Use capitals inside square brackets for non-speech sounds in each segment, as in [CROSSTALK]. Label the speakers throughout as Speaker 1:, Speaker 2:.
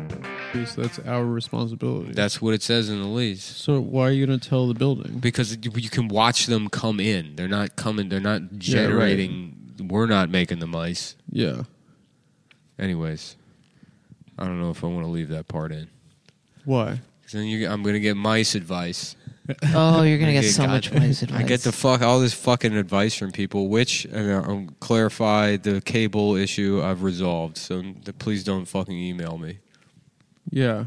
Speaker 1: increase, that's our responsibility.
Speaker 2: That's what it says in the lease.
Speaker 1: so why are you going to tell the building?
Speaker 2: Because you you can watch them come in. They're not coming. They're not generating. We're not making the mice.
Speaker 1: Yeah.
Speaker 2: Anyways, I don't know if I want to leave that part in.
Speaker 1: Why?
Speaker 2: 'Cause Then you, I'm gonna get mice advice. [LAUGHS]
Speaker 3: Oh, you're gonna
Speaker 2: I
Speaker 3: get so
Speaker 2: God-
Speaker 3: much wise
Speaker 2: [LAUGHS]
Speaker 3: advice.
Speaker 2: I get the fuck all this fucking advice from people. Which and I'll clarify the cable issue I've resolved. So th- please don't fucking email me.
Speaker 1: Yeah.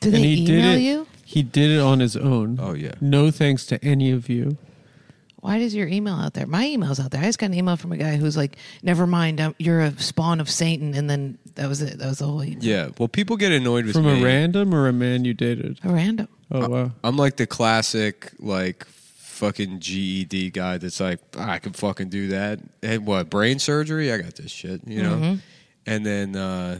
Speaker 3: Do they
Speaker 1: and he
Speaker 3: email
Speaker 1: did it,
Speaker 3: you?
Speaker 1: He did it on his own.
Speaker 2: Oh, yeah.
Speaker 1: No thanks to any of you.
Speaker 3: Why does your email out there? My email's out there. I just got an email from a guy who's like, "Never mind, i you're a spawn of Satan," and then that was it. That was the whole email.
Speaker 2: Yeah. Well, people get annoyed with
Speaker 1: From
Speaker 2: me.
Speaker 1: a random or a man you dated?
Speaker 3: A random.
Speaker 2: Uh,
Speaker 1: Oh, wow.
Speaker 2: I'm like the classic like fucking GED guy that's like I can fucking do that. And what brain surgery? I got this shit, you know. And then uh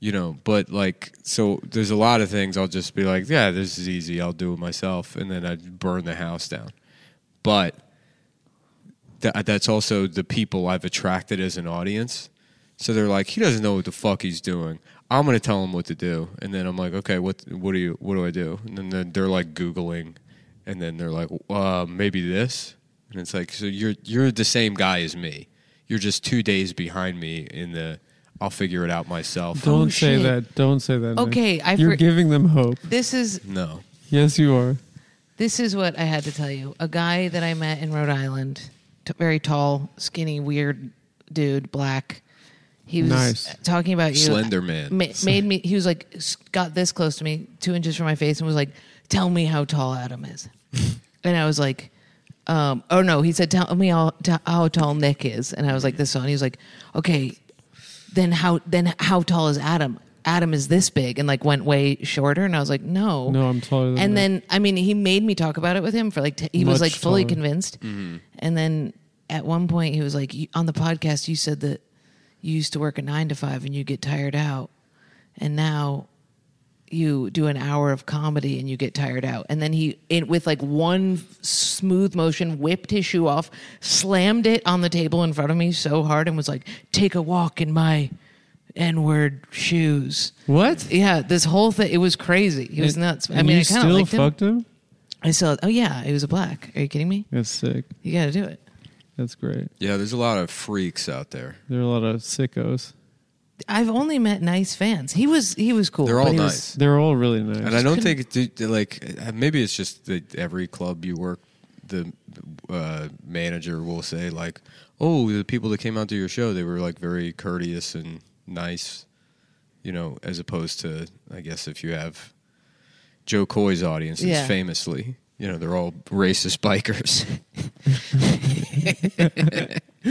Speaker 2: you know, but like so there's a lot of things I'll just be like, yeah, this is easy. I'll do it myself and then I burn the house down. But tha- that's also the people I've attracted as an audience. So they're like, he doesn't know what the fuck he's doing. I'm gonna tell him what to do, and then I'm like, okay, what what do you what do I do? And then- then they're like googling, and then they're like, uh, maybe this, and it's like, so you're you're the same guy as me. You're just two days behind me in the. I'll figure it out myself.
Speaker 1: Don't say
Speaker 3: shit.
Speaker 1: that. Don't say that. Nick.
Speaker 3: Okay, I
Speaker 1: You're
Speaker 3: for-
Speaker 1: giving them hope.
Speaker 3: This is
Speaker 2: No,
Speaker 1: Yes, you are.
Speaker 3: This is what I had to tell you. A guy that I met in Rhode Island, t- very tall, skinny, weird dude, black. He was
Speaker 1: Nice.
Speaker 3: talking about you.
Speaker 2: Slender man.
Speaker 3: Ma- made me. He was like, s- got this close to me, two inches from my face, and was like, "Tell me how tall
Speaker 1: [LAUGHS]
Speaker 3: Adam is." and I was like, um, "Oh no," he said, "Tell me how, t- how tall Nick is." And I was like, "This one." He was like, "Okay, then how then how tall is Adam?" Adam is this big and like went way shorter, and I was like, "No,
Speaker 1: No, I'm taller than
Speaker 3: And
Speaker 1: that.
Speaker 3: then and I mean, he made me talk about it with him for like t- he was
Speaker 1: Much
Speaker 3: like fully
Speaker 1: taller.
Speaker 3: convinced, and then at one point he was like, "You- on the podcast, you said that you used to work a nine to five and you get tired out, and now you do an hour of comedy and you get tired out." And then he, in, with like one smooth motion, whipped his shoe off, slammed it on the table in front of me so hard, and was like, "Take a walk in my." N word shoes.
Speaker 1: What?
Speaker 3: Yeah, this whole thing. It was crazy. He was
Speaker 1: And-
Speaker 3: nuts. I
Speaker 1: and
Speaker 3: mean,
Speaker 1: you
Speaker 3: I kind of
Speaker 1: still
Speaker 3: liked him.
Speaker 1: fucked him?
Speaker 3: I saw. Oh yeah, he was a black. Are you kidding me?
Speaker 1: That's sick.
Speaker 3: You got to do it.
Speaker 1: That's great.
Speaker 2: yeah, there's a lot of freaks out there.
Speaker 1: There are a lot of sickos.
Speaker 3: I've only met nice fans. He was he was cool.
Speaker 2: They're all
Speaker 3: but he was-
Speaker 2: nice.
Speaker 1: They're all really nice.
Speaker 2: And I don't think it did- like uh, maybe it's just that every club you work, the uh, manager will say like, "Oh, the people that came out to your show, they were like very courteous and nice," you know, as opposed to I guess if you have Joe Coy's audiences,
Speaker 3: Yeah.
Speaker 2: famously, you know, they're all racist bikers. [LAUGHS]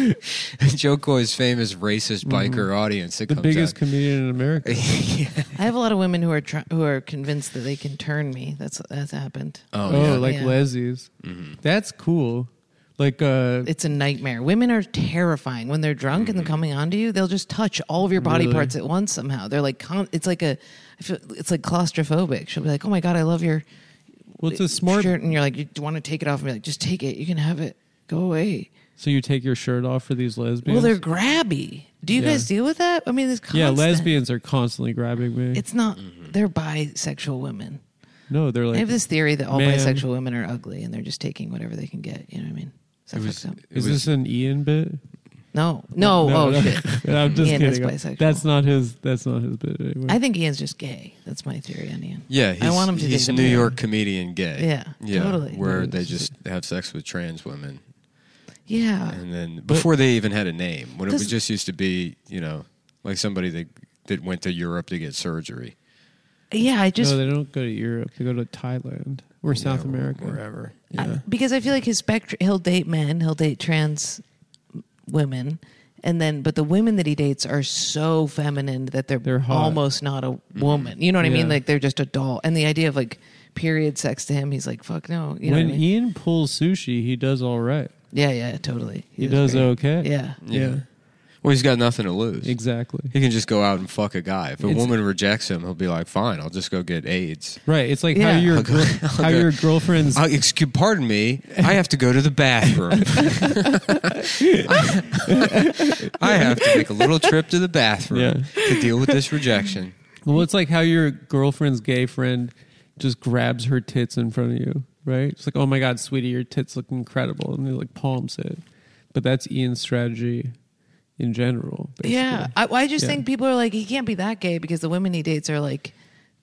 Speaker 2: Joe Coy's famous racist biker audience. That
Speaker 1: the
Speaker 2: comes
Speaker 1: biggest
Speaker 2: out.
Speaker 1: comedian in America.
Speaker 3: I have a lot of women who are try, who are convinced that they can turn me. That's that's happened.
Speaker 1: Oh,
Speaker 2: yeah. Mm-hmm.
Speaker 1: like
Speaker 3: Yeah.
Speaker 1: Leslie's. That's cool. Like uh
Speaker 3: It's a nightmare. Women are terrifying when they're drunk
Speaker 2: Mm.
Speaker 3: and they're coming onto you. They'll just touch all of your body
Speaker 1: Really?
Speaker 3: parts at once. Somehow they're like con- it's like a I feel, it's like claustrophobic. She'll be like, oh my god, I love your
Speaker 1: well it's a smart
Speaker 3: shirt, and you're like, you want to take it off and be like, just take it. You can have it. Go away.
Speaker 1: so you take your shirt off for these lesbians.
Speaker 3: Well, they're grabby. Do you
Speaker 1: Yeah.
Speaker 3: guys deal with that? I mean, it's
Speaker 1: yeah,
Speaker 3: constant.
Speaker 1: lesbians are constantly grabbing me.
Speaker 3: It's not.
Speaker 2: Mm-hmm.
Speaker 3: They're bisexual women.
Speaker 1: no, they're
Speaker 3: I
Speaker 1: like
Speaker 3: have this theory that all
Speaker 1: Man.
Speaker 3: bisexual women are ugly and they're just taking whatever they can get. You know what I mean? Is that
Speaker 2: was-
Speaker 3: fucked up?
Speaker 1: Is
Speaker 2: It was-
Speaker 1: this an Ian bit?
Speaker 3: No, no. oh
Speaker 1: no. [LAUGHS]
Speaker 3: shit!
Speaker 1: I'm just
Speaker 3: Ian is
Speaker 1: kidding.
Speaker 3: bisexual.
Speaker 1: That's not his that's not his bit anyway.
Speaker 3: I think Ian's just gay. That's my theory on Ian.
Speaker 2: Yeah, he's,
Speaker 3: I want him to
Speaker 2: he's
Speaker 3: date a
Speaker 2: New
Speaker 3: man.
Speaker 2: York comedian gay.
Speaker 3: Yeah, totally.
Speaker 2: Where
Speaker 1: Yeah,
Speaker 2: they
Speaker 1: it's
Speaker 2: just have sex with trans women,
Speaker 3: Yeah,
Speaker 2: and then before they even had a name, when it was
Speaker 3: Uh, Does-
Speaker 2: just used to be, you know, like somebody that that went to Europe to get surgery,
Speaker 3: yeah. I just
Speaker 1: no, they don't go to Europe. They go to Thailand or South
Speaker 2: Yeah,
Speaker 1: America.
Speaker 2: wherever.
Speaker 3: I- because I feel like his spectrum. He'll date men. He'll date trans women, and then but the women that he dates are so feminine that they're,
Speaker 1: They're hot. Mm-hmm.
Speaker 3: almost not a woman. You know what I mean?
Speaker 1: Yeah.
Speaker 3: Like they're just a doll. And the idea of like period sex to him, he's like, fuck no. You know
Speaker 1: when
Speaker 3: what I mean?
Speaker 1: Ian pulls sushi, he does all right.
Speaker 3: yeah, yeah, totally.
Speaker 1: He
Speaker 3: was
Speaker 1: does
Speaker 3: great.
Speaker 1: okay.
Speaker 3: Yeah.
Speaker 1: Yeah.
Speaker 2: Well, he's got nothing to lose.
Speaker 1: Exactly.
Speaker 2: He can just go out and fuck a guy. If a
Speaker 1: It's-
Speaker 2: woman rejects him, he'll be like, "Fine, I'll just go get AIDS."
Speaker 1: Right. It's like
Speaker 3: Yeah.
Speaker 1: how your
Speaker 2: Okay.
Speaker 1: girl, how
Speaker 2: Okay.
Speaker 1: your girlfriend's
Speaker 2: Uh, excuse, pardon me. I have to go to the bathroom. I have to make a little trip to the bathroom
Speaker 1: Yeah.
Speaker 2: to deal with this rejection.
Speaker 1: Well, it's like how your girlfriend's gay friend just grabs her tits in front of you, right? It's like, oh my God, sweetie, your tits look incredible. And they like palms it. But that's Ian's strategy in general. Basically.
Speaker 3: Yeah, I, well, I just
Speaker 1: Yeah.
Speaker 3: think people are like, he can't be that gay because the women he dates are like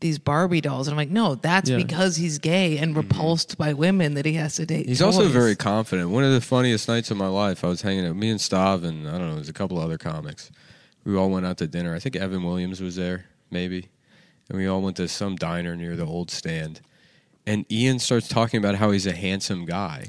Speaker 3: these Barbie dolls, and I'm like, no, that's
Speaker 1: Yeah. Mm-hmm.
Speaker 3: because he's gay and repulsed by women that he has to date.
Speaker 2: He's also
Speaker 3: toys.
Speaker 2: very confident. One of the funniest nights of my life, I was hanging out, me and Stav, and I don't know, there's a couple other comics. We all went out to dinner. I think Evan Williams was there, maybe. And we all went to some diner near the old stand. And Ian starts talking about how he's a handsome guy.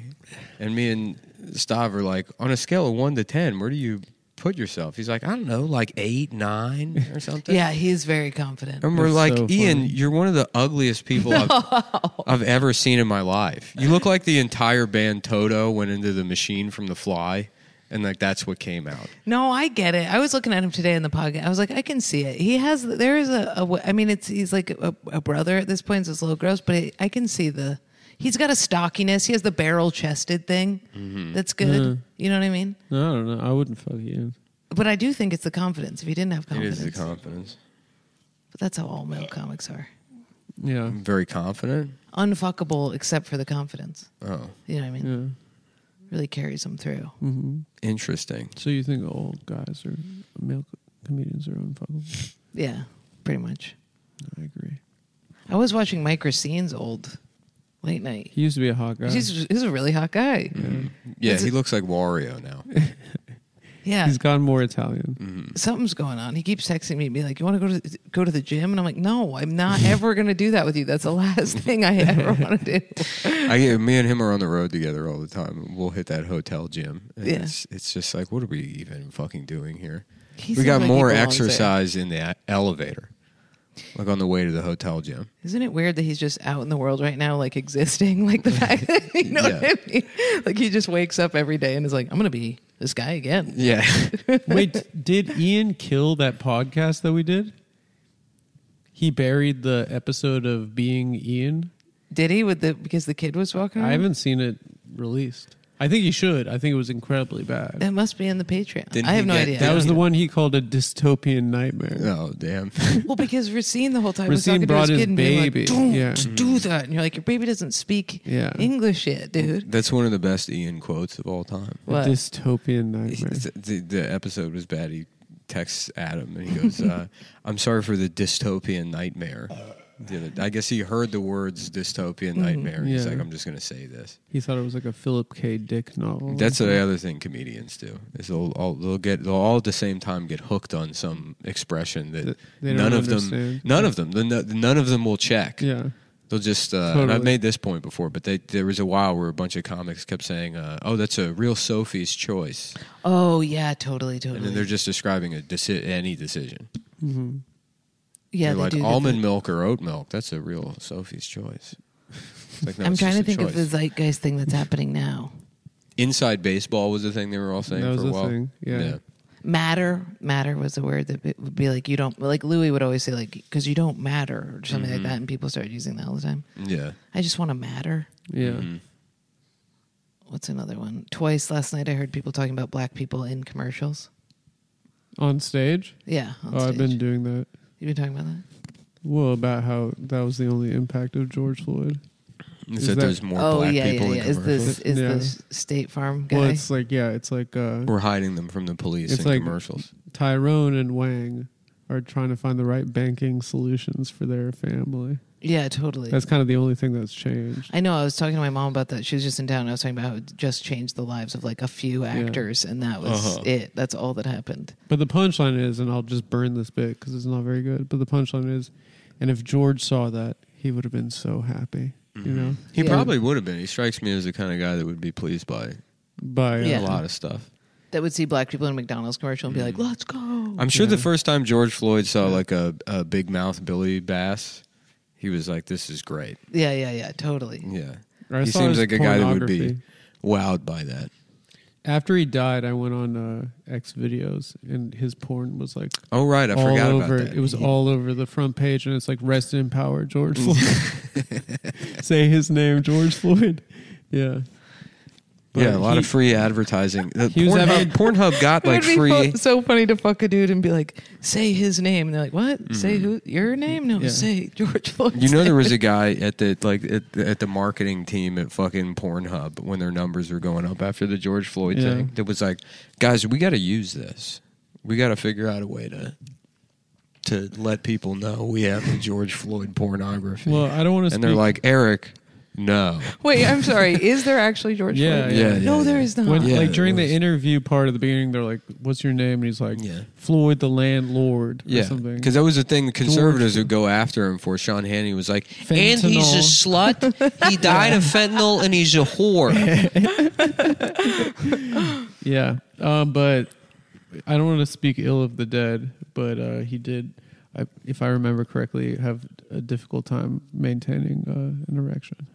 Speaker 2: And me and Stav are like, on a scale of one to 10, where do you put yourself? He's like, I don't know, like eight, nine, or something.
Speaker 3: yeah, he's very confident.
Speaker 2: And we're
Speaker 1: That's
Speaker 2: like,
Speaker 1: so
Speaker 2: Ian,
Speaker 1: funny.
Speaker 2: you're one of the ugliest people
Speaker 3: [LAUGHS]
Speaker 2: I've, I've ever seen in my life. You look like the entire band Toto went into the machine from The Fly, and like that's what came out.
Speaker 3: No, I get it. I was looking at him today in the podcast. I was like, I can see it. He has there is a, a w- I mean, it's he's like a, a brother at this point. So it's a little gross, but I can see the. He's got a stockiness. He has the barrel chested thing.
Speaker 2: Mm-hmm.
Speaker 3: That's good. You know what I mean?
Speaker 1: No, I don't know. I wouldn't fuck Ian.
Speaker 3: But I do think it's the confidence. If he didn't have
Speaker 2: It
Speaker 3: confidence,
Speaker 2: is the confidence.
Speaker 3: but that's how all male comics are.
Speaker 1: Yeah.
Speaker 2: I'm very confident.
Speaker 3: unfuckable except for the confidence.
Speaker 2: Oh,
Speaker 3: You know what I mean?
Speaker 1: Yeah. Mm.
Speaker 3: Really carries them through.
Speaker 2: interesting.
Speaker 1: So you think all guys are male comedians are unfuckable?
Speaker 3: Yeah, pretty much.
Speaker 1: I agree.
Speaker 3: I was watching Mike Racine's old late night.
Speaker 1: He used to be a hot guy.
Speaker 3: He's, he's a really hot guy.
Speaker 2: Yeah,
Speaker 3: It's-
Speaker 2: he looks like Wario
Speaker 3: [LAUGHS]
Speaker 2: now.
Speaker 3: Yeah,
Speaker 1: He's gotten more Italian.
Speaker 3: something's going on. He keeps texting me, be like, "You want to go to go to the gym?" And I'm like, "No, I'm
Speaker 1: [LAUGHS]
Speaker 3: not ever going to do that with you. That's the last thing I ever want to do."
Speaker 2: I get- me and him are on the road together all the time. We'll hit that hotel gym. And
Speaker 3: Yeah.
Speaker 2: it's, it's just like, what are we even fucking doing here?
Speaker 3: He
Speaker 2: we
Speaker 3: seems
Speaker 2: got
Speaker 3: like he
Speaker 2: more
Speaker 3: belongs there.
Speaker 2: exercise in the elevator, like on the way to the hotel gym.
Speaker 3: Isn't it weird that he's just out in the world right now, like existing? [LAUGHS] Like the
Speaker 1: [LAUGHS]
Speaker 3: fact that you know
Speaker 2: Yeah.
Speaker 3: what I mean? Like he just wakes up every day and is like, "I'm going to be this guy again."
Speaker 2: Yeah. [LAUGHS]
Speaker 1: Wait,
Speaker 3: [LAUGHS]
Speaker 1: did Ian kill that podcast that we did? He buried the episode of being Ian.
Speaker 3: Did he with the because the kid was walking?
Speaker 1: I
Speaker 3: Around?
Speaker 1: haven't seen it released. I think he should. I think it was incredibly bad.
Speaker 3: That must be in the Patreon.
Speaker 2: Didn't
Speaker 3: I
Speaker 2: he
Speaker 3: have no
Speaker 2: get-
Speaker 3: idea.
Speaker 1: That was the one he called a dystopian nightmare.
Speaker 2: oh, damn.
Speaker 3: well because Racine the whole time
Speaker 1: Racine
Speaker 3: was talking to his
Speaker 1: brought his
Speaker 3: kid and being
Speaker 1: baby.
Speaker 3: like, "Don't
Speaker 1: Yeah. Mm-hmm.
Speaker 3: do that," and you're like, "Your baby doesn't speak
Speaker 1: Yeah.
Speaker 3: English yet,
Speaker 2: [LAUGHS]
Speaker 3: dude."
Speaker 2: That's one of the best Ian quotes of all time.
Speaker 1: A
Speaker 3: What?
Speaker 1: dystopian nightmare.
Speaker 2: The, the- the episode was bad. He texts Adam and
Speaker 1: [LAUGHS]
Speaker 2: he goes, uh, "I'm sorry for the dystopian nightmare." The other- I guess he heard the words dystopian nightmare. and He's
Speaker 1: Mm-hmm. Yeah.
Speaker 2: like, "I'm just going to say this."
Speaker 1: He thought it was like a Philip K. Dick novel.
Speaker 2: That's the other thing comedians do is they'll all they'll get they'll all at the same time get hooked on some expression that
Speaker 1: That they don't
Speaker 2: none of them
Speaker 1: understand.
Speaker 2: none of them the, none of them will check.
Speaker 1: yeah.
Speaker 2: They'll just, uh, and
Speaker 1: Totally.
Speaker 2: I've made this point before, but they, there was a while where a bunch of comics kept saying, uh, oh, that's a real Sophie's choice.
Speaker 3: Oh yeah, totally,
Speaker 2: And
Speaker 3: totally.
Speaker 2: then they're just describing a deci- any decision.
Speaker 3: yeah,
Speaker 2: They're
Speaker 3: they
Speaker 2: like
Speaker 3: do. the-
Speaker 2: almond milk or oat milk. That's a real Sophie's choice. [LAUGHS] It's like, no,
Speaker 3: I'm
Speaker 2: it's
Speaker 3: trying to
Speaker 2: just a
Speaker 3: think of the
Speaker 2: choice.
Speaker 3: zeitgeist thing that's happening now.
Speaker 2: Inside baseball was the thing they were all saying
Speaker 1: That was
Speaker 2: for a
Speaker 1: a
Speaker 2: while.
Speaker 1: thing, yeah.
Speaker 3: Matter, matter was the word that it would be like you don't like Louis would always say like because you don't matter or something
Speaker 2: Mm-hmm.
Speaker 3: like that, and people started using that all the time.
Speaker 2: Yeah. Mm-hmm.
Speaker 3: I just want to matter.
Speaker 1: Yeah.
Speaker 3: Mm-hmm. What's another one? Twice last night, I heard people talking about black people in commercials.
Speaker 1: On stage?
Speaker 3: Yeah, on
Speaker 1: oh, I've
Speaker 3: stage.
Speaker 1: been doing that.
Speaker 3: You've been talking about that.
Speaker 1: Well, about how that was the only impact of George Floyd.
Speaker 2: Is,
Speaker 1: Is
Speaker 2: that,
Speaker 1: that-
Speaker 2: there's more
Speaker 3: oh
Speaker 2: black
Speaker 3: yeah, yeah,
Speaker 2: people
Speaker 3: yeah.
Speaker 2: in
Speaker 3: Is
Speaker 2: commercials?
Speaker 3: this is
Speaker 1: Yeah.
Speaker 3: this State Farm guy?
Speaker 1: Well, it's like, yeah, it's like. Uh,
Speaker 2: We're hiding them from the police
Speaker 1: It's
Speaker 2: in
Speaker 1: like-
Speaker 2: commercials.
Speaker 1: Tyrone and Wang are trying to find the right banking solutions for their family.
Speaker 3: yeah, totally.
Speaker 1: That's kind of the only thing that's changed.
Speaker 3: I know. I was talking to my mom about that. She was just in town. and I was talking about how it just changed the lives of like a few actors, and that was
Speaker 2: Uh-huh.
Speaker 3: it. That's all that happened.
Speaker 1: But the punchline is, and I'll just burn this bit because it's not very good. But the punchline is, and if George saw that, he would have been so happy, you know,
Speaker 2: Mm-hmm. He
Speaker 3: Yeah.
Speaker 2: probably would have been. He strikes me as the kind of guy that would be pleased by
Speaker 1: by
Speaker 3: Yeah.
Speaker 2: a lot of stuff.
Speaker 3: That would see black people in a McDonald's commercial
Speaker 2: Mm.
Speaker 3: and be like, "Let's go."
Speaker 2: I'm sure the first time George Floyd saw like a, a big mouth Billy Bass, he was like, "This is great."
Speaker 3: Yeah, yeah, yeah. Totally.
Speaker 2: Yeah,
Speaker 1: I
Speaker 2: he
Speaker 1: saw
Speaker 2: seems
Speaker 1: his
Speaker 2: like a guy that would be
Speaker 1: pornography.
Speaker 2: wowed by that.
Speaker 1: After he died, I went on uh, X videos, and his porn was like
Speaker 2: Oh right, I
Speaker 1: all
Speaker 2: forgot
Speaker 1: over.
Speaker 2: about that.
Speaker 1: It was all over the front page, and it's like "Rest in power,
Speaker 2: [LAUGHS]
Speaker 1: George [LAUGHS] Floyd." Say his name, George Floyd. Yeah, But
Speaker 2: yeah, a lot
Speaker 1: he-
Speaker 2: of free advertising. The
Speaker 1: He was
Speaker 2: Pornhub,
Speaker 1: having-
Speaker 2: Pornhub
Speaker 1: [LAUGHS]
Speaker 2: got
Speaker 3: It would
Speaker 2: like
Speaker 3: be
Speaker 2: free.
Speaker 3: fu- so funny to fuck a dude and be like, say his name. And they're like, what? Say who? Your name? No,
Speaker 1: Yeah.
Speaker 3: say George Floyd.
Speaker 2: Mm-hmm. You
Speaker 3: [LAUGHS]
Speaker 2: know
Speaker 1: [LAUGHS]
Speaker 2: there was a guy at the like at, at the marketing team at fucking Pornhub when their numbers were going up after the George Floyd
Speaker 1: Yeah.
Speaker 2: thing that was like, guys, we got to use this. We got to figure out a way to to let people know we have the George Floyd pornography.
Speaker 1: Well, I don't want to.
Speaker 2: and they're like, Eric, no.
Speaker 3: Wait, I'm sorry. Is there actually George
Speaker 1: Yeah,
Speaker 3: Floyd?
Speaker 1: yeah,
Speaker 2: yeah,
Speaker 3: no,
Speaker 2: yeah.
Speaker 3: there is not.
Speaker 1: When,
Speaker 2: Yeah,
Speaker 1: like during
Speaker 2: it was-
Speaker 1: the interview part of the beginning, they're like, "What's your name?" And he's like,
Speaker 2: Yeah.
Speaker 1: "Floyd the landlord." or
Speaker 2: Yeah,
Speaker 1: something.
Speaker 2: because that was the thing the conservatives would go after him for. Sean Hannity was like, and he's a slut. He
Speaker 1: [LAUGHS]
Speaker 2: died of fentanyl, and he's a whore.
Speaker 1: Yeah, um, but I don't want to speak ill of the dead, but uh, he did, I, if I remember correctly, have a difficult time maintaining uh, an erection.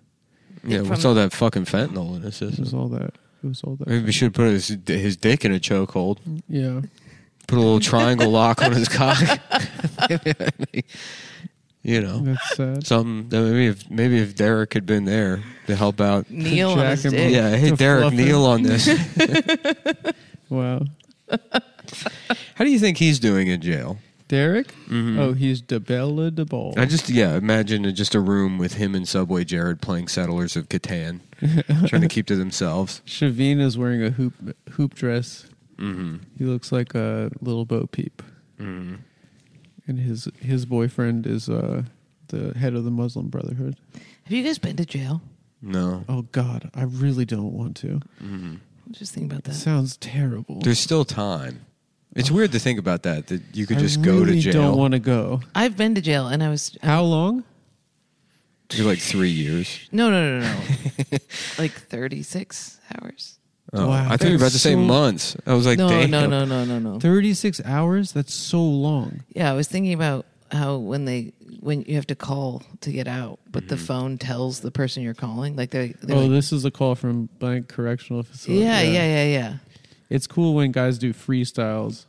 Speaker 2: yeah, what's all that fucking fentanyl in his
Speaker 1: It was
Speaker 2: system?
Speaker 1: all that. It was all that.
Speaker 2: Maybe we should put his, his dick in a chokehold.
Speaker 1: Yeah,
Speaker 2: Put a little triangle lock on
Speaker 1: [LAUGHS]
Speaker 2: his cock. you know, [LAUGHS]
Speaker 1: that's sad.
Speaker 2: something. That maybe if maybe if Derek had been there to help out.
Speaker 3: Neil on
Speaker 1: Jack
Speaker 3: his
Speaker 1: and
Speaker 3: dick.
Speaker 2: Yeah, hey
Speaker 1: To
Speaker 2: Derek,
Speaker 1: fluff it.
Speaker 2: kneel on
Speaker 1: [LAUGHS]
Speaker 2: this.
Speaker 1: Wow,
Speaker 2: How do you think he's doing in jail?
Speaker 1: Derek. Oh, he's Debella de Ball.
Speaker 2: Mm-hmm. I just yeah, imagine in just a room with him and Subway Jared playing Settlers
Speaker 1: [LAUGHS]
Speaker 2: of Catan, trying to keep to themselves.
Speaker 1: Shavine is wearing a hoop hoop dress.
Speaker 2: Mm-hmm.
Speaker 1: He looks like a little Bo Peep, and his his boyfriend is uh, the head of the Muslim Brotherhood.
Speaker 3: Have you guys been to jail?
Speaker 2: No,
Speaker 1: Oh God, I really don't want to.
Speaker 3: Just think about
Speaker 1: It
Speaker 3: that.
Speaker 1: sounds terrible.
Speaker 2: there's still time. It's weird to think about that. That you could
Speaker 1: I
Speaker 2: just
Speaker 1: really
Speaker 2: go to jail.
Speaker 1: Don't want to go.
Speaker 3: I've been to jail and I was
Speaker 1: How long?
Speaker 2: You're like three years.
Speaker 3: no no no no,
Speaker 2: [LAUGHS]
Speaker 3: no. like 36 hours.
Speaker 2: Oh,
Speaker 1: Wow.
Speaker 2: I thought you were about to say
Speaker 1: That's so-
Speaker 2: months. I was like,
Speaker 3: no
Speaker 2: damn.
Speaker 3: no no no no no.
Speaker 1: Thirty six hours. That's so long.
Speaker 3: Yeah, I was thinking about how when they when you have to call to get out, but
Speaker 2: Mm-hmm.
Speaker 3: the phone tells the person you're calling, like they. they're
Speaker 1: Oh,
Speaker 3: like,
Speaker 1: this is a call from Blank Correctional Facility.
Speaker 3: yeah, yeah, yeah, yeah,
Speaker 1: It's cool when guys do freestyles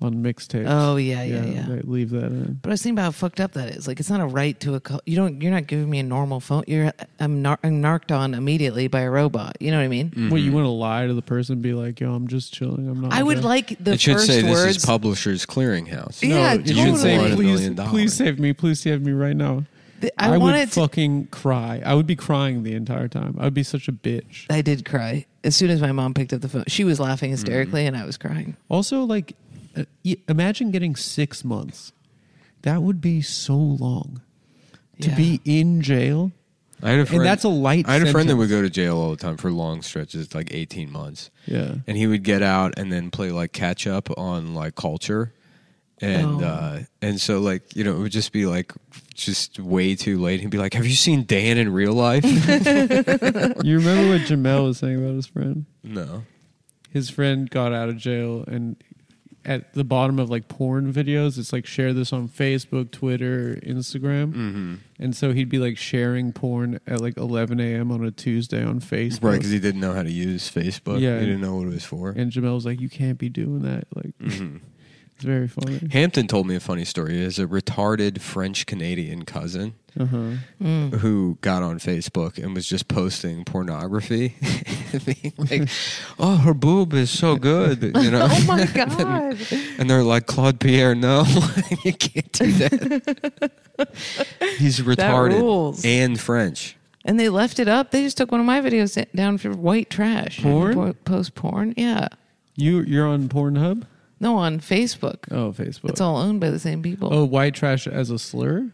Speaker 1: on mixtapes.
Speaker 3: Oh, yeah, yeah, yeah.
Speaker 1: They leave that in.
Speaker 3: But I was thinking about how fucked up that is. Like, it's not a right to a call. You don't. You're not giving me a normal phone. You're. I'm, nar- I'm narked on immediately by a robot. You know what I mean?
Speaker 2: Mm. Mm-hmm.
Speaker 1: What you want to lie to the person? and Be like, yo, I'm just chilling. I'm not.
Speaker 3: I would
Speaker 1: there."
Speaker 3: like the
Speaker 2: it should
Speaker 3: first
Speaker 2: say
Speaker 3: words.
Speaker 2: this is Publishers Clearinghouse.
Speaker 3: No, Yeah,
Speaker 1: you should say,
Speaker 2: totally.
Speaker 1: please,
Speaker 2: Million dollars.
Speaker 1: please save me, please save me right now.
Speaker 3: Th- I
Speaker 1: I, would
Speaker 3: wanted to-
Speaker 1: fucking cry. I would be crying the entire time. I would be such a bitch.
Speaker 3: I did cry as soon as my mom picked up the phone. She was laughing hysterically,
Speaker 2: Mm.
Speaker 3: and I
Speaker 2: [LAUGHS]
Speaker 3: was crying.
Speaker 1: Also, like, uh, y- imagine getting six months. That would be so long to
Speaker 3: Yeah.
Speaker 1: be in jail.
Speaker 2: I had a
Speaker 1: And
Speaker 2: friend,
Speaker 1: that's a light
Speaker 2: I had a friend that
Speaker 1: sentence.
Speaker 2: would go to jail all the time for long stretches, like eighteen months.
Speaker 3: [LAUGHS]
Speaker 1: Yeah.
Speaker 2: and he would get out and then play like catch up on like culture, and
Speaker 3: Oh.
Speaker 2: uh, and so like you know it would just be like just way too late. He'd be like, "Have you seen Dan in
Speaker 1: [LAUGHS]
Speaker 2: real life?"
Speaker 1: You remember what Jamel was saying about his friend?
Speaker 2: no.
Speaker 1: His friend got out of jail, and at the bottom of like porn videos, it's like share this on Facebook, Twitter, Instagram.
Speaker 2: Mm.
Speaker 1: Mm-hmm. And so he'd be like sharing porn at like 11 a.m. on a Tuesday on Facebook.
Speaker 2: Right, because he didn't know how to use Facebook.
Speaker 1: Yeah.
Speaker 2: he didn't know what it was for.
Speaker 1: and Jamel was like, "You can't be doing that."
Speaker 2: [LAUGHS]
Speaker 1: Like,
Speaker 2: Mm-hmm.
Speaker 1: it's very funny.
Speaker 2: Hampton told me a funny story. He has a retarded French Canadian cousin
Speaker 1: Uh-huh.
Speaker 2: who got on Facebook and was just posting pornography, [LAUGHS] being like, "Oh, her boob is so good," you know.
Speaker 3: Oh my god!
Speaker 2: and they're like, "Claude Pierre, no, [LAUGHS] you can't do that." He's retarded
Speaker 3: rules.
Speaker 2: and French.
Speaker 3: and they left it up. They just took one of my videos down for white trash.
Speaker 1: Porn?
Speaker 3: Po- post porn. Yeah.
Speaker 1: You you're on Pornhub?
Speaker 3: No, on Facebook.
Speaker 1: Oh, Facebook.
Speaker 3: It's all owned by the same people.
Speaker 1: oh, white trash as a slur?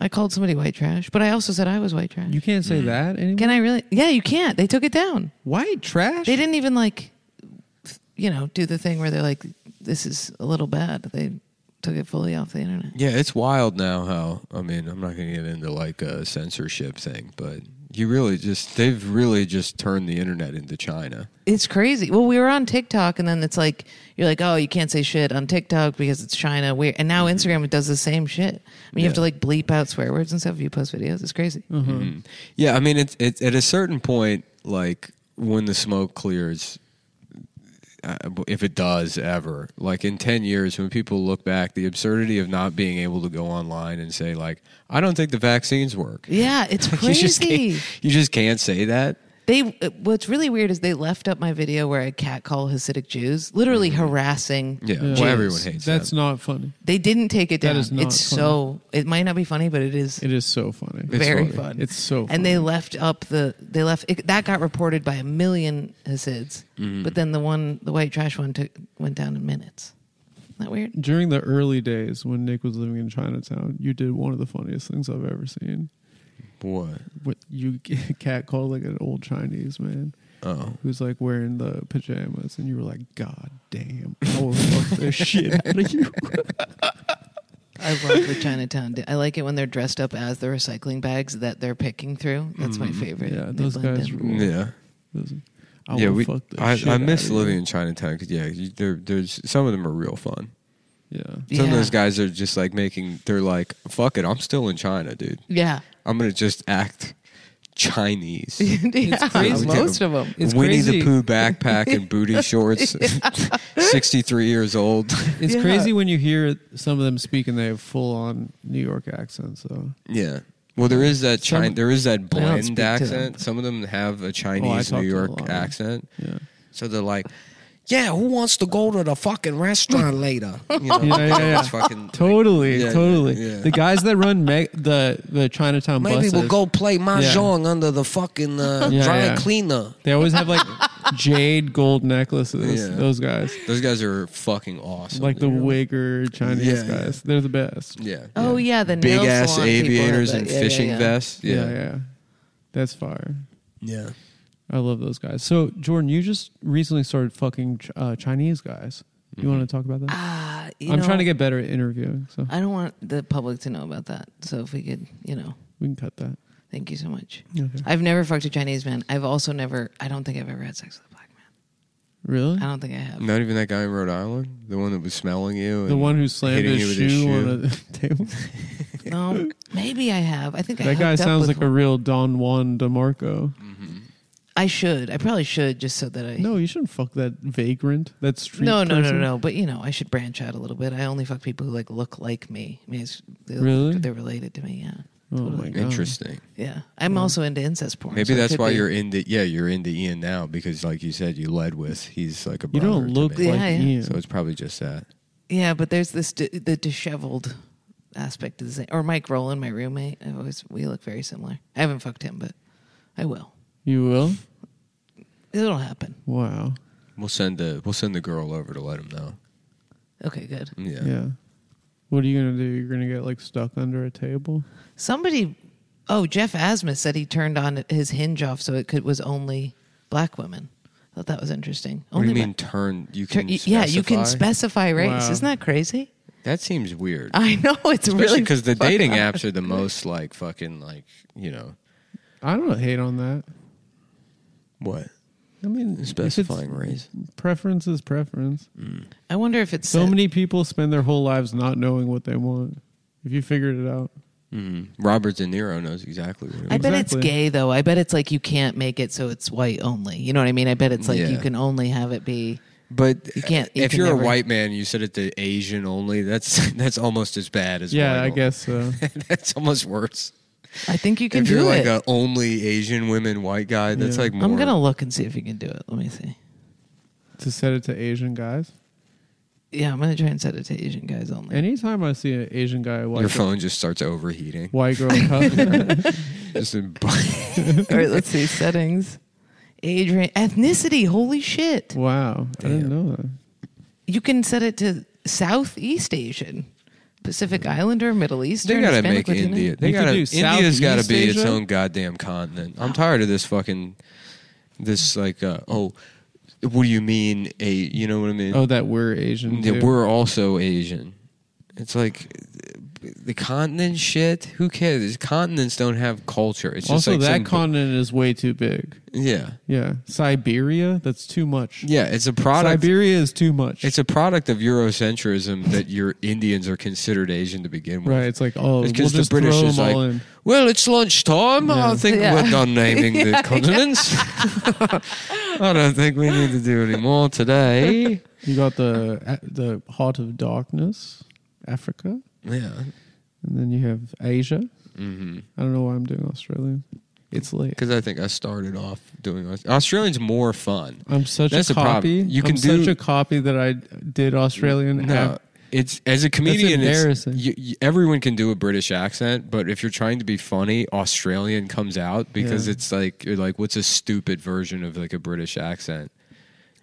Speaker 3: I called somebody white trash, but I also said I was white trash.
Speaker 1: You can't
Speaker 2: Mm-hmm.
Speaker 1: say that anymore.
Speaker 3: Can I really? Yeah, you can't. They took it down.
Speaker 1: white trash?
Speaker 3: They didn't even like, you know, do the thing where they're like, "This is a little bad." They took it fully off the internet.
Speaker 2: Yeah, it's wild now how I mean, I'm not going to get into like a censorship thing, but you really just they've really just turned the internet into China.
Speaker 3: It's crazy. Well, we were on TikTok, and then it's like you're like, "Oh, you can't say shit on TikTok because it's China." Weird. And
Speaker 2: Mm-hmm.
Speaker 3: now Instagram does the same shit. I mean, you have to like bleep out swear words and stuff if you post videos. It's crazy.
Speaker 2: Oh. [LAUGHS]
Speaker 3: Mm-hmm.
Speaker 2: Yeah, I mean, it's it's at a certain point, like when the smoke clears, uh, if it does ever, like in ten years, when people look back, the absurdity of not being able to go online and say like, I don't think the vaccines work. [LAUGHS]
Speaker 3: Yeah, it's
Speaker 2: You just
Speaker 3: crazy.
Speaker 2: can't, you just can't say that.
Speaker 3: They what's really weird is they left up my video where I catcall Hasidic Jews, literally harassing.
Speaker 2: Mm. Yeah.
Speaker 1: Yeah.
Speaker 2: Well, everyone hates
Speaker 1: That's
Speaker 2: that.
Speaker 1: not funny.
Speaker 3: They didn't take it down.
Speaker 1: That is not
Speaker 3: it's so it might not be funny, but it is
Speaker 1: It is so funny.
Speaker 2: It's
Speaker 3: very
Speaker 2: funny.
Speaker 3: fun.
Speaker 1: It's so
Speaker 3: And they left up the they left it, that got reported by a million Hasids,
Speaker 1: Mm-hmm.
Speaker 3: but then the one the white trash one took went down in minutes. Isn't that weird?
Speaker 1: During the early days when Nick was living in Chinatown, you did one of the funniest things I've ever seen.
Speaker 2: What?
Speaker 1: What you [LAUGHS] cat called like an old Chinese man
Speaker 2: Oh.
Speaker 1: who's like wearing the pajamas, and you were like, "God damn, I will fuck the shit out of you." [LAUGHS]
Speaker 3: I love the Chinatown. I like it when they're dressed up as the recycling bags that they're picking through. That's my favorite.
Speaker 1: Mm-hmm. Yeah,
Speaker 3: They
Speaker 1: those
Speaker 3: blend
Speaker 1: guys
Speaker 3: in.
Speaker 1: rule.
Speaker 2: Yeah.
Speaker 1: I
Speaker 2: yeah,
Speaker 1: will
Speaker 2: we.
Speaker 1: fuck the
Speaker 2: I,
Speaker 1: shit
Speaker 2: I
Speaker 1: out
Speaker 2: miss
Speaker 1: of you.
Speaker 2: living in Chinatown because yeah, you, there, there's some of them are real fun.
Speaker 1: Yeah,
Speaker 2: Some of
Speaker 3: Yeah.
Speaker 2: those guys are just like making. They're like, fuck it, I'm still in China, dude.
Speaker 3: Yeah. [LAUGHS]
Speaker 2: I'm gonna just act Chinese.
Speaker 3: [LAUGHS] yeah.
Speaker 1: crazy.
Speaker 3: Most of them.
Speaker 1: It's
Speaker 2: Winnie
Speaker 1: crazy.
Speaker 2: the Pooh backpack and booty shorts. [LAUGHS] Sixty-three years old. [LAUGHS]
Speaker 1: It's
Speaker 3: Yeah.
Speaker 1: crazy when you hear some of them speak and they have full on New York accents. So
Speaker 2: yeah. Well, there is that
Speaker 3: Some-
Speaker 2: China, there is that
Speaker 3: don't speak
Speaker 2: blend
Speaker 3: to them.
Speaker 2: accent. Some of them have a
Speaker 1: talk
Speaker 2: Chinese
Speaker 1: to them
Speaker 2: New
Speaker 1: a
Speaker 2: York
Speaker 1: lot.
Speaker 2: accent,
Speaker 1: yeah,
Speaker 2: so they're like, "Yeah, who wants to go to the fucking
Speaker 1: [LAUGHS]
Speaker 2: restaurant later?" You know?
Speaker 1: Yeah, yeah, yeah. [LAUGHS]
Speaker 2: It's fucking-
Speaker 1: totally,
Speaker 2: Yeah, yeah,
Speaker 1: totally.
Speaker 2: yeah.
Speaker 1: The guys that run meg the the Chinatown buses,
Speaker 2: play
Speaker 1: mahjong
Speaker 2: under the fucking [LAUGHS] uh,
Speaker 1: Yeah, dry yeah.
Speaker 2: cleaner.
Speaker 1: They always have
Speaker 2: [LAUGHS]
Speaker 1: like jade gold necklaces.
Speaker 2: Yeah.
Speaker 1: Those guys,
Speaker 2: Those guys are fucking awesome.
Speaker 1: like the
Speaker 2: dude.
Speaker 1: Uyghur Chinese
Speaker 2: Yeah, yeah.
Speaker 1: guys, they're the best.
Speaker 2: yeah.
Speaker 3: Oh yeah, the
Speaker 2: Big
Speaker 3: nail
Speaker 2: ass
Speaker 3: salon people have
Speaker 2: aviators
Speaker 3: that.
Speaker 2: and
Speaker 3: Yeah, yeah,
Speaker 2: fishing
Speaker 3: yeah.
Speaker 2: vests.
Speaker 1: Yeah, yeah,
Speaker 2: Yeah.
Speaker 1: that's fire.
Speaker 2: Yeah.
Speaker 1: I love those guys. So Jordan, you just recently started fucking Ch- uh, Chinese guys. You
Speaker 2: Mm-hmm.
Speaker 1: want to talk about that?
Speaker 3: Ah, you
Speaker 1: I'm
Speaker 3: know, uh,
Speaker 1: trying to get better at interviewing, so
Speaker 3: I don't want the public to know about that. So if we could, you know,
Speaker 1: we can cut that.
Speaker 3: thank you so much.
Speaker 1: Okay.
Speaker 3: I've never fucked a Chinese man. I've also never. I don't think I've ever had sex with a black man.
Speaker 1: Really?
Speaker 3: I don't think I
Speaker 1: [LAUGHS]
Speaker 3: have.
Speaker 2: Not even that guy in Rhode Island, the one that was smelling you.
Speaker 1: The
Speaker 2: and
Speaker 1: one who slammed
Speaker 2: hitting
Speaker 1: his
Speaker 2: you
Speaker 1: shoe,
Speaker 2: with his
Speaker 1: on a [LAUGHS] table.
Speaker 3: No, maybe I have. I think I
Speaker 1: That guy
Speaker 3: hooked up
Speaker 1: sounds
Speaker 3: with
Speaker 1: like a
Speaker 3: one.
Speaker 1: real Don Juan DeMarco.
Speaker 3: I should. I probably should just so that I.
Speaker 1: No, you shouldn't fuck that vagrant. That street.
Speaker 3: No, no, no,
Speaker 1: person.
Speaker 3: no. But you know, I should branch out a little bit. I only fuck people who like look like me. I mean, it's, they look-
Speaker 1: Really?
Speaker 3: They're related to me. Yeah.
Speaker 1: Oh my god.
Speaker 2: Interesting.
Speaker 3: Yeah. I'm also into incest porn. so
Speaker 2: Maybe
Speaker 3: it
Speaker 2: that's
Speaker 3: could
Speaker 2: why
Speaker 3: be-
Speaker 2: you're into yeah you're into Ian now because like you said you led with he's like a
Speaker 1: You
Speaker 2: brother
Speaker 1: don't
Speaker 2: to
Speaker 1: look like
Speaker 2: me.
Speaker 3: Yeah, yeah.
Speaker 1: Ian.
Speaker 2: so it's probably just that
Speaker 3: Yeah, but there's this d- the disheveled aspect of the same. Or Mike Rowland, my roommate. I always we look very similar. I haven't fucked him, but I will.
Speaker 1: you will.
Speaker 3: It'll happen.
Speaker 1: Wow.
Speaker 2: we'll send the we'll send the girl over to let him know
Speaker 3: Okay, good.
Speaker 2: yeah
Speaker 1: Yeah. What are you gonna do? You're gonna get like stuck under a table.
Speaker 3: Somebody, oh Jeff Asmus said he turned on his hinge off so it could was only black women. I thought that was interesting.
Speaker 2: what do
Speaker 3: only
Speaker 2: you mean
Speaker 3: black-
Speaker 2: turn you
Speaker 3: Tur-
Speaker 2: can
Speaker 3: yeah, you can specify race.
Speaker 1: Wow.
Speaker 3: Isn't that crazy? [LAUGHS]
Speaker 2: that seems weird
Speaker 3: I know it's
Speaker 2: Especially
Speaker 3: really
Speaker 2: because the
Speaker 3: fucked
Speaker 2: dating
Speaker 3: up.
Speaker 2: apps are the most like fucking like you know
Speaker 1: I don't hate on that.
Speaker 2: what
Speaker 1: I mean, if it's-
Speaker 2: specifying race. Mm.
Speaker 1: Preference is preference.
Speaker 3: I wonder if it's
Speaker 1: So many people spend their whole lives not knowing what they want. If you figured it out,
Speaker 2: Robert De Niro knows exactly what. It
Speaker 3: I bet it's
Speaker 1: Exactly.
Speaker 3: gay though. I bet it's like you can't make it so it's white only. You know what I mean? I bet it's like
Speaker 2: Yeah.
Speaker 3: you can only have it be.
Speaker 2: but
Speaker 3: You can't- you
Speaker 2: if
Speaker 3: can
Speaker 2: you're
Speaker 3: never-
Speaker 2: a white man, you said it to Asian only. That's [LAUGHS] that's almost as bad as
Speaker 1: yeah,
Speaker 2: white
Speaker 1: I
Speaker 2: only.
Speaker 1: guess uh, so.
Speaker 2: [LAUGHS] that's almost worse.
Speaker 3: I think you can
Speaker 2: if
Speaker 3: do
Speaker 2: you're like
Speaker 3: it.
Speaker 2: a only Asian women white guy, that's
Speaker 1: Yeah.
Speaker 2: like more.
Speaker 3: I'm gonna look and see if you can do it. Let me see.
Speaker 1: to set it to Asian guys.
Speaker 3: Yeah, I'm gonna try and set it to Asian guys only.
Speaker 1: Anytime I see an Asian guy, white
Speaker 2: Your
Speaker 1: girl,
Speaker 2: phone just starts overheating.
Speaker 1: white girl,
Speaker 2: [LAUGHS]
Speaker 1: cup,
Speaker 2: Just in- [LAUGHS]
Speaker 3: All right, let's see settings. Age range, ethnicity. Holy shit!
Speaker 1: wow, I didn't
Speaker 2: Damn.
Speaker 1: know that.
Speaker 3: You can set it to Southeast Asian, Pacific Islander, Middle Eastern.
Speaker 2: they gotta make
Speaker 3: Hispanic, Latino.
Speaker 2: India. They
Speaker 1: You could
Speaker 2: gotta.
Speaker 1: do
Speaker 2: India's gotta
Speaker 1: Southeast
Speaker 2: be its
Speaker 1: Asia?
Speaker 2: own goddamn continent. I'm tired of this fucking. This like uh, oh, what do you mean a? You know what I mean?
Speaker 1: Oh, that we're Asian.
Speaker 2: that
Speaker 1: too.
Speaker 2: we're also Asian. It's like the continent shit. Who cares? Continents don't have culture. It's just
Speaker 1: also
Speaker 2: like
Speaker 1: that
Speaker 2: some-
Speaker 1: continent is way too big.
Speaker 2: Yeah,
Speaker 1: Yeah, Siberia. That's too much.
Speaker 2: yeah. It's a product.
Speaker 1: Siberia is too much.
Speaker 2: It's a product of Eurocentrism that your Indians are considered Asian to begin with.
Speaker 1: right. It's like oh, we'll
Speaker 2: It's
Speaker 1: just
Speaker 2: because the British
Speaker 1: throw
Speaker 2: is
Speaker 1: them
Speaker 2: like,
Speaker 1: all in.
Speaker 2: well, it's lunchtime. I
Speaker 1: Yeah.
Speaker 2: think
Speaker 3: Yeah.
Speaker 2: we're done naming the continents. I don't think we need to do any
Speaker 1: [LAUGHS]
Speaker 2: more today.
Speaker 1: You got the the heart of darkness, Africa,
Speaker 2: Yeah.
Speaker 1: and then you have Asia. Mm-hmm. I don't know why I'm doing Australia. It's late.
Speaker 2: Because I think I started off doing Aus- Australian's more fun.
Speaker 1: I'm such
Speaker 2: That's
Speaker 1: a
Speaker 2: the problem.
Speaker 1: copy.
Speaker 2: You
Speaker 1: I'm
Speaker 2: can
Speaker 1: such
Speaker 2: do-
Speaker 1: a copy that I did Australian.
Speaker 2: No,
Speaker 1: app.
Speaker 2: it's as a comedian, it's-
Speaker 1: embarrassing.
Speaker 2: you, you- everyone can do a British accent, but if you're trying to be funny, Australian comes out because
Speaker 1: Yeah.
Speaker 2: it's like you're like what's a stupid version of like a British accent?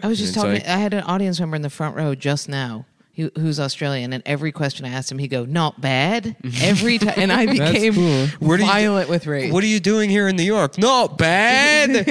Speaker 3: I was just
Speaker 2: It's
Speaker 3: talking.
Speaker 2: like-
Speaker 3: I had an audience member in the front row just now who, who's Australian, and every question I asked him, he go,
Speaker 2: [LAUGHS]
Speaker 3: "Not bad." Every time, and I
Speaker 1: That's
Speaker 3: became
Speaker 1: cool.
Speaker 2: Where do you-
Speaker 3: violent with rage.
Speaker 2: What are you doing here in New York? Not bad,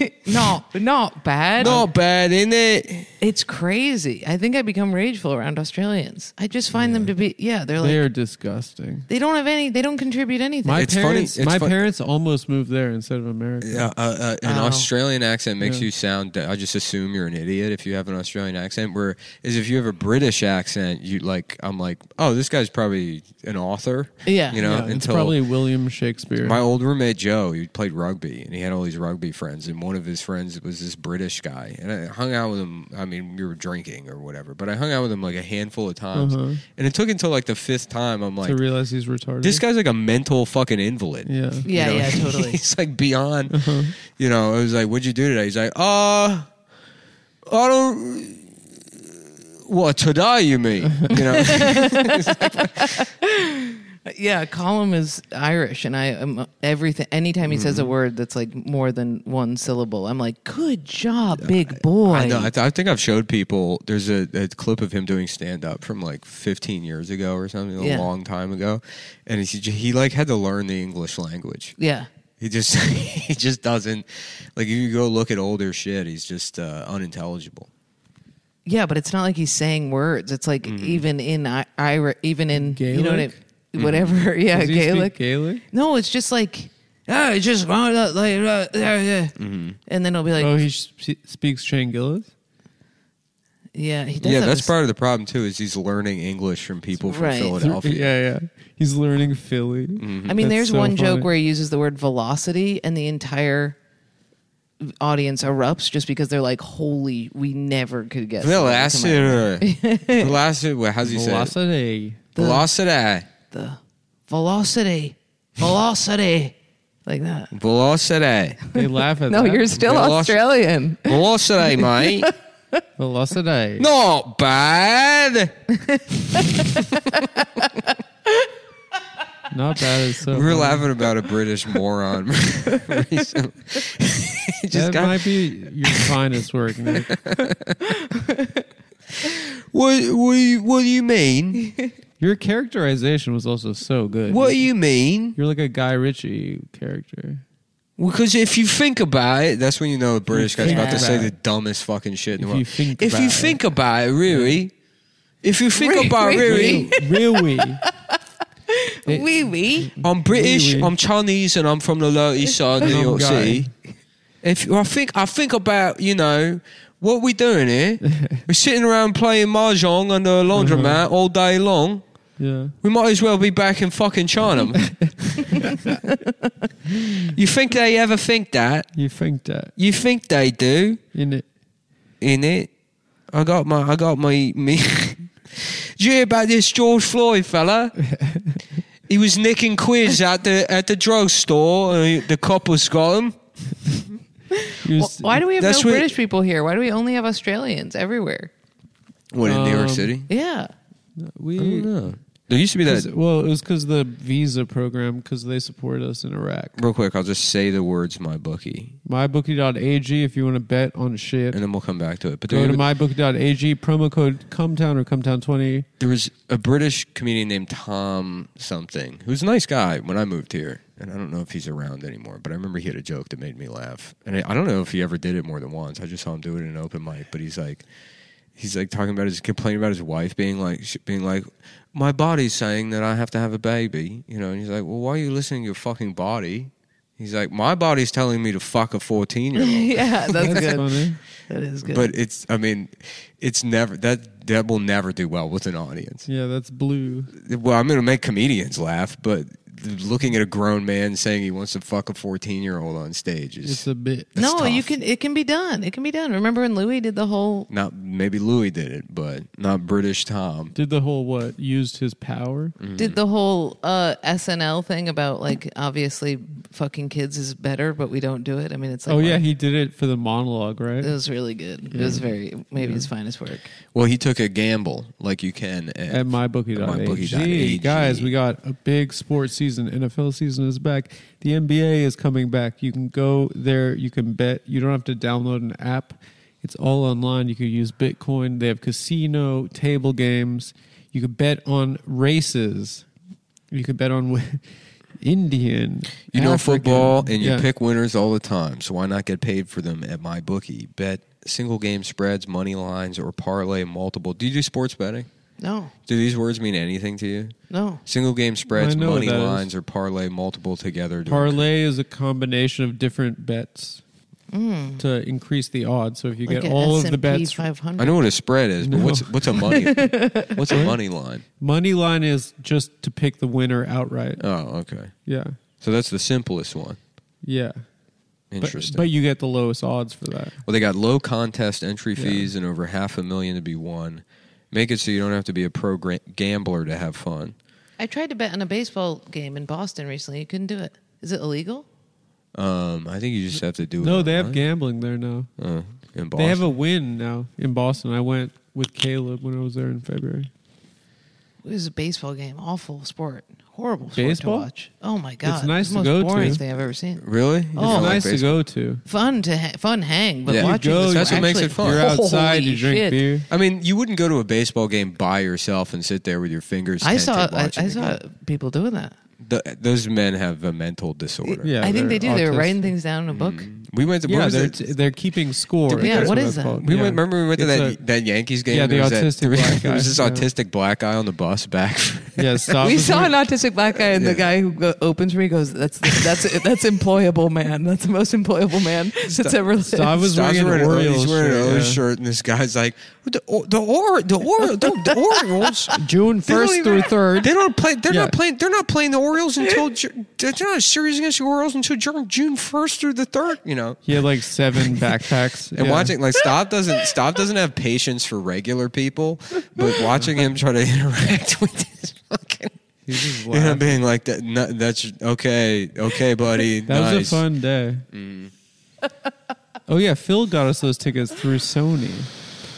Speaker 3: [LAUGHS] not not bad.
Speaker 2: not bad, in it.
Speaker 3: It's crazy. I think I become rageful around Australians. I just find them to be yeah. They're like
Speaker 1: they
Speaker 3: they
Speaker 1: are disgusting.
Speaker 3: don't have any. They don't contribute anything.
Speaker 1: My
Speaker 2: It's funny-
Speaker 1: parents,
Speaker 2: it's
Speaker 1: my
Speaker 2: fun-
Speaker 1: parents almost moved there instead of America.
Speaker 2: Yeah, uh, uh, an
Speaker 3: Oh.
Speaker 2: Australian accent makes
Speaker 1: Yeah.
Speaker 2: you sound. I just assume you're an idiot if you have an Australian accent. Where is if you have a British accent, you like I'm like, oh, this guy's probably an author.
Speaker 3: Yeah.
Speaker 2: you
Speaker 1: Yeah,
Speaker 2: know.
Speaker 1: Uh, it's
Speaker 2: until
Speaker 1: probably William Shakespeare.
Speaker 2: my old roommate Joe, he played rugby and he had all these rugby friends, and one of his friends was this British guy, and I hung out with him. I mean, we were drinking or whatever, but I hung out with him like a handful of times,
Speaker 1: Uh-huh.
Speaker 2: and it took until like the fifth time I'm like,
Speaker 1: to realize he's retarded.
Speaker 2: this guy's like a mental fucking invalid.
Speaker 1: Yeah.
Speaker 2: [LAUGHS]
Speaker 3: yeah,
Speaker 2: You know,
Speaker 3: yeah, totally. Uh-huh.
Speaker 2: He's like beyond. You know, I was like, "What'd you do today?" He's like, "Uh, I don't." What today? You
Speaker 3: [LAUGHS]
Speaker 2: mean? You know,
Speaker 3: yeah, Colum is Irish, and I am everything. Anytime he says a
Speaker 2: Mm-hmm.
Speaker 3: word that's like more than one syllable, I'm like, "Good job, big boy."
Speaker 2: I, know, I, th- I think I've showed people. There's a, a clip of him doing stand up from like 15 years ago or something, a
Speaker 3: Yeah.
Speaker 2: long time ago, and he he like had to learn the English language.
Speaker 3: yeah,
Speaker 2: He just [LAUGHS] he just doesn't like. If you go look at older shit, he's just uh, unintelligible.
Speaker 3: yeah, but it's not like he's saying words. It's like
Speaker 2: Mm-hmm.
Speaker 3: even in I- Ira, even in you know what I,
Speaker 1: Gaelic?
Speaker 3: whatever.
Speaker 2: Mm-hmm.
Speaker 3: [LAUGHS] Yeah,
Speaker 1: Does he speak
Speaker 3: Gaelic.
Speaker 1: Gaelic?
Speaker 3: No, it's just like. "Ah, it's just like uh, uh, uh," and then he'll be like,
Speaker 1: Oh, he sh- speaks Shangillas?
Speaker 3: "Yeah, he does."
Speaker 2: yeah,
Speaker 3: have
Speaker 2: that's
Speaker 3: a s-
Speaker 2: part of the problem too. Is he's learning English from people from
Speaker 3: Right.
Speaker 2: Philadelphia.
Speaker 1: Yeah, yeah. He's learning Philly.
Speaker 2: Mm-hmm.
Speaker 3: I
Speaker 1: Mm,
Speaker 3: mean,
Speaker 1: That's
Speaker 3: there's
Speaker 1: so
Speaker 3: one
Speaker 1: funny.
Speaker 3: joke where he uses the word velocity, and the entire audience erupts just because they're like, "Holy, we never could guess." that."
Speaker 2: Velocity. Velocity. Well, how's he say? it?
Speaker 1: Velocity.
Speaker 2: Velocity.
Speaker 3: The velocity, velocity, like that.
Speaker 2: Velocity.
Speaker 1: [LAUGHS] They laugh at
Speaker 3: No,
Speaker 1: that.
Speaker 3: you're still
Speaker 2: Veloc-
Speaker 3: Australian.
Speaker 1: [LAUGHS]
Speaker 2: Velocity, mate.
Speaker 1: Velocity.
Speaker 2: Not bad.
Speaker 1: Not bad. It's so
Speaker 2: We were
Speaker 1: funny.
Speaker 2: laughing about a British moron [LAUGHS] recently. [LAUGHS] He just
Speaker 1: That
Speaker 2: got-
Speaker 1: might be
Speaker 2: [LAUGHS]
Speaker 1: your finest work, Nick.
Speaker 2: what, what, do you, what do you mean?
Speaker 1: Your characterization was also so good.
Speaker 2: What do you mean?
Speaker 1: You're like a Guy Ritchie character.
Speaker 2: Because if you think about it, that's when you know a British guy's
Speaker 1: think
Speaker 2: about to
Speaker 1: about
Speaker 2: say
Speaker 1: it.
Speaker 2: the dumbest fucking shit in the
Speaker 1: If
Speaker 2: world.
Speaker 1: you think
Speaker 2: if you
Speaker 1: about
Speaker 2: think about it, really. If you think
Speaker 3: Really?
Speaker 2: about it, really. [LAUGHS]
Speaker 1: Really?
Speaker 3: Wee wee.
Speaker 2: I'm British,
Speaker 1: Wee wee.
Speaker 2: I'm Chinese, and I'm from the Lower East Side of New
Speaker 1: I'm
Speaker 2: York
Speaker 1: gay.
Speaker 2: City. If I think, I think about you know what we doing here. We're sitting around playing mahjong under a laundromat all day long.
Speaker 1: yeah.
Speaker 2: We might as well be back in fucking China. you think they ever think that?
Speaker 1: You think that.
Speaker 2: You think they do?
Speaker 1: In it.
Speaker 2: in it. I got my, I got my, me. [LAUGHS] Did you hear about this George Floyd [LAUGHS] fella? he was nicking quids at the at the drugstore. Uh, the cop was got him.
Speaker 1: You're
Speaker 3: Well,
Speaker 1: s-
Speaker 3: why do we have no
Speaker 2: That's what-
Speaker 3: British people here? Why do we only have Australians everywhere?
Speaker 2: What in New York
Speaker 1: Um,
Speaker 2: City?
Speaker 3: Yeah. [LAUGHS]
Speaker 1: we,
Speaker 2: There used to be
Speaker 1: 'cause-
Speaker 2: that.
Speaker 1: well, it was because the visa program, because they support us in Iraq.
Speaker 2: Real quick, I'll just say the words my bookie,
Speaker 1: MyBookie.ag if you want to bet on shit.
Speaker 2: and then we'll come back to it. But
Speaker 1: Go
Speaker 2: there,
Speaker 1: to mybookie.ag, promo code Cometown or Cometown20.
Speaker 2: there was a British comedian named Tom something who's a nice guy when I moved here, and I don't know if he's around anymore. But I remember he had a joke that made me laugh, and I, I don't know if he ever did it more than once. I just saw him do it in an open mic, but he's like, he's like talking about his complaining about his wife being like sh- being like, my body's saying that I have to have a baby, you know, and he's like, well, why are you listening to your fucking body? He's like, my body's telling me to fuck a fourteen year old.
Speaker 3: Yeah, that's,
Speaker 1: That's
Speaker 3: good.
Speaker 1: funny.
Speaker 3: That is [LAUGHS] good.
Speaker 2: But it's, I mean, it's never that that will never do well with an audience.
Speaker 1: Yeah, that's blue.
Speaker 2: well, I'm going to make comedians laugh, but looking at a grown man saying he wants to fuck a 14 year old on stage is
Speaker 1: It's a bit.
Speaker 2: that's
Speaker 3: no, you
Speaker 2: tough.
Speaker 3: can. It can be done. It can be done. Remember when Louis did the whole?
Speaker 2: not maybe Louis did it, but not British Tom.
Speaker 1: Did the whole
Speaker 3: Mm.
Speaker 1: what? Used his power?
Speaker 3: Did the whole uh, SNL thing about like obviously fucking kids is better, but we don't do it. I mean, it's like
Speaker 1: oh yeah,
Speaker 3: well,
Speaker 1: he did it for the monologue, right?
Speaker 3: it was really good. It was very maybe his finest work.
Speaker 2: Well, he took a gamble, like you can.
Speaker 1: At mybookie.ag.
Speaker 2: mybookie.ag.
Speaker 1: Guys, we got a big sports season. NFL season is back. The NBA is coming back. You can go there. You can bet. You don't have to download an app. It's all online. You can use Bitcoin. They have casino, table games. You could bet on races. You could bet on [LAUGHS] wi- Indian.
Speaker 2: you know
Speaker 1: African.
Speaker 2: football, and you
Speaker 1: Yeah.
Speaker 2: pick winners all the time. So why not get paid for them at my bookie? Bet single game spreads, money lines, or parlay multiple. Do you do sports betting?
Speaker 3: No,
Speaker 2: Do these words mean anything to you?
Speaker 3: no.
Speaker 2: Single game spreads,
Speaker 1: know what
Speaker 2: money
Speaker 1: that is.
Speaker 2: lines, or parlay multiple together. to-
Speaker 1: Parlay is a combination of different bets to increase the odds. So if you
Speaker 3: Like
Speaker 1: get
Speaker 3: an
Speaker 1: all of
Speaker 3: S&P
Speaker 1: the bets
Speaker 3: 500.
Speaker 2: I know what a spread is, but
Speaker 1: No.
Speaker 2: what's what's
Speaker 1: [LAUGHS]
Speaker 2: a money what's a money line?
Speaker 1: Money line is just to pick the winner outright.
Speaker 2: Oh, okay.
Speaker 1: Yeah.
Speaker 2: So that's the simplest one.
Speaker 1: Yeah. But-
Speaker 2: Interesting.
Speaker 1: But, you get the lowest odds for that.
Speaker 2: Well, they got low contest entry fees and over half a million to be won. Make it so you don't have to be a pro gra- gambler to have fun.
Speaker 3: I tried to bet on a baseball game in Boston recently. You couldn't do it. Is it illegal?
Speaker 2: Um, I think you just have to do it.
Speaker 1: No, they have
Speaker 2: online.
Speaker 1: gambling there now.
Speaker 2: Uh, in Boston.
Speaker 1: They have a win now in Boston. I went with Caleb when I was there in February.
Speaker 3: It was a baseball game. Awful sport. Horrible sport
Speaker 1: Baseball?
Speaker 3: to watch. Oh my god!
Speaker 1: nice
Speaker 3: it's
Speaker 1: to
Speaker 3: the
Speaker 1: go
Speaker 3: most boring
Speaker 1: to.
Speaker 3: thing I've ever seen.
Speaker 2: really.
Speaker 1: It's
Speaker 3: Oh.
Speaker 1: nice to go to.
Speaker 3: Fun to ha- fun hang, but
Speaker 2: Yeah. You
Speaker 3: watching
Speaker 1: go,
Speaker 3: this
Speaker 1: that's
Speaker 2: what makes
Speaker 3: actually-
Speaker 2: it fun.
Speaker 1: You're outside,
Speaker 3: [LAUGHS] Holy
Speaker 1: you drink
Speaker 3: shit.
Speaker 1: beer.
Speaker 2: I mean, you wouldn't go to a baseball game by yourself and sit there with your fingers.
Speaker 3: I
Speaker 2: tented
Speaker 3: saw I,
Speaker 2: watching
Speaker 3: I
Speaker 2: the
Speaker 3: saw
Speaker 2: game.
Speaker 3: people doing that.
Speaker 2: Th- those men have a mental disorder.
Speaker 1: Yeah,
Speaker 3: I think they do.
Speaker 1: they're
Speaker 3: They were
Speaker 1: autistic.
Speaker 3: writing things down
Speaker 2: Mm.
Speaker 3: in a book.
Speaker 2: We went to. what
Speaker 1: Yeah,
Speaker 2: was
Speaker 1: they're,
Speaker 2: it?
Speaker 1: t- they're keeping score.
Speaker 3: Yeah,
Speaker 1: That's
Speaker 3: what
Speaker 1: that's
Speaker 3: is that?
Speaker 1: called.
Speaker 2: We
Speaker 1: Yeah.
Speaker 2: went. Remember, we went to
Speaker 1: It's
Speaker 2: that that Yankees game.
Speaker 1: Yeah, the
Speaker 2: There was that-
Speaker 1: autistic
Speaker 2: there was- [LAUGHS]
Speaker 1: black
Speaker 2: There was this
Speaker 1: guy, yeah.
Speaker 2: autistic black guy on the bus back. [LAUGHS]
Speaker 1: a, yeah, stop.
Speaker 3: we saw an autistic black guy, and
Speaker 2: Yeah.
Speaker 3: the guy who go, opens for me goes, "That's that's that's employable man. That's the most
Speaker 1: [LAUGHS]
Speaker 3: employable man that's ever lived."
Speaker 1: Stav was
Speaker 2: Stop's
Speaker 1: wearing an Orioles
Speaker 2: he's wearing an Orioles
Speaker 1: shirt, yeah.
Speaker 2: shirt, and this guy's like, the or, the or, the, or, the,
Speaker 1: [LAUGHS]
Speaker 2: the Orioles.
Speaker 1: June
Speaker 2: they don't
Speaker 1: first
Speaker 2: even-
Speaker 1: through third.
Speaker 2: They don't play. They're
Speaker 1: Yeah.
Speaker 2: not playing. They're not playing the
Speaker 1: [LAUGHS]
Speaker 2: Orioles until Ju- they're not a series against the Orioles until Ju- June first through the third. You know,
Speaker 1: He had like
Speaker 2: [LAUGHS]
Speaker 1: seven backpacks.
Speaker 2: and
Speaker 1: Yeah.
Speaker 2: watching like
Speaker 1: [LAUGHS]
Speaker 2: Stop doesn't Stop doesn't have patience for regular people, but watching him try to [LAUGHS] interact with this fucking.
Speaker 1: He just
Speaker 2: You know,
Speaker 1: laughed.
Speaker 2: being like that. No, that's okay, okay,
Speaker 1: [LAUGHS]
Speaker 2: buddy.
Speaker 1: That
Speaker 2: nice. Mm.
Speaker 1: was a fun day. oh yeah, Phil got us those tickets through Sony.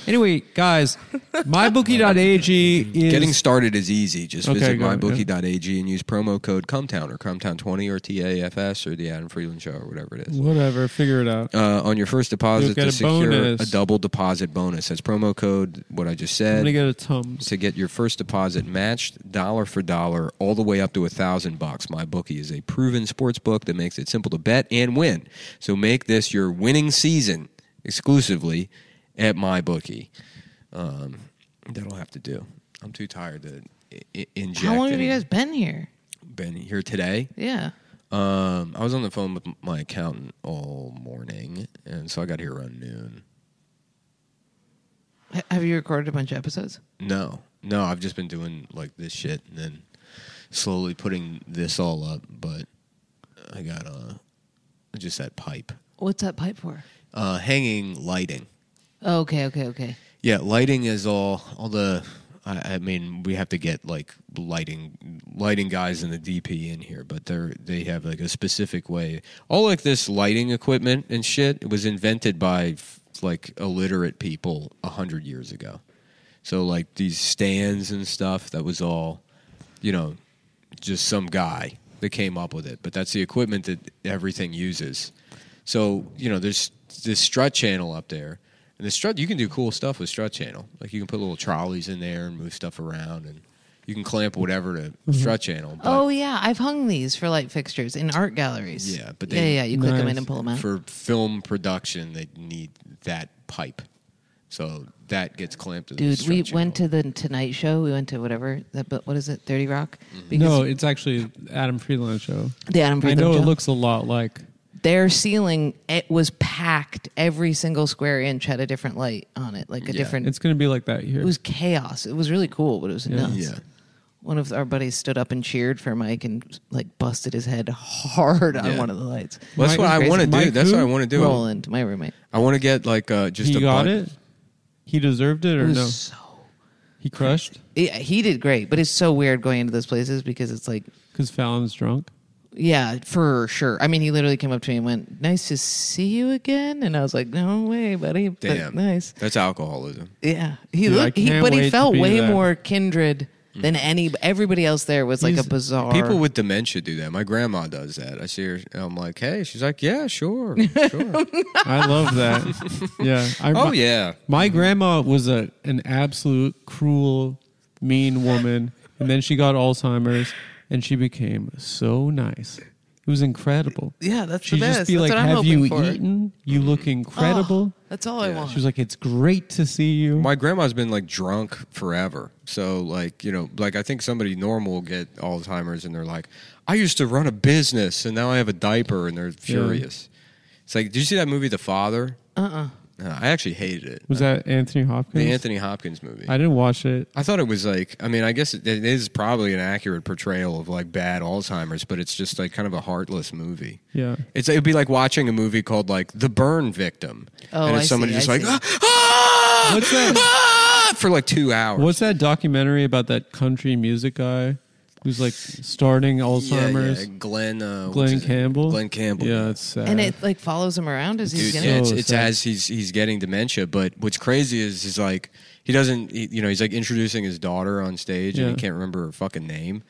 Speaker 1: Anyway, guys, mybookie.ag is
Speaker 2: [LAUGHS] Getting started is easy. Just
Speaker 1: Okay,
Speaker 2: visit
Speaker 1: got it, yeah.
Speaker 2: mybookie.ag and use promo code Comtown or Comtown20 or TAFS or the Adam Freeland Show or whatever it is.
Speaker 1: whatever. Figure it out.
Speaker 2: Uh, on your first
Speaker 1: You'll
Speaker 2: deposit
Speaker 1: get
Speaker 2: to
Speaker 1: a
Speaker 2: secure
Speaker 1: bonus.
Speaker 2: a double deposit bonus. That's promo code what I just
Speaker 1: I'm
Speaker 2: said
Speaker 1: gonna get a tums.
Speaker 2: to get your first deposit matched dollar for dollar all the way up to a thousand bucks mybookie is a proven sports book that makes it simple to bet and win so make this your winning season exclusively at mybookie um, that'll have to do i'm too tired to I- I- inject
Speaker 3: How long have
Speaker 2: any-
Speaker 3: you guys been here?
Speaker 2: been here today
Speaker 3: Yeah,
Speaker 2: um, i was on the phone with my accountant all morning and so i got here around noon
Speaker 3: H- have you recorded a bunch of episodes?
Speaker 2: No, no, I've just been doing like this shit and then slowly putting this all up. But I got uh just that pipe,
Speaker 3: What's that pipe for?
Speaker 2: uh, hanging lighting.
Speaker 3: Oh, okay, okay, okay.
Speaker 2: Yeah, lighting is all all the. I, I mean, we have to get like lighting lighting guys in the DP in here, but they're they have like a specific way. All like this lighting equipment and shit it was invented by f- like illiterate people a hundred years ago. So like these stands and stuff that was all, you know, just some guy that came up with it. But that's the equipment that everything uses. So you know, there's this strut channel up there, and the strut you can do cool stuff with strut channel. Like you can put little trolleys in there and move stuff around, and you can clamp whatever to strut channel. But
Speaker 3: Mm-hmm. oh yeah, I've hung these for light fixtures in art galleries.
Speaker 2: Yeah, but
Speaker 3: yeah,
Speaker 2: they-
Speaker 3: yeah, you click them
Speaker 1: Nice.
Speaker 3: in and pull them out.
Speaker 2: for film production, they need that pipe. So that gets clamped to the
Speaker 3: Dude,
Speaker 2: strut
Speaker 3: we
Speaker 2: channel.
Speaker 3: went to the Tonight Show. We went to whatever that, but what is it? Thirty Rock.
Speaker 2: Mm-hmm.
Speaker 1: No, it's actually Adam Freeland show.
Speaker 3: the Adam
Speaker 1: I
Speaker 3: Friedland
Speaker 1: know
Speaker 3: Show.
Speaker 1: it looks a lot like.
Speaker 3: their ceiling it was packed every single square inch had a different light on it like a different
Speaker 1: It's gonna be like that here.
Speaker 3: it was chaos it was really cool but it was nuts
Speaker 2: Yeah.
Speaker 3: one of our buddies stood up and cheered for mike and like busted his head hard on
Speaker 2: Yeah.
Speaker 3: one of the lights
Speaker 2: Well, that's
Speaker 1: Mike-
Speaker 2: what I want to do.
Speaker 1: Mike
Speaker 2: that's
Speaker 1: who?
Speaker 2: what I want to do.
Speaker 3: roland my roommate
Speaker 2: I want to get like uh, just
Speaker 1: he
Speaker 2: a
Speaker 1: got
Speaker 2: bunch-
Speaker 1: it. He deserved it
Speaker 3: it
Speaker 1: or
Speaker 3: was
Speaker 1: no?
Speaker 3: so
Speaker 1: He crushed
Speaker 3: yeah, he did great but it's so weird going into those places because it's like
Speaker 1: because Fallon's drunk.
Speaker 3: Yeah, for sure. I mean, he literally came up to me and went, "Nice to see you again," and I was like, "No way, buddy." but
Speaker 2: Damn.
Speaker 3: nice.
Speaker 2: That's alcoholism.
Speaker 3: Yeah, he
Speaker 1: Dude, I
Speaker 3: looked, he,
Speaker 1: can't
Speaker 3: but
Speaker 1: wait
Speaker 3: he
Speaker 1: to
Speaker 3: felt
Speaker 1: be
Speaker 3: way
Speaker 1: that. Mm.
Speaker 3: more kindred than any everybody else there was like
Speaker 1: He's-
Speaker 3: a bizarre.
Speaker 2: People with dementia do that. My grandma does that. I see her. and I'm like, hey. She's like, yeah, sure, sure.
Speaker 1: I love
Speaker 2: [LAUGHS]
Speaker 1: that. yeah. I,
Speaker 2: oh yeah.
Speaker 1: My grandma was a an absolute cruel, mean woman, and then she got Alzheimer's, and she became so nice. It was incredible.
Speaker 3: yeah, that's
Speaker 1: She'd
Speaker 3: the best.
Speaker 1: just be like,
Speaker 3: that's what I'm
Speaker 1: "Have
Speaker 3: hoping
Speaker 1: you
Speaker 3: for. Mm-hmm.
Speaker 1: eaten? You look incredible."
Speaker 3: Oh, that's all I
Speaker 2: Yeah.
Speaker 3: want.
Speaker 1: She was like, "It's great to see you."
Speaker 2: My grandma's been like drunk forever. So like, you know, like I think somebody normal will get Alzheimer's and they're like, I used to run a business and now I have a diaper and they're furious. It's like, did you see that movie The Father?
Speaker 3: uh-uh.
Speaker 2: Uh, I actually hated it.
Speaker 1: was that Anthony Hopkins?
Speaker 2: the Anthony Hopkins movie.
Speaker 1: I didn't watch it.
Speaker 2: I thought it was like, I mean, I guess it, it is probably an accurate portrayal of like bad Alzheimer's, but it's just like kind of a heartless movie.
Speaker 1: Yeah.
Speaker 2: It's it'd be like watching a movie called like The Burn Victim,
Speaker 3: Oh,
Speaker 2: and
Speaker 3: I
Speaker 2: it's somebody
Speaker 3: see,
Speaker 2: just
Speaker 3: I
Speaker 2: like
Speaker 3: see.
Speaker 2: "Ah, ah,
Speaker 1: What's that?
Speaker 2: ah," for like two hours.
Speaker 1: What's that documentary about that country music guy who's like starting Alzheimer's?
Speaker 2: Yeah, yeah. Glenn uh, what's
Speaker 1: Glenn
Speaker 2: his name?
Speaker 1: Campbell.
Speaker 2: Glenn Campbell.
Speaker 1: Yeah, it's sad.
Speaker 3: and it like follows him around as he's
Speaker 2: Dude,
Speaker 3: gonna.
Speaker 2: yeah, it's,
Speaker 1: "Uh." Oh, So
Speaker 2: it's
Speaker 1: sad.
Speaker 2: as he's he's getting dementia. But what's crazy is he's like he doesn't he, you know he's like introducing his daughter on stage and
Speaker 1: Yeah.
Speaker 2: he can't remember her fucking name.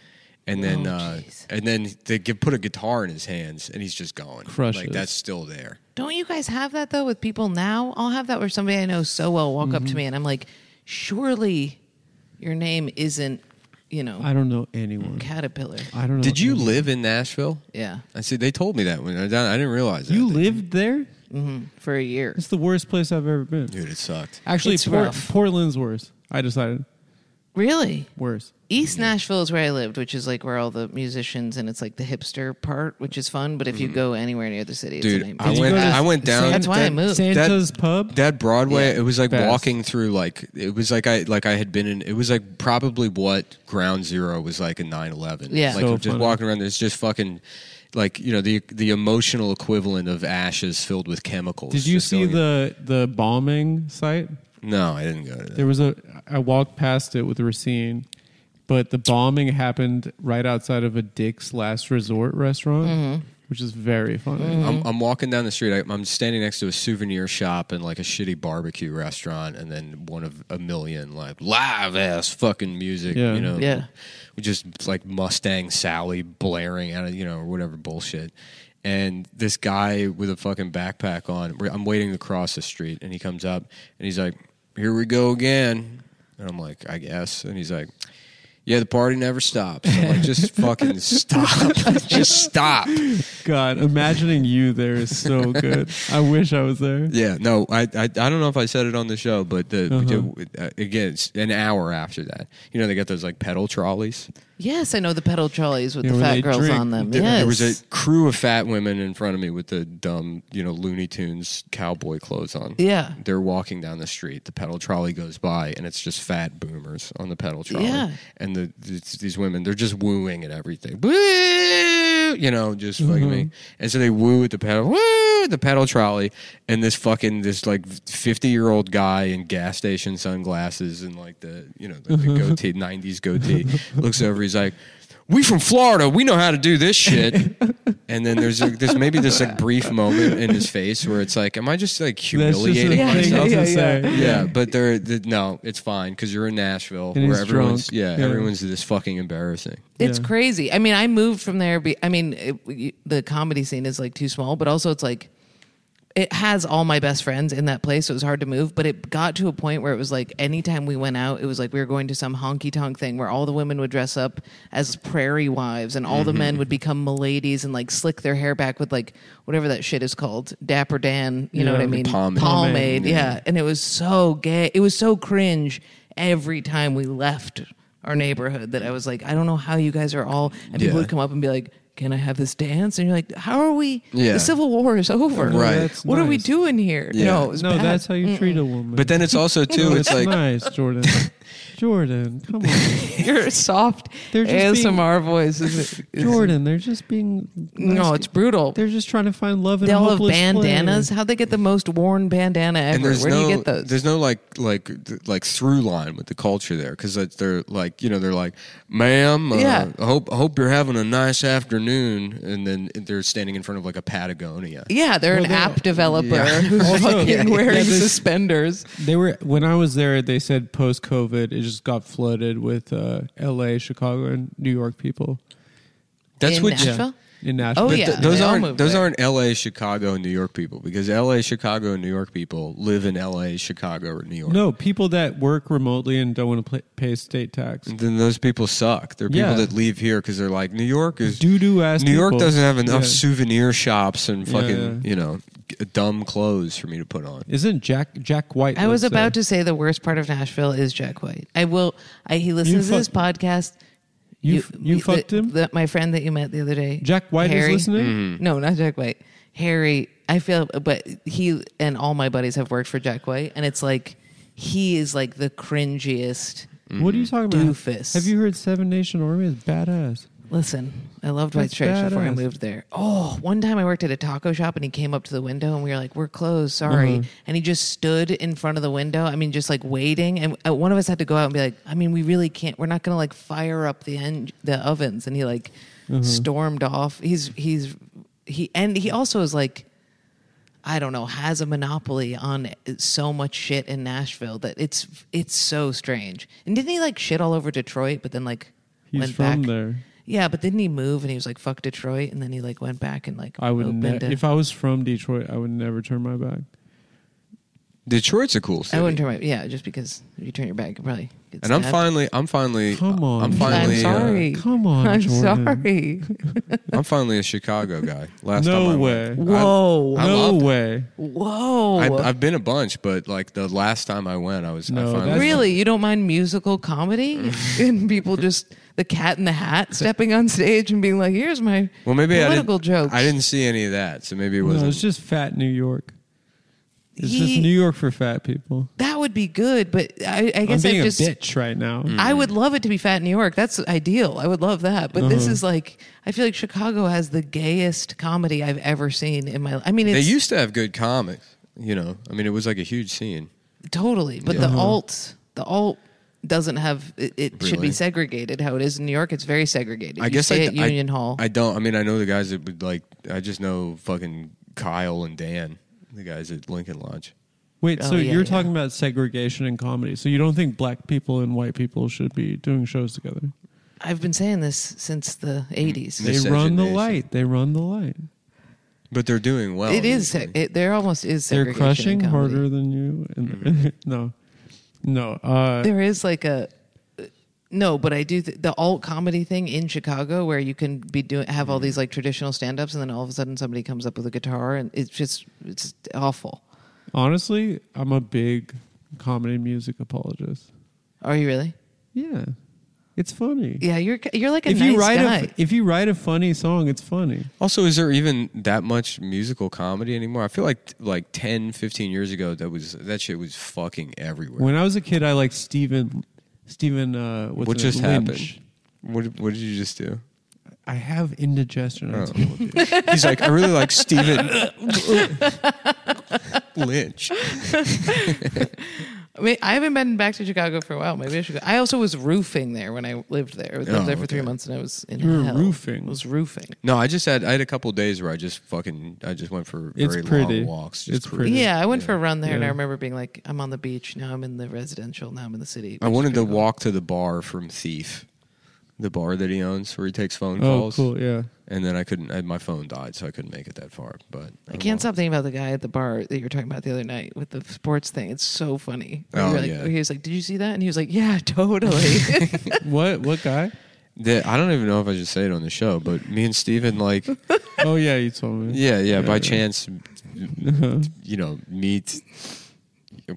Speaker 2: And then
Speaker 3: Oh,
Speaker 2: uh,
Speaker 3: jeez.
Speaker 2: and then they give, put a guitar in his hands and he's just going
Speaker 1: Crushes.
Speaker 2: like that's still there.
Speaker 3: Don't you guys have that though with people now? I'll have that where somebody I know so well walk
Speaker 1: Mm-hmm.
Speaker 3: up to me and I'm like, surely your name isn't, you know,
Speaker 1: I don't know anyone.
Speaker 3: caterpillar.
Speaker 1: I don't know.
Speaker 2: Did you
Speaker 1: anyone.
Speaker 2: live in Nashville?
Speaker 3: Yeah,
Speaker 2: I see. They told me that when I, I didn't realize that.
Speaker 1: You lived there?
Speaker 3: for a year.
Speaker 1: It's the worst place I've ever been.
Speaker 2: dude. It sucked.
Speaker 1: Actually,
Speaker 3: It's
Speaker 1: Port-
Speaker 3: rough.
Speaker 1: Portland's worse. I decided
Speaker 3: Really,
Speaker 1: worse.
Speaker 3: East
Speaker 2: Mm-hmm.
Speaker 3: Nashville is where I lived, which is like where all the musicians and it's like the hipster part, which is fun. But if you go anywhere near the city, it's a
Speaker 2: Mm-hmm. Dude,
Speaker 3: nightmare.
Speaker 2: I
Speaker 1: you
Speaker 2: went.
Speaker 1: go to
Speaker 2: I went down.
Speaker 3: That's why I
Speaker 2: that-
Speaker 3: moved.
Speaker 1: Santa's Pub.
Speaker 2: that Broadway,
Speaker 3: Yeah.
Speaker 2: it was like
Speaker 1: Fast.
Speaker 2: walking through like it was like I like I had been in it was like probably what Ground Zero was like in 9/11.
Speaker 3: Yeah.
Speaker 2: like
Speaker 1: So
Speaker 2: just
Speaker 1: funny.
Speaker 2: walking around there's just fucking like you know the the emotional equivalent of ashes filled with chemicals.
Speaker 1: Did you
Speaker 2: Just
Speaker 1: see
Speaker 2: going-
Speaker 1: the the bombing site?
Speaker 2: No, I didn't go to that.
Speaker 1: There was a. I walked past it with Racine, but the bombing happened right outside of a Dick's Last Resort restaurant,
Speaker 3: Mm-hmm.
Speaker 1: which is very funny.
Speaker 2: I'm, I'm walking down the street. I, I'm standing next to a souvenir shop and like a shitty barbecue restaurant, and then one of a million like live ass fucking music.
Speaker 1: Yeah.
Speaker 2: You know,
Speaker 3: Yeah.
Speaker 2: with just like Mustang Sally blaring out of you know or whatever bullshit. And this guy with a fucking backpack on. we're- I'm waiting to cross the street, and he comes up and he's like, "Here we go again." And I'm like, "I guess." And he's like. Yeah, the party never stops. I'm like, just fucking stop. [LAUGHS] just stop.
Speaker 1: God, imagining you there is
Speaker 2: [LAUGHS]
Speaker 1: so good. I wish I was there.
Speaker 2: Yeah, no, I, I I don't know if I said it on the show, but the uh, again, it's an hour after that. You know, they got those like pedal trolleys.
Speaker 3: yes, I know the pedal trolleys with
Speaker 1: Yeah,
Speaker 3: the
Speaker 1: where
Speaker 3: fat
Speaker 1: they
Speaker 3: girls
Speaker 1: drink.
Speaker 3: on them.
Speaker 2: There,
Speaker 3: yes,
Speaker 2: there was a crew of fat women in front of me with the dumb, you know, Looney Tunes cowboy clothes on.
Speaker 3: Yeah.
Speaker 2: they're walking down the street. The pedal trolley goes by, and it's just fat boomers on the pedal trolley.
Speaker 3: Yeah.
Speaker 2: and the it's, these women, they're just wooing at everything. Woo! You know, just fucking
Speaker 3: Mm-hmm.
Speaker 2: me. And so they woo at the pedal, woo at the pedal trolley, and this fucking this like fifty year old guy in gas station sunglasses and like the you know the, the
Speaker 3: Mm-hmm.
Speaker 2: goatee nineties goatee looks over. He's like. We from Florida. We know how to do this
Speaker 3: [LAUGHS]
Speaker 2: shit. and then there's like this maybe this like brief moment in his face where it's like, am I just like
Speaker 1: That's just a
Speaker 2: humiliating
Speaker 1: thing
Speaker 2: myself?
Speaker 1: to
Speaker 3: Yeah, yeah,
Speaker 1: say.
Speaker 2: [LAUGHS] Yeah, but they're, th- no, it's fine because you're in Nashville
Speaker 1: And
Speaker 2: where
Speaker 1: he's
Speaker 2: everyone's
Speaker 1: drunk.
Speaker 2: yeah,
Speaker 1: Yeah.
Speaker 2: everyone's this fucking embarrassing.
Speaker 3: It's
Speaker 1: Yeah.
Speaker 3: crazy. I mean, I moved from there. Be, I mean, it, you- the comedy scene is like too small, but also it's like it has all my best friends in that place. So it was hard to move, but it got to a point where it was like anytime we went out, it was like we were going to some honky tonk thing where all the women would dress up as prairie wives and all the
Speaker 1: Mm-hmm.
Speaker 3: men would become miladies and like slick their hair back with like whatever that shit is called, Dapper Dan. You know
Speaker 1: Yeah.
Speaker 3: what I mean?
Speaker 2: Pomade.
Speaker 3: Pomade,
Speaker 2: Mm-hmm.
Speaker 3: yeah. And it was so gay. It was so cringe every time we left our neighborhood that I was like, I don't know how you guys are all. And people
Speaker 2: Yeah.
Speaker 3: would come up and be like, Can I have this dance? And you're like, How are we?
Speaker 2: Yeah.
Speaker 3: The Civil War is over.
Speaker 2: Right.
Speaker 1: That's
Speaker 3: What are we
Speaker 1: nice.
Speaker 3: doing here?
Speaker 2: Yeah.
Speaker 3: No, it was
Speaker 1: No,
Speaker 3: bad.
Speaker 1: that's how
Speaker 3: [LAUGHS]
Speaker 1: you treat a woman.
Speaker 2: But then it's also too,
Speaker 1: Oh,
Speaker 2: it's like
Speaker 1: nice, Jordan. Jordan, come on,
Speaker 3: your soft
Speaker 1: They're just being-
Speaker 3: ASMR voice. Is,
Speaker 1: [LAUGHS]
Speaker 3: is-
Speaker 1: Jordan. They're just being.
Speaker 3: [LAUGHS] no, it's brutal.
Speaker 1: They're just trying to find love in
Speaker 3: They
Speaker 1: a
Speaker 3: all have
Speaker 1: hopeless place.
Speaker 3: bandanas. How'd they get the most worn bandana
Speaker 2: and
Speaker 3: ever?
Speaker 2: there's
Speaker 3: Where
Speaker 2: no
Speaker 3: do you get those?
Speaker 2: there's no like like th- like through line with the culture there because they're like you know they're like, ma'am, uh,
Speaker 3: Yeah.
Speaker 2: hope hope you're having a nice afternoon, and then they're standing in front of like a Patagonia.
Speaker 3: Yeah, they're an
Speaker 1: they're-
Speaker 3: app developer who's fucking wearing
Speaker 1: Yeah, this-
Speaker 3: suspenders.
Speaker 1: They were when I was there. They said post COVID, it just got flooded with uh, L.A., Chicago, and New York people
Speaker 2: That's
Speaker 3: In
Speaker 2: what you-
Speaker 3: Nashville?
Speaker 1: in Nashville.
Speaker 3: Oh,
Speaker 1: But
Speaker 3: yeah.
Speaker 2: Th- those
Speaker 3: they all
Speaker 2: aren't
Speaker 3: moved
Speaker 2: those
Speaker 3: there.
Speaker 2: aren't L.A., Chicago, and New York people because L.A., Chicago, and New York people live in L.A., Chicago, or New York.
Speaker 1: No, people that work remotely and don't want to pay, pay state tax.
Speaker 3: Mm.
Speaker 2: Then those people suck. They're people
Speaker 1: Yeah.
Speaker 2: that leave here because they're like New York is
Speaker 1: Doo-doo ass
Speaker 2: New York
Speaker 1: people.
Speaker 2: doesn't have enough
Speaker 1: Yeah.
Speaker 2: souvenir shops and
Speaker 1: Yeah,
Speaker 2: fucking
Speaker 1: yeah.
Speaker 2: you know g- dumb clothes for me to put on.
Speaker 1: Isn't Jack Jack White? uh,
Speaker 3: I was
Speaker 1: lives
Speaker 3: about
Speaker 1: there.
Speaker 3: to say the worst part of Nashville is Jack White. I will. I, he listens to
Speaker 1: fuck-
Speaker 3: this podcast.
Speaker 1: You f- you fucked
Speaker 3: the-
Speaker 1: him?
Speaker 3: the- my friend that you met the other day,
Speaker 1: Jack White
Speaker 3: Harry.
Speaker 1: is listening.
Speaker 3: No, not Jack White. Harry. I feel, but he and all my buddies have worked for Jack White, and it's like he is like the cringiest.
Speaker 1: What are you talking about?
Speaker 3: Doofus.
Speaker 1: Have you heard Seven Nation Army is badass?
Speaker 3: Listen, I loved White
Speaker 1: That's
Speaker 3: Church before I
Speaker 1: badass.
Speaker 3: moved there. Oh, one time I worked at a taco shop and he came up to the window and we were like, "We're closed, sorry."
Speaker 1: Mm-hmm.
Speaker 3: And he just stood in front of the window. I mean, just like waiting. And uh, one of us had to go out and be like, "I mean, we really can't. We're not going to like fire up the en- the ovens." And he like
Speaker 1: Mm-hmm.
Speaker 3: stormed off. He's he's he and he also is like. I don't know, has a monopoly on uh, so much shit in Nashville that it's it's so strange. And didn't he like shit all over Detroit, but then like
Speaker 1: He's
Speaker 3: went
Speaker 1: from
Speaker 3: back?
Speaker 1: there.
Speaker 3: Yeah, but didn't he move and he was like fuck Detroit and then he like went back and like
Speaker 1: I would.
Speaker 3: opened
Speaker 1: Ne-
Speaker 3: a-
Speaker 1: if I was from Detroit, I would never turn my back.
Speaker 2: Detroit's a cool city.
Speaker 3: I wouldn't turn my yeah just because if you turn your back you probably get
Speaker 2: and I'm
Speaker 3: stabbed.
Speaker 2: finally, I'm finally,
Speaker 1: Come on,
Speaker 2: I'm
Speaker 1: man.
Speaker 2: finally,
Speaker 3: I'm
Speaker 2: uh,
Speaker 3: sorry.
Speaker 1: Come on,
Speaker 3: I'm
Speaker 1: Jordan. [LAUGHS]
Speaker 3: sorry.
Speaker 2: I'm finally a Chicago guy. Last
Speaker 1: No
Speaker 2: time I
Speaker 1: way.
Speaker 2: went. I-
Speaker 3: Whoa,
Speaker 2: I
Speaker 1: no
Speaker 2: loved it.
Speaker 1: way.
Speaker 3: whoa.
Speaker 2: I, I've been a bunch, but like the last time I went, I was I
Speaker 1: No,
Speaker 2: finally
Speaker 1: that's-
Speaker 3: really, you don't mind musical comedy
Speaker 2: Mm.
Speaker 3: [LAUGHS] and people just the Cat in the Hat stepping on stage and being like, "Here's my
Speaker 2: Well, maybe
Speaker 3: political
Speaker 2: I didn't,
Speaker 3: jokes."
Speaker 2: I didn't see any of that, so maybe it
Speaker 1: No,
Speaker 2: wasn't.
Speaker 1: it's just fat New York. It's
Speaker 3: He-
Speaker 1: just New York for fat people.
Speaker 3: That would be good, but I, I
Speaker 1: I'm
Speaker 3: guess
Speaker 1: being
Speaker 3: I've
Speaker 1: a
Speaker 3: just
Speaker 1: bitch right now.
Speaker 2: Mm.
Speaker 3: I
Speaker 2: Mm-hmm.
Speaker 3: would love it to be fat in New York. That's ideal. I would love that. But
Speaker 2: Uh-huh.
Speaker 3: this is like I feel like Chicago has the gayest comedy I've ever seen in my life. I mean,
Speaker 2: they
Speaker 3: it's
Speaker 2: used to have good comics, you know. I mean, it was like a huge scene.
Speaker 3: totally, but the alt, the alt doesn't have it, it should be
Speaker 2: Really?
Speaker 3: segregated how it is in New York. It's very segregated.
Speaker 2: I
Speaker 3: You
Speaker 2: guess
Speaker 3: stay
Speaker 2: I,
Speaker 3: at Union
Speaker 2: I,
Speaker 3: Hall.
Speaker 2: I don't. I mean, I know the guys that would like. I just know fucking Kyle and Dan, the guys at Lincoln Lodge.
Speaker 1: Wait,
Speaker 3: Oh,
Speaker 1: so
Speaker 3: yeah,
Speaker 1: you're
Speaker 3: yeah.
Speaker 1: talking about segregation in comedy. So you don't think black people and white people should be doing shows together?
Speaker 3: I've been saying this since the eighties.
Speaker 1: They run the
Speaker 2: Miscegenation.
Speaker 1: light. They run the light.
Speaker 2: But they're doing well.
Speaker 3: It is.
Speaker 2: usually.
Speaker 3: seg- It, there almost is.
Speaker 1: They're
Speaker 3: Segregation in
Speaker 1: crushing
Speaker 3: comedy.
Speaker 1: harder than you. And
Speaker 2: Mm-hmm.
Speaker 1: [LAUGHS] no, no. Uh,
Speaker 3: There is like a no, but I do th- the alt comedy thing in Chicago where you can be doing have all these like traditional stand ups and then all of a sudden somebody comes up with a guitar and it's just it's awful.
Speaker 1: honestly, I'm a big comedy music apologist.
Speaker 3: Are you really?
Speaker 1: Yeah, it's funny.
Speaker 3: Yeah, you're you're like a
Speaker 1: if
Speaker 3: nice
Speaker 1: you write
Speaker 3: guy.
Speaker 1: a if you write a funny song, it's funny.
Speaker 2: Also, is there even that much musical comedy anymore? I feel like like 10, 15 years ago, that was that shit was fucking everywhere.
Speaker 1: When I was a kid, I liked Stephen Stephen. Uh, what's
Speaker 2: what
Speaker 1: his-
Speaker 2: just
Speaker 1: Lynch.
Speaker 2: happened? What What did you just
Speaker 3: [LAUGHS]
Speaker 2: do?
Speaker 1: I have indigestion. I
Speaker 2: Oh.
Speaker 1: told you.
Speaker 2: [LAUGHS] He's like, I really like
Speaker 3: [LAUGHS]
Speaker 2: Steven Lynch.
Speaker 3: I mean, I haven't been back to Chicago for a while. Maybe I should. Go. I also was roofing there when I lived there. I lived
Speaker 2: Oh,
Speaker 3: there for three
Speaker 2: okay.
Speaker 3: months and I was in
Speaker 1: You were
Speaker 3: hell.
Speaker 1: roofing?
Speaker 3: I was roofing.
Speaker 2: No, I just had I had a couple days where I just fucking I just went for
Speaker 1: It's
Speaker 2: very
Speaker 1: pretty.
Speaker 2: long walks. Just
Speaker 1: It's pretty.
Speaker 3: Yeah, I went for a run there and I
Speaker 1: Yeah.
Speaker 3: remember being like, I'm on the beach now. I'm in the residential now. I'm in the city.
Speaker 2: I
Speaker 3: which is
Speaker 2: wanted to
Speaker 3: pretty cool.
Speaker 2: walk to the bar from Thief, the bar that he owns where he takes phone
Speaker 1: oh,
Speaker 2: calls.
Speaker 1: cool. Yeah.
Speaker 2: And then I couldn't. I, my phone died, so I couldn't make it that far. But
Speaker 3: I can't stop thinking about the guy at the bar that you were talking about the other night with the sports thing. It's so funny. We
Speaker 2: Oh,
Speaker 3: were like,
Speaker 2: yeah.
Speaker 3: He was like, "Did you see that?" And he was like, "Yeah, [LAUGHS] totally."
Speaker 1: [LAUGHS] What what guy?
Speaker 2: The, I don't even know if I should say it on the show, but me and Steven, like,
Speaker 1: Oh yeah, you told me.
Speaker 2: yeah, yeah,
Speaker 1: [LAUGHS]
Speaker 2: by
Speaker 1: yeah.
Speaker 2: chance,
Speaker 1: Uh-huh.
Speaker 2: you know, meet,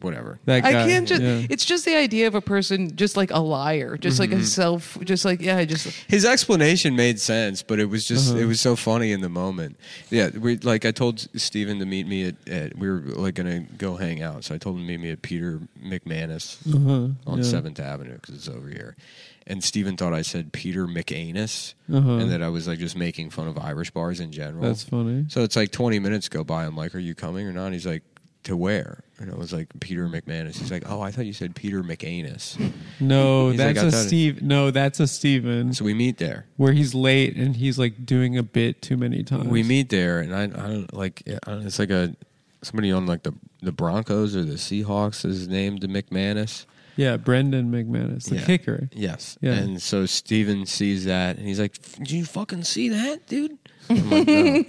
Speaker 2: whatever.
Speaker 1: That
Speaker 3: I
Speaker 1: guy.
Speaker 3: can't just.
Speaker 1: yeah. Mm-hmm.
Speaker 3: It's just the idea of a person, just like a liar, just like a self, just like yeah, I just.
Speaker 2: His explanation made sense, but it was just,
Speaker 1: Uh-huh.
Speaker 2: it was so funny in the moment. Yeah, we like I told Steven to meet me at, at we were like gonna go hang out, so I told him to meet me at Peter McManus
Speaker 1: Uh-huh,
Speaker 2: on
Speaker 1: yeah.
Speaker 2: Seventh Avenue because it's over here. And Steven thought I said Peter McAnus,
Speaker 1: Uh-huh.
Speaker 2: and that I was like just making fun of Irish bars in general.
Speaker 1: That's funny.
Speaker 2: So it's like 20 minutes go by. I'm like, are you coming or not? He's like, to wear. And I was like, Peter McManus. He's like, oh, I thought you said Peter McAnus.
Speaker 1: No,
Speaker 2: He's like,
Speaker 1: that's
Speaker 2: I
Speaker 1: a
Speaker 2: thought it-
Speaker 1: Steve. No, that's a Steven
Speaker 2: So we meet there.
Speaker 1: where he's late and he's like doing a bit too many times.
Speaker 2: We meet there, and I, I don't like. I don't, it's like a somebody on like the the Broncos or the Seahawks is named the McManus.
Speaker 1: yeah, Brendan McManus, the
Speaker 2: Yeah.
Speaker 1: kicker.
Speaker 2: Yes.
Speaker 1: Yeah.
Speaker 2: And so Steven sees that and he's like, Do you fucking see that,
Speaker 1: [LAUGHS]
Speaker 2: dude? I'm like, "No."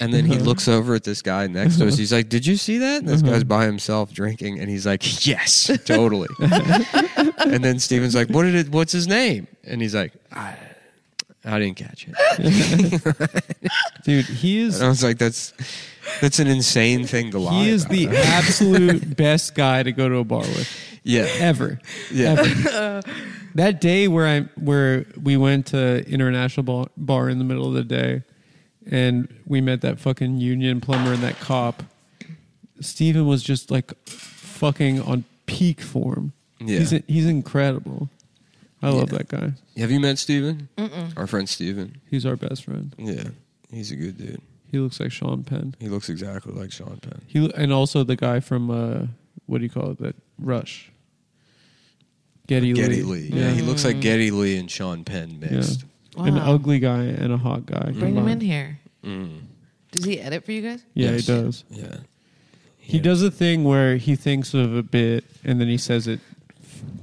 Speaker 2: and then
Speaker 1: Uh-huh.
Speaker 2: he looks over at this guy next to us. He's like, Did you see that? And this guy's by himself drinking. And he's like, Yes,
Speaker 1: [LAUGHS]
Speaker 2: totally. and then Steven's like, What did it, what's his name? And he's like, I, I didn't catch it.
Speaker 1: Dude, he is
Speaker 2: And I was like, That's that's an insane thing to lie
Speaker 1: he is
Speaker 2: about. [LAUGHS]
Speaker 1: the absolute best guy to go to a bar with [LAUGHS]
Speaker 2: yeah.
Speaker 1: ever.
Speaker 2: [LAUGHS] Yeah. [LAUGHS]
Speaker 1: That day where I where we went to international bar, bar in the middle of the day, and we met that fucking union plumber and that cop. Steven was just like fucking on peak form.
Speaker 2: Yeah.
Speaker 1: He's he's incredible. I love that guy.
Speaker 2: Have you met Steven? Our friend Steven.
Speaker 1: He's our best friend.
Speaker 2: Yeah. He's a good dude.
Speaker 1: He looks like Sean Penn.
Speaker 2: He looks exactly like Sean Penn.
Speaker 1: He lo- and also the guy from uh, what do you call it? That Rush. Getty,
Speaker 2: Getty
Speaker 1: Lee.
Speaker 2: Lee. Yeah. he looks like Getty Lee and Sean Penn mixed.
Speaker 1: Yeah. An
Speaker 3: Wow.
Speaker 1: ugly guy and a hot guy.
Speaker 3: Bring him in
Speaker 1: combined.
Speaker 3: here. Mm. Does he edit for you guys?
Speaker 1: Yeah,
Speaker 2: Yes.
Speaker 1: he does.
Speaker 2: Yeah.
Speaker 1: He does a thing where he thinks of a bit and then he says it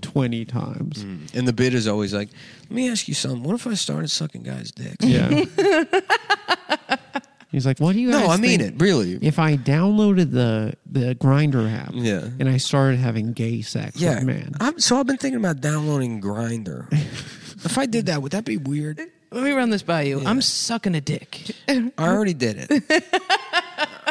Speaker 1: twenty times.
Speaker 2: Mm. And the bit is always like, let me ask you something. What if I started sucking guys' dicks?
Speaker 1: Yeah.
Speaker 2: [LAUGHS]
Speaker 1: He's like, "What do you?"
Speaker 2: Mm. No,
Speaker 1: guys
Speaker 2: I mean
Speaker 1: think
Speaker 2: it, really.
Speaker 1: If I downloaded the the grinder app,
Speaker 2: Yeah.
Speaker 1: and I started having gay sex
Speaker 2: Yeah.
Speaker 1: with man,
Speaker 2: I'm, so I've been thinking about
Speaker 1: [LAUGHS]
Speaker 2: downloading Grinder. if I did that, would that be weird?
Speaker 3: Let me run this by you. I'm sucking a dick. [LAUGHS]
Speaker 2: I already did
Speaker 1: [LAUGHS]
Speaker 2: it.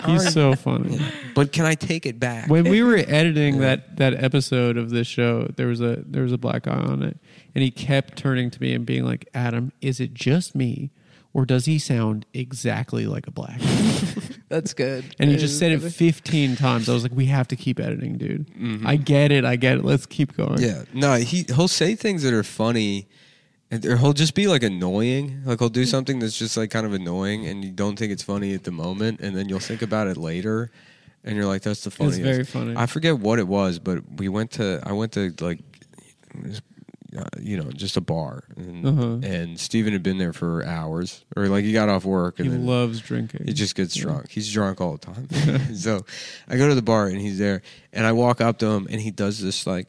Speaker 1: he's so funny.
Speaker 2: But can I take it back?
Speaker 1: when we were editing that that episode of this show, there was a there was a black guy on it, and he kept turning to me and being like, "Adam, is it just me, or does he sound exactly like a black?" guy?"
Speaker 3: That's good.
Speaker 1: And he just said it fifteen times. I was like, "We have to keep editing, dude. I get it. I get it. Let's keep going."
Speaker 2: Mm-hmm. Yeah. No, he he'll say things that are funny and or he'll just be like annoying. Like he'll do something that's just like kind of annoying and you don't think it's funny at the moment and then you'll think about it later and you're like, That's the funniest.
Speaker 1: very funny.
Speaker 2: I forget what it was, but we went to I went to like it was, uh, you know, just a bar, and,
Speaker 1: Uh-huh.
Speaker 2: and Steven had been there for hours, or like he got off work, and
Speaker 1: he
Speaker 2: then,
Speaker 1: loves drinking.
Speaker 2: he just gets drunk. He's drunk all the time. [LAUGHS] so I go to the bar and he's there, and I walk up to him and he does this like,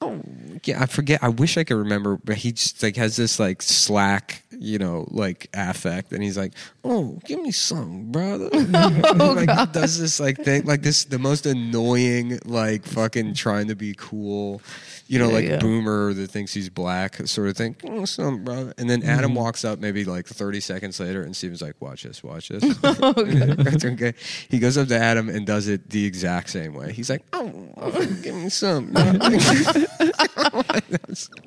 Speaker 2: oh yeah, I forget. I wish I could remember, but he just like has this like slack, you know, like affect, and he's like, oh, give me some, brother. [LAUGHS] like he does this like thing, like this the most annoying like fucking trying to be cool, you know,
Speaker 3: Yeah,
Speaker 2: like
Speaker 3: yeah.
Speaker 2: boomer that thinks he's black sort of thing. Oh, some brother. And then
Speaker 1: Mm-hmm.
Speaker 2: Adam walks up maybe like 30 seconds later and Steven's like, watch this,
Speaker 1: [LAUGHS]
Speaker 2: watch this. That's okay. He goes up to Adam and does it the exact same way. He's like, oh, give me some. brother."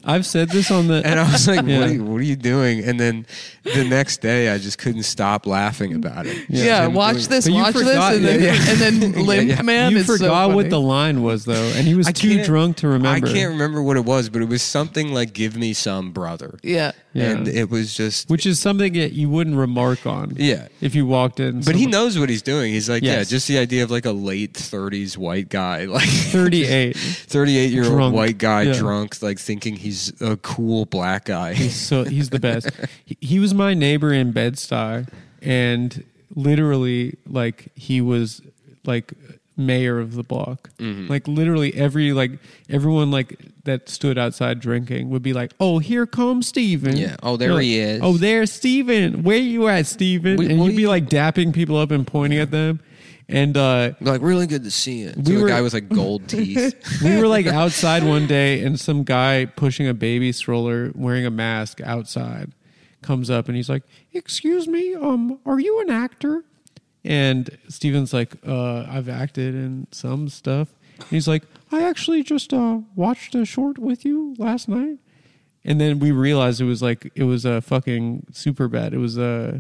Speaker 1: I've said this on the [LAUGHS]
Speaker 2: [LAUGHS] [LAUGHS] and I was like,
Speaker 1: Yeah.
Speaker 2: what, are you, what are you doing? And then the next day I just couldn't stop laughing about it.
Speaker 3: Yeah, watch this,
Speaker 1: But you
Speaker 3: watch
Speaker 1: forgot-
Speaker 3: this, and
Speaker 1: [LAUGHS]
Speaker 3: then,
Speaker 1: yeah,
Speaker 3: and then limp,
Speaker 2: yeah.
Speaker 3: man.
Speaker 1: you
Speaker 3: it's so
Speaker 1: forgot
Speaker 3: funny.
Speaker 1: what the line was though, and he was
Speaker 2: I
Speaker 1: too
Speaker 2: can't-
Speaker 1: drunk to remember.
Speaker 2: I can't remember what it was, but it was something like "Give me some, brother,"
Speaker 1: [LAUGHS]
Speaker 3: Yeah.
Speaker 1: Yeah.
Speaker 2: and it was just.
Speaker 1: Which is something that you wouldn't remark on.
Speaker 2: Yeah.
Speaker 1: If you walked in.
Speaker 2: But he
Speaker 1: someone-
Speaker 2: knows what he's doing. He's like, yeah,
Speaker 1: Yes.
Speaker 2: just the idea of like a late thirties white guy, [LAUGHS] like
Speaker 1: 38.
Speaker 2: [LAUGHS] thirty-eight year old
Speaker 1: Drunk.
Speaker 2: white guy,
Speaker 1: Yeah.
Speaker 2: drunk, like thinking he's a cool black guy.
Speaker 1: He's so he's the best. he, he was my neighbor in Bed Stuy, and literally, like he was like mayor of the block.
Speaker 2: Mm-hmm.
Speaker 1: Like literally, every like everyone like that stood outside drinking would be like, "Oh, here comes Steven.
Speaker 2: Yeah. Oh, there he is.
Speaker 1: Oh, there's Steven. Where you at, Steven?"
Speaker 2: We-
Speaker 1: and
Speaker 2: what
Speaker 1: you'd
Speaker 2: do
Speaker 1: be
Speaker 2: you-
Speaker 1: like dapping people up and pointing at them, and uh,
Speaker 2: [LAUGHS] like really good to see you.
Speaker 1: We
Speaker 2: to
Speaker 1: were-
Speaker 2: a guy with
Speaker 1: [LAUGHS]
Speaker 2: like gold teeth.
Speaker 1: we were like outside one day and some guy pushing a baby stroller wearing a mask outside comes up and he's like excuse me um are you an actor and steven's like uh i've acted in some stuff and he's like i actually just uh watched a short with you last night and then we realized it was like it was a uh, fucking super bad it was uh,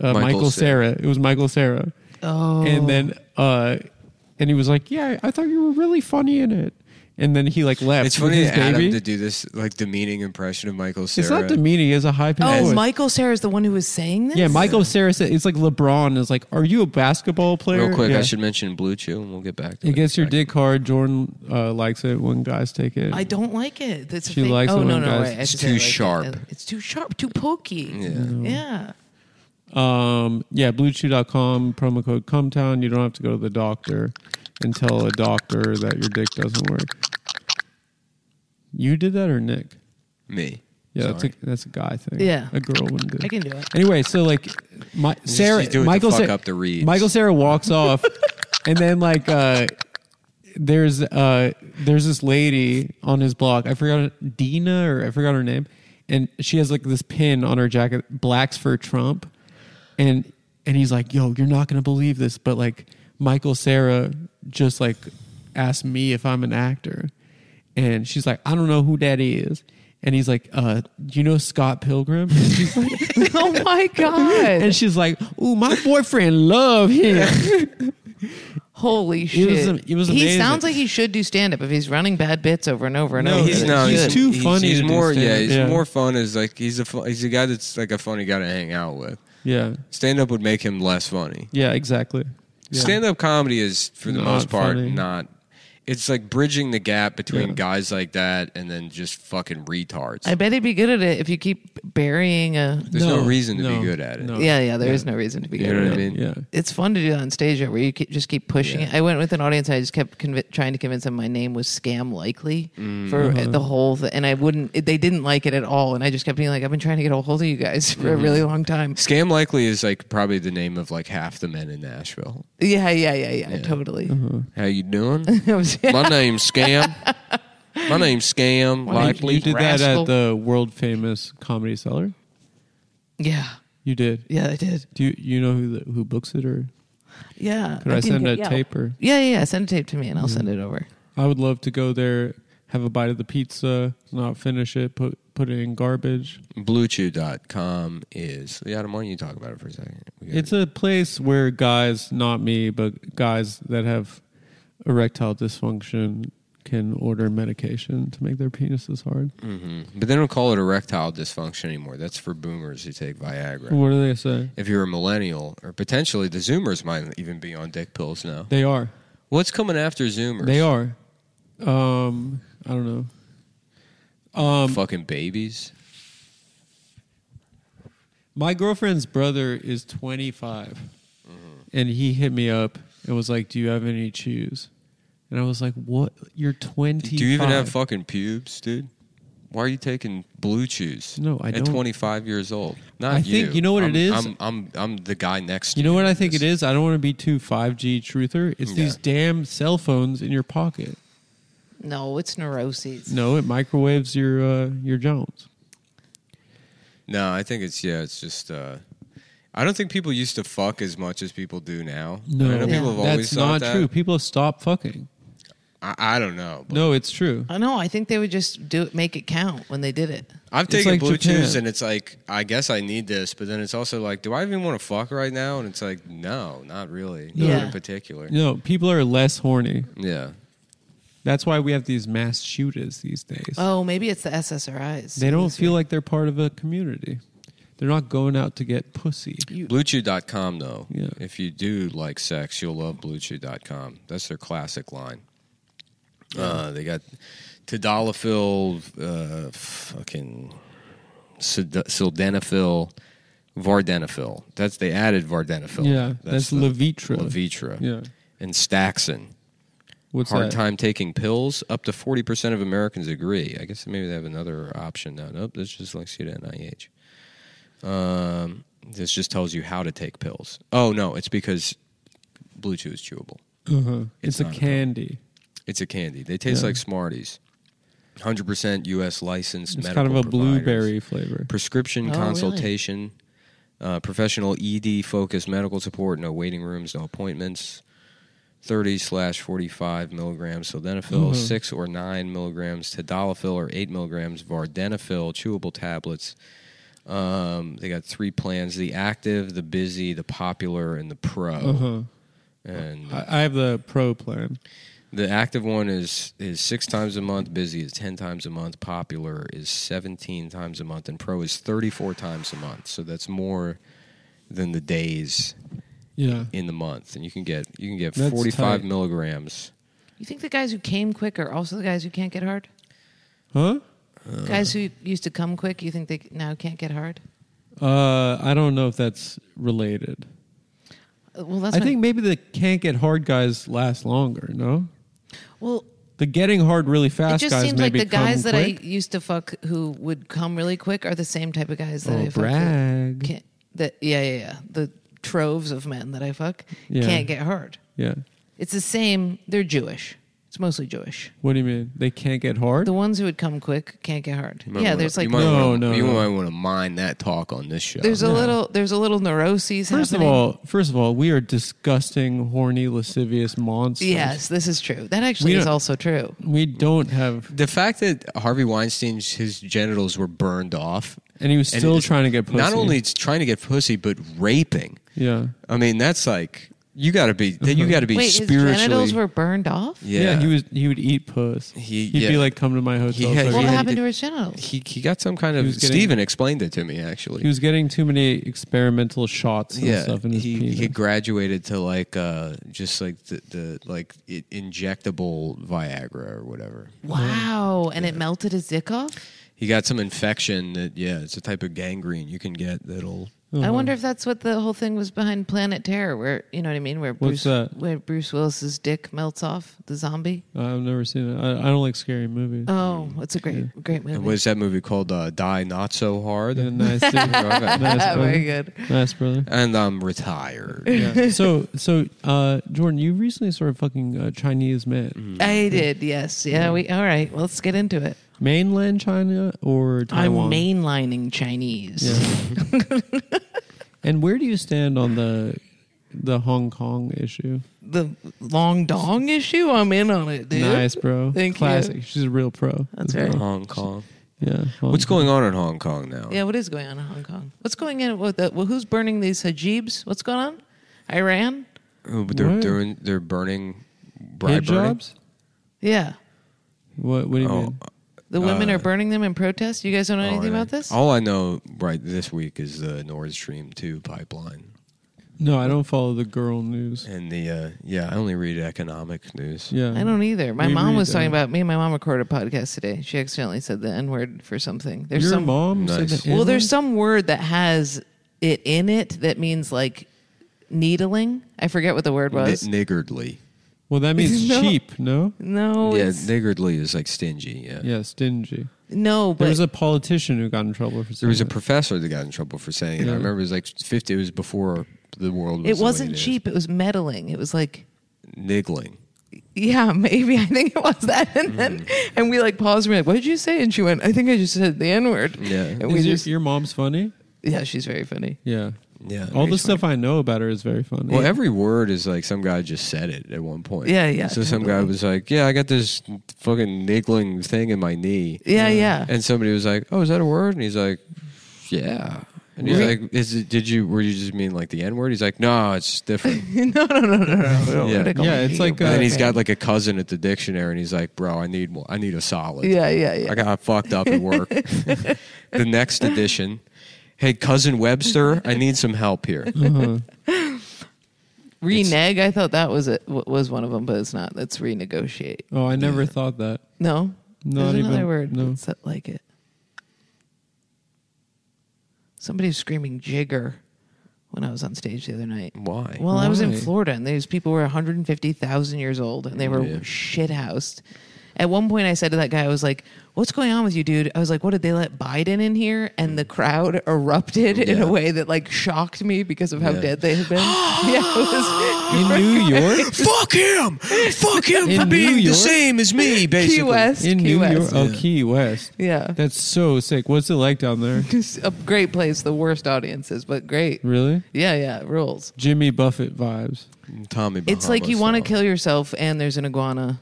Speaker 1: uh
Speaker 2: Michael
Speaker 1: michael sarah it was michael sarah
Speaker 3: Oh.
Speaker 1: and then uh and he was like yeah i thought you were really funny in it and then he like left.
Speaker 2: [LAUGHS] It's
Speaker 1: with
Speaker 2: funny
Speaker 1: his
Speaker 2: to Adam
Speaker 1: baby.
Speaker 2: to do this like demeaning impression of Michael Sarah.
Speaker 1: It's not demeaning. It's a high pitched
Speaker 3: Oh,
Speaker 1: voice.
Speaker 3: Michael Sarah is the one who was saying this.
Speaker 1: yeah, Michael Sarah said it's like LeBron is like, "Are you a basketball player?"
Speaker 2: Real quick,
Speaker 1: yeah.
Speaker 2: I should mention Blue Chew, and we'll get back to it.
Speaker 1: It gets your
Speaker 2: Back to
Speaker 1: dick hard. Jordan uh, likes it when guys take it.
Speaker 3: I don't like it. That's a
Speaker 1: She
Speaker 3: thing.
Speaker 1: likes it
Speaker 3: oh no
Speaker 1: when
Speaker 3: no,
Speaker 1: guys-
Speaker 3: wait, I
Speaker 2: It's
Speaker 3: should
Speaker 2: too
Speaker 3: say I like
Speaker 2: sharp.
Speaker 3: it. It's too sharp. Too pokey.
Speaker 2: Yeah.
Speaker 3: Yeah. [LAUGHS]
Speaker 1: Um, yeah, bluechew.com, promo code Cometown. You don't have to go to the doctor and tell a doctor that your dick doesn't work. You did that or Nick?
Speaker 2: me.
Speaker 1: Yeah, that's a,
Speaker 2: Sorry.
Speaker 1: that's a guy thing.
Speaker 3: Yeah.
Speaker 1: a girl wouldn't do. it.
Speaker 3: I can do it.
Speaker 1: Anyway, so like, my, Sarah,
Speaker 2: just do it to
Speaker 1: Michael,
Speaker 2: fuck
Speaker 1: Sa-
Speaker 2: up the reads.
Speaker 1: Michael Sarah
Speaker 2: [LAUGHS]
Speaker 1: walks off, and then like, uh, there's uh, there's this lady on his block. I forgot Dina or I forgot her name, and she has like this pin on her jacket, blacks for Trump, and and he's like, yo, you're not gonna believe this, but like Michael Sarah just like asked me if I'm an actor. And she's like, I don't know who daddy is. And he's like, uh, do you know Scott Pilgrim? And she's like,
Speaker 3: oh my god!
Speaker 1: and she's like, "Ooh, my boyfriend love him."
Speaker 2: [LAUGHS]
Speaker 3: Holy shit!
Speaker 1: was am- it was
Speaker 3: He
Speaker 1: amazing.
Speaker 3: sounds like he should do stand up if he's running bad bits over and over and
Speaker 2: No,
Speaker 3: over.
Speaker 2: he's
Speaker 3: He
Speaker 2: no,
Speaker 1: Oh, he's
Speaker 3: should.
Speaker 1: too funny
Speaker 2: He's
Speaker 1: to do
Speaker 2: more, yeah,
Speaker 1: stand-up.
Speaker 2: he's
Speaker 1: Yeah.
Speaker 2: more fun as like he's a fu- he's a guy that's like a funny guy to hang out with.
Speaker 1: yeah,
Speaker 2: Stand up would make him less funny.
Speaker 1: yeah, exactly. Yeah.
Speaker 2: Stand up comedy is for the
Speaker 1: Not
Speaker 2: most part
Speaker 1: funny.
Speaker 2: not. It's like bridging the gap between
Speaker 1: Yeah.
Speaker 2: guys like that and then just fucking retards.
Speaker 3: I bet he'd be good at it if you keep burying a.
Speaker 2: There's no,
Speaker 1: No,
Speaker 2: reason to
Speaker 1: no,
Speaker 2: be good at it.
Speaker 1: no.
Speaker 3: Yeah, yeah. There is no reason to be
Speaker 2: You
Speaker 3: good
Speaker 2: know
Speaker 3: at
Speaker 2: what I
Speaker 3: it.
Speaker 2: mean?
Speaker 1: yeah,
Speaker 3: It's fun to do that on stage where you ke- just keep pushing it. I went with an audience. And I just kept convi- trying to convince them my name was scam likely
Speaker 1: Mm.
Speaker 3: for
Speaker 1: Uh-huh.
Speaker 3: the whole thing, and I wouldn't. It, they didn't like it at all, and I just kept being like, "I've been trying to get a hold of you guys for a
Speaker 1: Mm-hmm.
Speaker 3: really long time."
Speaker 2: Scam Likely is like probably the name of like half the men in Nashville.
Speaker 3: Yeah, yeah, yeah, yeah. Totally.
Speaker 1: Uh-huh.
Speaker 2: How you
Speaker 1: [LAUGHS]
Speaker 2: doing?
Speaker 3: I was- [LAUGHS]
Speaker 2: My name's Scam. My name's Scam
Speaker 1: you,
Speaker 2: Likely.
Speaker 1: did that
Speaker 3: rascal.
Speaker 1: at the world famous comedy cellar.
Speaker 3: yeah,
Speaker 1: You did.
Speaker 3: yeah. I did.
Speaker 1: Do you, you know who the, who books it or
Speaker 3: Yeah.
Speaker 1: could I,
Speaker 3: can
Speaker 1: send a
Speaker 3: get- yeah.
Speaker 1: tape or? Mm-hmm.
Speaker 3: Yeah, yeah, yeah. Send a tape to me, and I'll send it over.
Speaker 1: I would love to go there, have a bite of the pizza, not finish it, put put it in garbage.
Speaker 2: Bluechew.com is. Yeah, Adam, why don't you talk about it for a second? We got-
Speaker 1: It's a place where guys, not me, but guys that have erectile dysfunction can order medication to make their penises hard.
Speaker 2: Mm-hmm. but they don't call it erectile dysfunction anymore. That's for boomers who take Viagra.
Speaker 1: What do they say?
Speaker 2: If you're a millennial, or potentially the Zoomers might even be on dick pills now.
Speaker 1: They are.
Speaker 2: What's coming after Zoomers?
Speaker 1: They are. Um, I don't know. um,
Speaker 2: fucking babies.
Speaker 1: My girlfriend's brother is 25,
Speaker 2: Mm-hmm.
Speaker 1: and he hit me up and was like, "Do you have any chews?" And I was like, "What? You're 25?
Speaker 2: Do you even have fucking pubes, dude? Why are you taking blue chews?
Speaker 1: No, I
Speaker 2: at
Speaker 1: don't.
Speaker 2: 25 years old. Not
Speaker 1: I think- you know what
Speaker 2: I'm,
Speaker 1: it is?
Speaker 2: I'm, I'm I'm the guy next. to
Speaker 1: You know what I think
Speaker 2: is.
Speaker 1: it is? I don't want to be too 5G truther. It's
Speaker 2: Yeah.
Speaker 1: these damn cell phones in your pocket.
Speaker 3: No, it's neuroses.
Speaker 1: No, it microwaves your uh, your Jones.
Speaker 2: No, I think it's yeah. It's just. uh I don't think people used to fuck as much as people do now. I know
Speaker 3: Yeah.
Speaker 2: people have always
Speaker 1: that's
Speaker 2: thought
Speaker 1: not
Speaker 2: that.
Speaker 1: true. People stop fucking.
Speaker 2: I, I don't know. But
Speaker 1: No, it's true.
Speaker 3: I know. I think they would just do it, make it count when they did it.
Speaker 2: I've
Speaker 1: It's
Speaker 2: taken
Speaker 1: like
Speaker 2: blue
Speaker 1: Japan.
Speaker 2: chews and it's like I guess I need this, but then it's also like, do I even want to fuck right now? And it's like, no, not really. Not
Speaker 3: Yeah.
Speaker 2: in particular.
Speaker 1: No, people are less horny.
Speaker 2: Yeah.
Speaker 1: That's why we have these mass shooters these days.
Speaker 3: Oh, maybe it's the SSRIs.
Speaker 1: They don't feel like they're part of a community. They're not going out to get pussy.
Speaker 2: Bluechew.com, though.
Speaker 1: Yeah.
Speaker 2: If you do like sex, you'll love Bluechew.com. That's their classic line. Uh, they got Tadalafil, uh, fucking Sid- Sildenafil, Vardenafil. That's they added Vardenafil.
Speaker 1: Yeah, that's
Speaker 2: the-
Speaker 1: Levitra.
Speaker 2: Levitra.
Speaker 1: Yeah.
Speaker 2: And Staxin.
Speaker 1: What's
Speaker 2: Hard
Speaker 1: that?
Speaker 2: time taking pills. Up to forty percent of Americans agree. I guess maybe they have another option now. Nope, that's just links you to NIH. Um, this just tells you how to take pills. Oh no, it's because Blue Chew is chewable.
Speaker 1: Uh-huh. It's,
Speaker 2: It's
Speaker 1: a
Speaker 2: not a
Speaker 1: candy.
Speaker 2: It's a candy. They taste like Smarties. Hundred percent U.S. licensed.
Speaker 1: It's
Speaker 2: medical
Speaker 1: kind of a
Speaker 2: providers.
Speaker 1: blueberry flavor.
Speaker 2: Prescription
Speaker 3: Oh, really?
Speaker 2: consultation, uh, professional ED focused medical support. No waiting rooms. No appointments. 30 slash 45 milligrams
Speaker 3: Mm-hmm.
Speaker 2: sildenafil, 6 or 9 milligrams tadalafil, or 8 milligrams vardenafil, chewable tablets. Um, they got three plans the active, the
Speaker 3: Mm-hmm.
Speaker 2: busy, the popular, and the pro.
Speaker 1: Uh-huh.
Speaker 2: And
Speaker 1: I, I have the pro plan.
Speaker 2: The active one is is six times a month. Busy is ten times a month. Popular is seventeen times a month, and pro is thirty four times a month. So that's more than the days
Speaker 1: Yeah.
Speaker 2: in the month, and you can get you can get
Speaker 1: That's
Speaker 2: forty five
Speaker 1: tight.
Speaker 2: milligrams.
Speaker 3: You think the guys who came quick are also the guys who can't get hard?
Speaker 1: Huh?
Speaker 3: guys
Speaker 1: Uh-huh.
Speaker 3: who used to come quick, you think they now can't get hard?
Speaker 1: Uh, I don't know if that's related.
Speaker 3: Uh, Well, that's
Speaker 1: I
Speaker 3: my-
Speaker 1: think maybe the can't get hard guys last longer. No,
Speaker 3: Well,
Speaker 1: the getting hard really
Speaker 3: it
Speaker 1: fast
Speaker 3: just
Speaker 1: guys
Speaker 3: seems like
Speaker 1: maybe
Speaker 3: the guys
Speaker 1: come
Speaker 3: that
Speaker 1: quick.
Speaker 3: I used to fuck who would come really quick are the same type of guys that
Speaker 1: Oh,
Speaker 3: I fuck.
Speaker 1: brag.
Speaker 3: That can't, that yeah, yeah, yeah. The troves of men that I fuck
Speaker 1: Yeah.
Speaker 3: can't get hard.
Speaker 1: yeah.
Speaker 3: It's the same. They're Jewish. It's mostly Jewish.
Speaker 1: What do you mean? They can't get hard?
Speaker 3: The ones who would come quick can't get hard.
Speaker 2: You might
Speaker 3: Yeah,
Speaker 2: wanna-
Speaker 3: there's like
Speaker 2: you might
Speaker 1: No,
Speaker 2: wanna,
Speaker 1: no,
Speaker 2: you
Speaker 1: no.
Speaker 2: might want to mind that talk on this show.
Speaker 3: there's a little there's a little neuroses.
Speaker 1: First of
Speaker 3: happening.
Speaker 1: all, first of all, we are disgusting, horny, lascivious monsters.
Speaker 3: yes, this is true. That actually
Speaker 1: We
Speaker 3: is
Speaker 1: don't-
Speaker 3: also true.
Speaker 1: we don't have,
Speaker 2: the fact that Harvey Weinstein's his genitals were burned off,
Speaker 1: and he was
Speaker 2: and
Speaker 1: still
Speaker 2: it's-
Speaker 1: trying to get pussy.
Speaker 2: Not only it's trying to get pussy, but raping.
Speaker 1: yeah,
Speaker 2: I mean, that's like you got
Speaker 1: [LAUGHS]
Speaker 2: to be. Then you got to be
Speaker 3: Wait, his
Speaker 2: spiritually.
Speaker 3: genitals were burned off.
Speaker 2: yeah.
Speaker 1: he was. He would eat puss.
Speaker 2: He-
Speaker 1: He'd
Speaker 2: yeah.
Speaker 1: be like, "Come to my hotel."
Speaker 2: had-
Speaker 1: so I
Speaker 2: he
Speaker 3: What
Speaker 1: can-
Speaker 2: had-
Speaker 3: happened to his genitals?
Speaker 2: He he got some kind of.
Speaker 1: was getting-
Speaker 2: Steven explained it to me actually.
Speaker 1: he was getting too many experimental shots and
Speaker 2: yeah,
Speaker 1: stuff in his
Speaker 2: he,
Speaker 1: penis.
Speaker 2: he graduated to like uh just like the, the like i injectable Viagra or whatever.
Speaker 3: Wow, and it melted his dick off.
Speaker 2: He got some infection that yeah, it's a type of gangrene you can get that'll
Speaker 1: Uh-huh.
Speaker 3: I wonder if that's what the whole thing was behind Planet Terror, where you know what I mean, where Bruce
Speaker 1: What's that?
Speaker 3: where Bruce Willis's dick melts off the zombie.
Speaker 1: I've never seen it. I, I don't like scary movies.
Speaker 3: Oh, it's a great great movie.
Speaker 2: And what is that movie called? Uh, Die Not So Hard. [LAUGHS]
Speaker 1: Yeah, nice,
Speaker 3: [LAUGHS]
Speaker 1: dude. [LAUGHS] nice, brother.
Speaker 3: Very good.
Speaker 1: Nice, brother.
Speaker 2: And I'm retired.
Speaker 1: [LAUGHS] Yeah. so, so uh, Jordan, you recently saw a fucking uh, Chinese man.
Speaker 2: Mm-hmm.
Speaker 3: I did. Yes. Yeah. We. All right. Well, let's get into it.
Speaker 1: Mainland China or Taiwan?
Speaker 3: I'm mainlining Chinese.
Speaker 1: Yeah. and where do you stand on the the Hong Kong issue?
Speaker 3: The long dong issue. I'm in on it, dude.
Speaker 1: Nice, bro.
Speaker 3: Thank you.
Speaker 1: Classic. She's a real pro.
Speaker 3: That's
Speaker 1: As
Speaker 3: right.
Speaker 1: well.
Speaker 2: Hong Kong.
Speaker 1: Yeah. Hong
Speaker 2: What's
Speaker 1: Kong.
Speaker 2: going on in Hong Kong now?
Speaker 3: Yeah. What is going on in Hong Kong? What's going on with the? Well, who's burning these hijabs? What's going on? Iran.
Speaker 2: Oh, but They're
Speaker 1: What?
Speaker 2: doing. They're burning. Bribe
Speaker 1: Hijabs?
Speaker 2: burning?
Speaker 3: Yeah.
Speaker 1: What? What do you
Speaker 2: Oh,
Speaker 1: mean?
Speaker 3: The women
Speaker 1: Uh,
Speaker 3: are burning them in protest. You guys
Speaker 1: oh,
Speaker 3: don't know anything about this?
Speaker 2: All I know right this week is the Nord Stream two pipeline,
Speaker 1: No, I don't follow the girl news.
Speaker 2: and the uh, yeah, I only read economic news.
Speaker 1: Yeah.
Speaker 3: I don't either. My
Speaker 1: We
Speaker 3: mom
Speaker 1: read
Speaker 3: was talking
Speaker 1: that.
Speaker 3: about me and my mom recorded a podcast today. She accidentally said the N word for something. There's
Speaker 1: Your
Speaker 3: some
Speaker 1: mom said
Speaker 2: Nice.
Speaker 1: the
Speaker 3: Well, there's
Speaker 1: N-word?
Speaker 3: some word that has it in it that means like needling. I forget what the word
Speaker 2: Ni-
Speaker 3: was.
Speaker 2: niggardly.
Speaker 1: Well, that means
Speaker 3: [LAUGHS] No.
Speaker 1: cheap. No.
Speaker 3: no,
Speaker 2: yeah,
Speaker 3: it's-
Speaker 2: niggardly is like stingy. Yeah.
Speaker 1: Yeah, stingy.
Speaker 3: no,
Speaker 1: There
Speaker 3: but
Speaker 1: was a politician who got in trouble for.
Speaker 2: There was a professor that got in trouble for saying it. I
Speaker 1: Yeah.
Speaker 2: remember it was like fifty. It was before the world. Was the
Speaker 3: it
Speaker 2: way
Speaker 3: wasn't
Speaker 2: is.
Speaker 3: cheap. It was meddling. It was like.
Speaker 2: Niggling.
Speaker 3: Yeah, [LAUGHS] maybe I think it was that, and then
Speaker 1: Mm.
Speaker 3: and we like paused. And we we're like, "What did you say?" And she went, "I think I just said the N word."
Speaker 2: Yeah.
Speaker 3: and
Speaker 1: Is
Speaker 3: we
Speaker 1: your,
Speaker 3: just,
Speaker 1: your mom's funny?
Speaker 3: yeah, she's very funny.
Speaker 1: Yeah.
Speaker 2: Yeah.
Speaker 1: All the stuff I know about her is very funny.
Speaker 2: Well, every word is like some guy just said it at one point.
Speaker 3: Yeah, yeah,
Speaker 2: So some guy
Speaker 3: totally.
Speaker 2: was like, "Yeah, I got this fucking niggling thing in my knee,"
Speaker 3: Yeah, yeah.
Speaker 2: and somebody was like, "Oh, is that a word?" And he's like, "Yeah." And he's
Speaker 3: Right.
Speaker 2: like, "Is it? Did you? Were you just mean like the N word?" He's like, "No, it's
Speaker 3: [LAUGHS]
Speaker 2: different."
Speaker 3: no, no, no, no, no. no.
Speaker 2: Yeah.
Speaker 3: What a
Speaker 1: Yeah, it's like,
Speaker 2: and
Speaker 3: comedian.
Speaker 1: uh,
Speaker 2: then he's got like a cousin at the dictionary, and he's like, "Bro, I need one. I need a solid."
Speaker 3: yeah, yeah, yeah.
Speaker 2: I got fucked up at
Speaker 3: [LAUGHS]
Speaker 2: work. the next edition. Hey, cousin Webster, I need some help
Speaker 3: [LAUGHS]
Speaker 2: here.
Speaker 3: Reneg. I thought that was it. w- Was one of them, but it's not. That's renegotiate.
Speaker 1: oh, I never thought that.
Speaker 3: No,
Speaker 1: Not
Speaker 3: There's another
Speaker 1: even-
Speaker 3: word
Speaker 1: no.
Speaker 3: that's that like it. Somebody's screaming jigger when I was on stage the other night.
Speaker 2: Why?
Speaker 3: Well, I was in
Speaker 1: Why?
Speaker 3: Florida, and these people were 150,000 years old, and they were
Speaker 2: Yeah.
Speaker 3: shit housed. At one point, I said to that guy, I was like, "What's going on with you, dude?" I was like, "What did they let Biden in here?" And the crowd erupted in
Speaker 2: Yeah.
Speaker 3: a way that like shocked me because of how
Speaker 2: Yeah.
Speaker 3: dead they
Speaker 1: [GASPS]
Speaker 3: had been. yeah, it was
Speaker 1: In
Speaker 3: [LAUGHS]
Speaker 1: New York?
Speaker 2: Fuck him! Fuck him
Speaker 1: In
Speaker 2: for
Speaker 1: New
Speaker 2: being the
Speaker 1: York?
Speaker 2: same as me, basically.
Speaker 3: [LAUGHS] Key West.
Speaker 1: In
Speaker 3: Key
Speaker 1: New York?
Speaker 3: West.
Speaker 1: Oh, Key West.
Speaker 3: Yeah.
Speaker 1: That's so sick. What's it like down there?
Speaker 3: It's [LAUGHS] a great place. The worst audiences, but great.
Speaker 1: Really?
Speaker 3: Yeah, yeah, it rules.
Speaker 1: Jimmy Buffett vibes.
Speaker 2: Tommy.
Speaker 3: It's like you want to
Speaker 2: Bahama
Speaker 3: kill yourself, and there's an iguana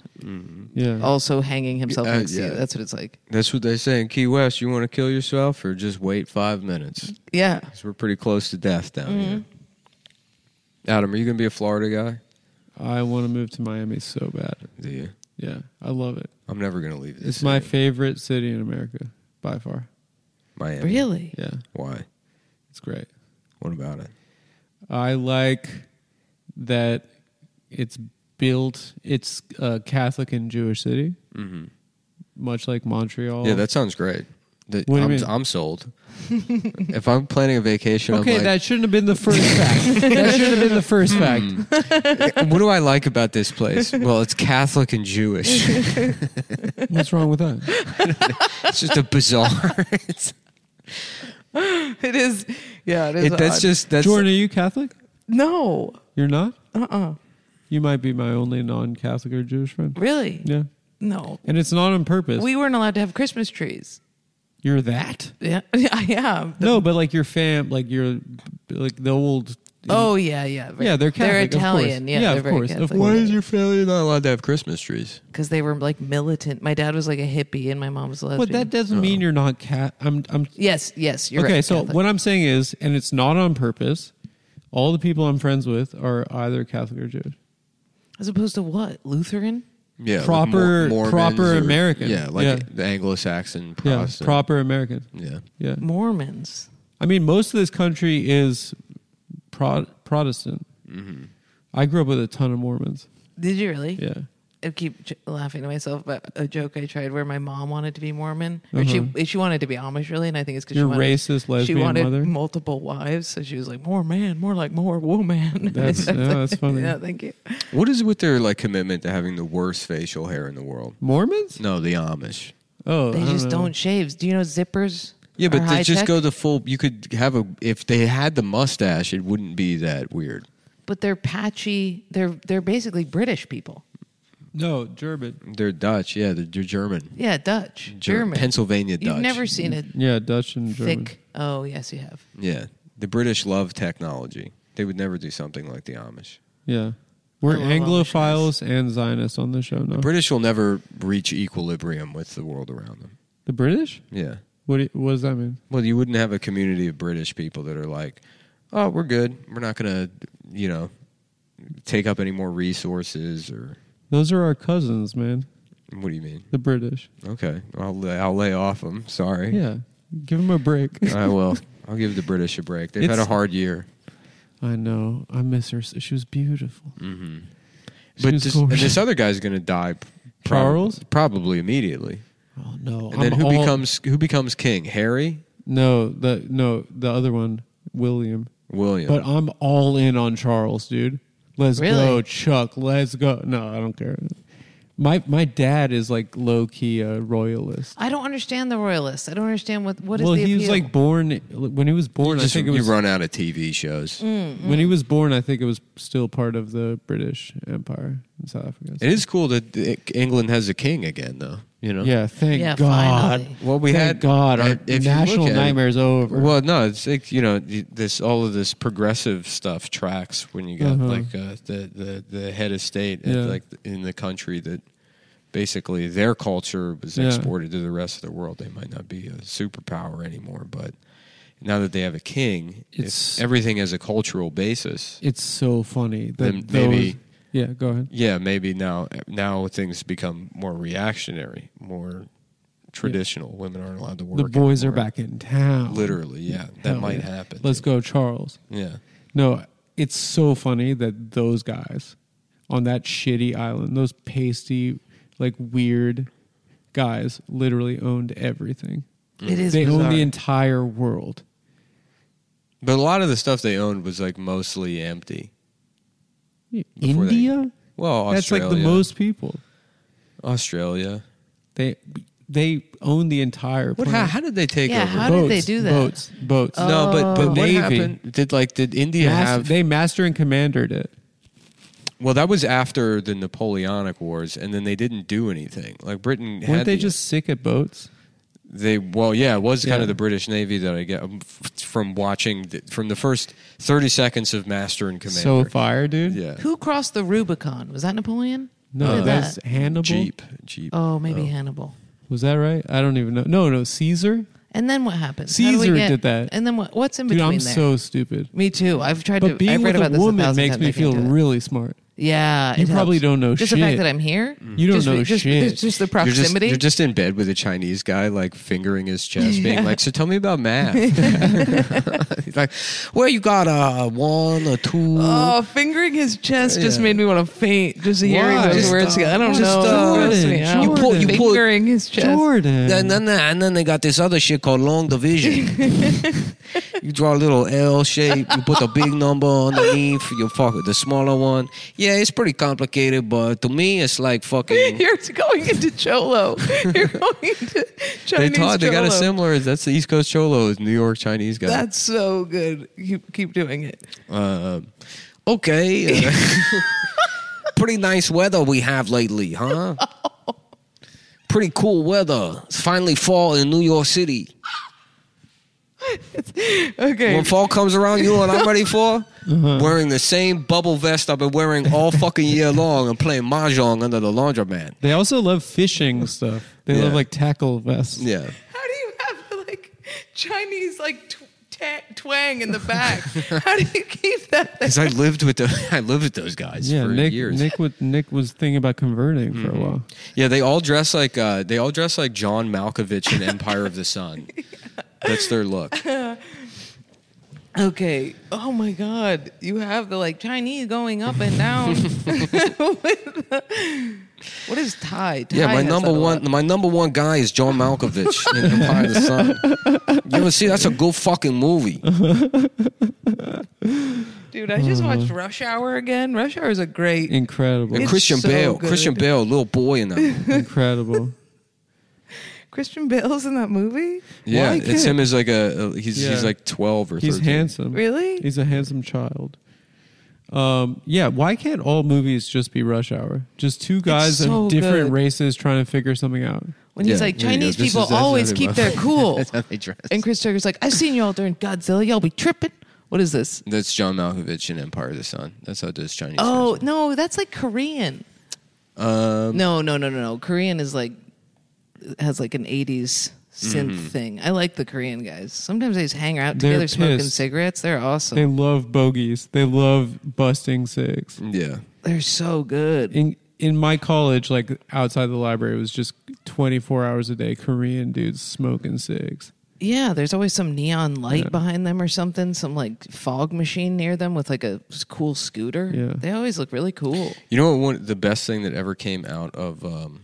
Speaker 1: Yeah.
Speaker 3: also hanging himself
Speaker 2: Uh,
Speaker 3: next to
Speaker 2: yeah.
Speaker 3: you. That's what it's like.
Speaker 2: style. That's what they say in Key West. You want to kill yourself, or just wait five minutes?
Speaker 3: Yeah.
Speaker 2: Because we're pretty close to death down here. Adam, are you gonna be a Florida guy?
Speaker 1: I want to move to Miami so bad.
Speaker 2: Do you?
Speaker 1: Yeah, I love it.
Speaker 2: I'm never gonna leave this.
Speaker 1: It's my
Speaker 2: city.
Speaker 1: favorite city in America by far.
Speaker 2: Miami.
Speaker 3: Really?
Speaker 1: Yeah,
Speaker 2: Why?
Speaker 1: it's great.
Speaker 2: What about it?
Speaker 1: I like that it's built. It's a Catholic and Jewish city,
Speaker 2: Mm-hmm.
Speaker 1: much like Montreal.
Speaker 2: Yeah, that sounds great. That-
Speaker 1: What do you
Speaker 2: I'm,
Speaker 1: mean?
Speaker 2: I'm sold. if I'm planning a vacation,
Speaker 1: okay.
Speaker 2: I'm like,
Speaker 1: that shouldn't have been the first fact.
Speaker 3: [LAUGHS]
Speaker 1: that shouldn't have been the first fact.
Speaker 2: Mm-hmm. "Eh, what do I like about this place? well, it's Catholic and Jewish.
Speaker 1: What's wrong with that?
Speaker 2: it's just a bizarre. [LAUGHS] it's,
Speaker 3: [LAUGHS] It is. Yeah, it is.
Speaker 2: it, that's
Speaker 3: odd.
Speaker 2: just that's
Speaker 1: Jordan, are you Catholic?
Speaker 3: no.
Speaker 1: You're not.
Speaker 3: Uh uh
Speaker 1: You might be my only non-Catholic or Jewish friend.
Speaker 3: Really?
Speaker 1: Yeah,
Speaker 3: No.
Speaker 1: and it's not on purpose.
Speaker 3: We weren't allowed to have Christmas trees.
Speaker 1: You're that.
Speaker 3: Yeah, [LAUGHS] I am.
Speaker 1: no, but like your fam, like your, like the old.
Speaker 3: Oh yeah, yeah. right.
Speaker 1: yeah, they're Catholic.
Speaker 3: They're
Speaker 1: of course.
Speaker 3: Italian. Yeah,
Speaker 1: yeah,
Speaker 3: they're
Speaker 1: of
Speaker 3: very
Speaker 1: course. Of
Speaker 3: Catholic.
Speaker 2: Why
Speaker 1: course.
Speaker 2: is your family not allowed to have Christmas trees?
Speaker 3: because they were like militant. My dad was like a hippie, and my mom was a lesbian.
Speaker 1: But that doesn't mean you're not cat. I'm. I'm.
Speaker 3: yes, yes, Oh. you're
Speaker 1: okay.
Speaker 3: right,
Speaker 1: so
Speaker 3: Catholic.
Speaker 1: what I'm saying is, and it's not on purpose. All the people I'm friends with are either Catholic or Jewish.
Speaker 3: as opposed to what Lutheran?
Speaker 2: Yeah, like
Speaker 1: Proper-
Speaker 2: Mor- Mormons
Speaker 1: proper
Speaker 2: or-
Speaker 1: American.
Speaker 2: Yeah, like
Speaker 1: Yeah.
Speaker 2: the Anglo-Saxon
Speaker 3: Oh,
Speaker 1: Yeah,
Speaker 2: Protestant.
Speaker 1: proper American.
Speaker 2: Yeah.
Speaker 1: Yeah,
Speaker 3: Mormons.
Speaker 1: I mean, most of this country is pro- Protestant.
Speaker 3: Mm-hmm.
Speaker 1: I grew up with a ton of Mormons.
Speaker 3: Did you really?
Speaker 1: Yeah,
Speaker 3: I keep j- laughing to myself about a joke I tried where my mom wanted to be Mormon, or she she wanted to be Amish, really, and I think it's because she
Speaker 1: Mm-hmm. Your
Speaker 3: wanted,
Speaker 1: racist lesbian
Speaker 3: She wanted
Speaker 1: mother.
Speaker 3: multiple wives, so she was like more man, more like more woman. [LAUGHS]
Speaker 1: That's- yeah, that's funny.
Speaker 3: yeah, thank you.
Speaker 2: What is it with their like commitment to having the worst facial hair in the world?
Speaker 1: Mormons.
Speaker 2: No, the Amish.
Speaker 1: Oh,
Speaker 3: They
Speaker 1: I
Speaker 3: just
Speaker 1: know.
Speaker 3: don't shave. Do you know zippers?
Speaker 2: Yeah,
Speaker 3: are
Speaker 2: but they
Speaker 3: high
Speaker 2: just
Speaker 3: tech?
Speaker 2: go the full. You could have a if they had the mustache, it wouldn't be that weird.
Speaker 3: But they're patchy. They're they're basically British people.
Speaker 1: No, German.
Speaker 2: They're Dutch, yeah. They're, they're German,
Speaker 3: Yeah, Dutch,
Speaker 2: Ger-
Speaker 3: German,
Speaker 2: Pennsylvania Dutch.
Speaker 3: You've never seen a
Speaker 1: Yeah, Dutch and Mm-hmm. German.
Speaker 3: thick. Oh yes, you have.
Speaker 2: Yeah, the British love technology. They would never do something like the Amish.
Speaker 1: Yeah. We're
Speaker 3: I love all the
Speaker 1: Anglophiles and Zionists on the show now.
Speaker 2: British will never reach equilibrium with the world around them.
Speaker 1: the British?
Speaker 2: Yeah.
Speaker 1: What, do you- what does that mean?
Speaker 2: Well, you wouldn't have a community of British people that are like, "Oh, we're good. We're not gonna, you know, take up any more resources." Or
Speaker 1: Those are our cousins, man.
Speaker 2: what do you mean?
Speaker 1: The British.
Speaker 2: Okay, I'll lay, I'll lay off them. Sorry.
Speaker 1: Yeah. Give them a break.
Speaker 2: I will. I'll give the British a break. They've had
Speaker 1: It's-
Speaker 2: a hard year.
Speaker 1: [LAUGHS] I know. I miss her. She was beautiful.
Speaker 2: Mm-hmm.
Speaker 1: She
Speaker 2: But
Speaker 1: was
Speaker 2: this, and
Speaker 1: gorgeous.
Speaker 2: this other guy's going to die. p- prob-
Speaker 1: Charles?
Speaker 2: probably immediately.
Speaker 1: Oh, no.
Speaker 2: And then
Speaker 1: I'm
Speaker 2: who
Speaker 1: all-
Speaker 2: becomes who becomes king? Harry,
Speaker 1: No, the, no, the other one, William.
Speaker 2: William.
Speaker 1: But I'm all in on Charles, dude. Let's
Speaker 3: Really?
Speaker 1: go, Chuck. Let's go. No, I don't care. My my dad is like low key a royalist.
Speaker 3: I don't understand the royalists. I don't understand what what is
Speaker 1: well,
Speaker 3: the
Speaker 1: he was
Speaker 3: appeal?
Speaker 1: like born when he was born.
Speaker 2: just
Speaker 1: I think it was
Speaker 2: you run out of TV shows.
Speaker 3: Mm-hmm.
Speaker 1: When he was born, I think it was still part of the British Empire in South Africa.
Speaker 2: It is cool that uh, England has a king again, though. You know.
Speaker 1: yeah, thank
Speaker 3: Yeah,
Speaker 1: God.
Speaker 3: finally.
Speaker 2: Well, we
Speaker 1: Thank
Speaker 2: had
Speaker 1: God. Our
Speaker 2: if- if you look
Speaker 1: national
Speaker 2: at it-
Speaker 1: nightmare is over.
Speaker 2: Well, no, it's like you know this all of this progressive stuff tracks when you got
Speaker 1: Uh-huh.
Speaker 2: like uh, the, the the head of state
Speaker 1: Yeah.
Speaker 2: at, like in the country that basically their culture was
Speaker 1: Yeah.
Speaker 2: exported to the rest of the world. They might not be a superpower anymore, but now that they have a king, if
Speaker 1: It's-
Speaker 2: everything has a cultural basis.
Speaker 1: it's so funny that
Speaker 2: Then
Speaker 1: those.
Speaker 2: maybe-
Speaker 1: yeah, go ahead.
Speaker 2: Yeah, maybe now now things become more reactionary, more traditional. Women aren't allowed to work.
Speaker 1: The boys are
Speaker 2: anymore.
Speaker 1: back in town.
Speaker 2: Literally, yeah, that
Speaker 1: Hell
Speaker 2: might
Speaker 1: yeah.
Speaker 2: happen.
Speaker 1: Let's go, Charles.
Speaker 2: Yeah.
Speaker 1: No, it's so funny that those guys on that shitty island, those pasty, like weird guys, literally owned everything.
Speaker 3: it is
Speaker 1: they
Speaker 3: bizarre.
Speaker 1: owned the entire world.
Speaker 2: But a lot of the stuff they owned was like mostly empty. Before they-
Speaker 1: India?
Speaker 2: Well, Australia.
Speaker 1: That's like the most people.
Speaker 2: Australia.
Speaker 1: They they own the entire
Speaker 2: What?
Speaker 1: planet.
Speaker 2: How, how did they take
Speaker 3: Yeah,
Speaker 2: over?
Speaker 3: how did they do that? Oh.
Speaker 1: Boats, boats.
Speaker 2: no, but
Speaker 1: The
Speaker 2: but what
Speaker 1: Navy.
Speaker 2: happened? Did like did India
Speaker 1: Mas-
Speaker 2: have?
Speaker 1: they master and commandered it.
Speaker 2: well, that was after the Napoleonic Wars, and then they didn't do anything. Like Britain
Speaker 1: Weren't
Speaker 2: had
Speaker 1: they
Speaker 2: the- uh,
Speaker 1: just sick at boats?
Speaker 2: they well yeah it was kind
Speaker 1: Yeah.
Speaker 2: of the British Navy that I get um, f- from watching the, from the first thirty seconds of Master and Commander.
Speaker 1: So fire, dude.
Speaker 2: yeah,
Speaker 3: Who crossed the Rubicon? Was that Napoleon? Who
Speaker 1: No,
Speaker 3: did
Speaker 1: that's
Speaker 3: that?
Speaker 1: Hannibal.
Speaker 2: Jeep Jeep.
Speaker 3: Oh, maybe Hannibal.
Speaker 1: Was that right? I don't even know. No, no, Caesar.
Speaker 3: And then what happened? How do
Speaker 1: Caesar
Speaker 3: we get,
Speaker 1: did that.
Speaker 3: And then what, what's in
Speaker 1: Dude,
Speaker 3: between
Speaker 1: I'm
Speaker 3: there?
Speaker 1: so stupid.
Speaker 3: Me too. I've tried
Speaker 1: But
Speaker 3: to. I've
Speaker 1: being
Speaker 3: read
Speaker 1: with
Speaker 3: about
Speaker 1: a
Speaker 3: this a
Speaker 1: woman
Speaker 3: thousand
Speaker 1: makes
Speaker 3: times.
Speaker 1: me
Speaker 3: I
Speaker 1: feel
Speaker 3: can't do it.
Speaker 1: really smart.
Speaker 3: Yeah,
Speaker 1: You
Speaker 3: it
Speaker 1: probably
Speaker 3: helps.
Speaker 1: don't know
Speaker 3: just the fact
Speaker 1: shit. Mm.
Speaker 3: that I'm here.
Speaker 1: You don't
Speaker 3: just,
Speaker 1: know
Speaker 3: just,
Speaker 1: shit.
Speaker 3: Just, just the
Speaker 2: You're just,
Speaker 3: proximity.
Speaker 2: you're just in bed with a Chinese guy, like fingering his chest, being like, "So tell me about
Speaker 3: [LAUGHS]
Speaker 2: math." [LAUGHS] He's like, "Well, you got a one, a two.
Speaker 3: Oh, fingering his chest just
Speaker 2: Yeah.
Speaker 3: made me want to faint. Just hearing
Speaker 2: Why?
Speaker 3: those
Speaker 2: Just,
Speaker 3: words.
Speaker 2: uh,
Speaker 3: together. I don't
Speaker 2: just,
Speaker 3: know.
Speaker 2: uh,
Speaker 3: Gross me
Speaker 1: Jordan,
Speaker 3: out.
Speaker 1: you pull- you
Speaker 2: pull-
Speaker 3: fingering his chest.
Speaker 1: Jordan.
Speaker 2: And then, and then they got this other shit called long division.
Speaker 3: [LAUGHS]
Speaker 2: you draw a little L shape. You put a big number underneath. You fuck with the smaller one. Yeah, it's pretty complicated, but to me, it's like
Speaker 3: [LAUGHS]
Speaker 2: fucking.
Speaker 3: [LAUGHS] You're going into cholo. You're going into
Speaker 2: they
Speaker 3: Chinese
Speaker 2: taught. They got a
Speaker 3: cholo.
Speaker 2: similar. That's the East Coast Cholo, is New York Chinese guy.
Speaker 3: That's so good. Keep keep doing it.
Speaker 2: Uh,
Speaker 1: [LAUGHS]
Speaker 2: okay. [LAUGHS] uh, pretty nice weather we have lately, huh? Pretty cool weather. It's finally fall in New York City.
Speaker 3: Okay.
Speaker 2: When fall comes around, you know what I'm
Speaker 1: [LAUGHS]
Speaker 2: ready for?
Speaker 1: Uh-huh.
Speaker 2: Wearing the same bubble vest I've been wearing all fucking year long and playing mahjong under the laundromat.
Speaker 1: They also love fishing stuff. They
Speaker 2: Yeah.
Speaker 1: love like tackle vests. [LAUGHS]
Speaker 2: Yeah.
Speaker 3: How do you have like Chinese like tw- ta- twang in
Speaker 2: [LAUGHS]
Speaker 3: the back? How do you keep that?
Speaker 2: Because I lived with the, [LAUGHS] I lived with those guys
Speaker 1: Yeah,
Speaker 2: for
Speaker 1: Nick.
Speaker 2: years. Mm-hmm.
Speaker 1: Nick, was, Nick was thinking about converting for a while.
Speaker 2: Yeah, they all dress like uh, they all dress like John Malkovich in Empire of
Speaker 1: [LAUGHS]
Speaker 2: the Sun. That's their look.
Speaker 3: Okay. Oh my God. You have the like Chinese going up
Speaker 2: [LAUGHS]
Speaker 3: and down. [LAUGHS] what is Thai? Thai
Speaker 2: Yeah, my
Speaker 3: has
Speaker 2: number
Speaker 3: that a
Speaker 2: one,
Speaker 3: lot.
Speaker 2: my number one guy is John Malkovich in
Speaker 3: [LAUGHS]
Speaker 2: Empire of the Sun. You ever see? That's a good fucking movie.
Speaker 3: Dude, I just
Speaker 2: Mm.
Speaker 3: watched Rush Hour again. Rush Hour is a
Speaker 2: [LAUGHS]
Speaker 3: great.
Speaker 1: Incredible.
Speaker 2: And
Speaker 3: It's
Speaker 2: Christian
Speaker 3: so
Speaker 2: Bale,
Speaker 3: good.
Speaker 2: Christian Bale, little boy in that. Movie. [LAUGHS]
Speaker 1: Incredible.
Speaker 3: Christian Bale's in that movie.
Speaker 2: Yeah,
Speaker 1: Why
Speaker 2: it's
Speaker 1: can't-
Speaker 2: him as like a he's
Speaker 1: Yeah.
Speaker 2: he's like twelve or
Speaker 1: He's
Speaker 2: thirteen.
Speaker 1: handsome.
Speaker 3: Really?
Speaker 1: He's a handsome child. Um, yeah, why can't all movies just be rush hour? Just two guys
Speaker 3: so
Speaker 1: of different
Speaker 3: good.
Speaker 1: races trying to figure something out.
Speaker 3: When he's
Speaker 2: Yeah,
Speaker 3: like,
Speaker 2: there you go.
Speaker 3: Chinese
Speaker 2: This is-
Speaker 3: people
Speaker 2: that's how
Speaker 3: always
Speaker 2: they
Speaker 3: keep
Speaker 2: move.
Speaker 3: their cool.
Speaker 2: That's how they dress.
Speaker 3: and Chris Tucker's like, I've seen you all during Godzilla. Y'all be tripping. What is this?
Speaker 2: That's John Malkovich in Empire of the Sun. That's how those Chinese.
Speaker 3: Oh,
Speaker 2: guys
Speaker 3: no, that's like Korean.
Speaker 2: are. um,
Speaker 3: No, no, no, no, no. Korean is like has like an '80s synth thing. I like the Korean guys. Sometimes they just hang out
Speaker 1: They're
Speaker 3: together, smoking
Speaker 1: pissed.
Speaker 3: cigarettes. They're awesome.
Speaker 1: They
Speaker 3: They,
Speaker 1: love bogeys. They love busting six.
Speaker 2: yeah,
Speaker 3: are so good.
Speaker 1: In in my college, like outside the library, it was just twenty four hours a day. Korean dudes smoking six.
Speaker 3: Yeah, there's always some neon light
Speaker 1: Yeah.
Speaker 3: behind them or something. Some like fog machine near them with like a s- cool scooter.
Speaker 1: Yeah.
Speaker 3: they always look really cool.
Speaker 2: you know what? One the best thing that ever came out of um,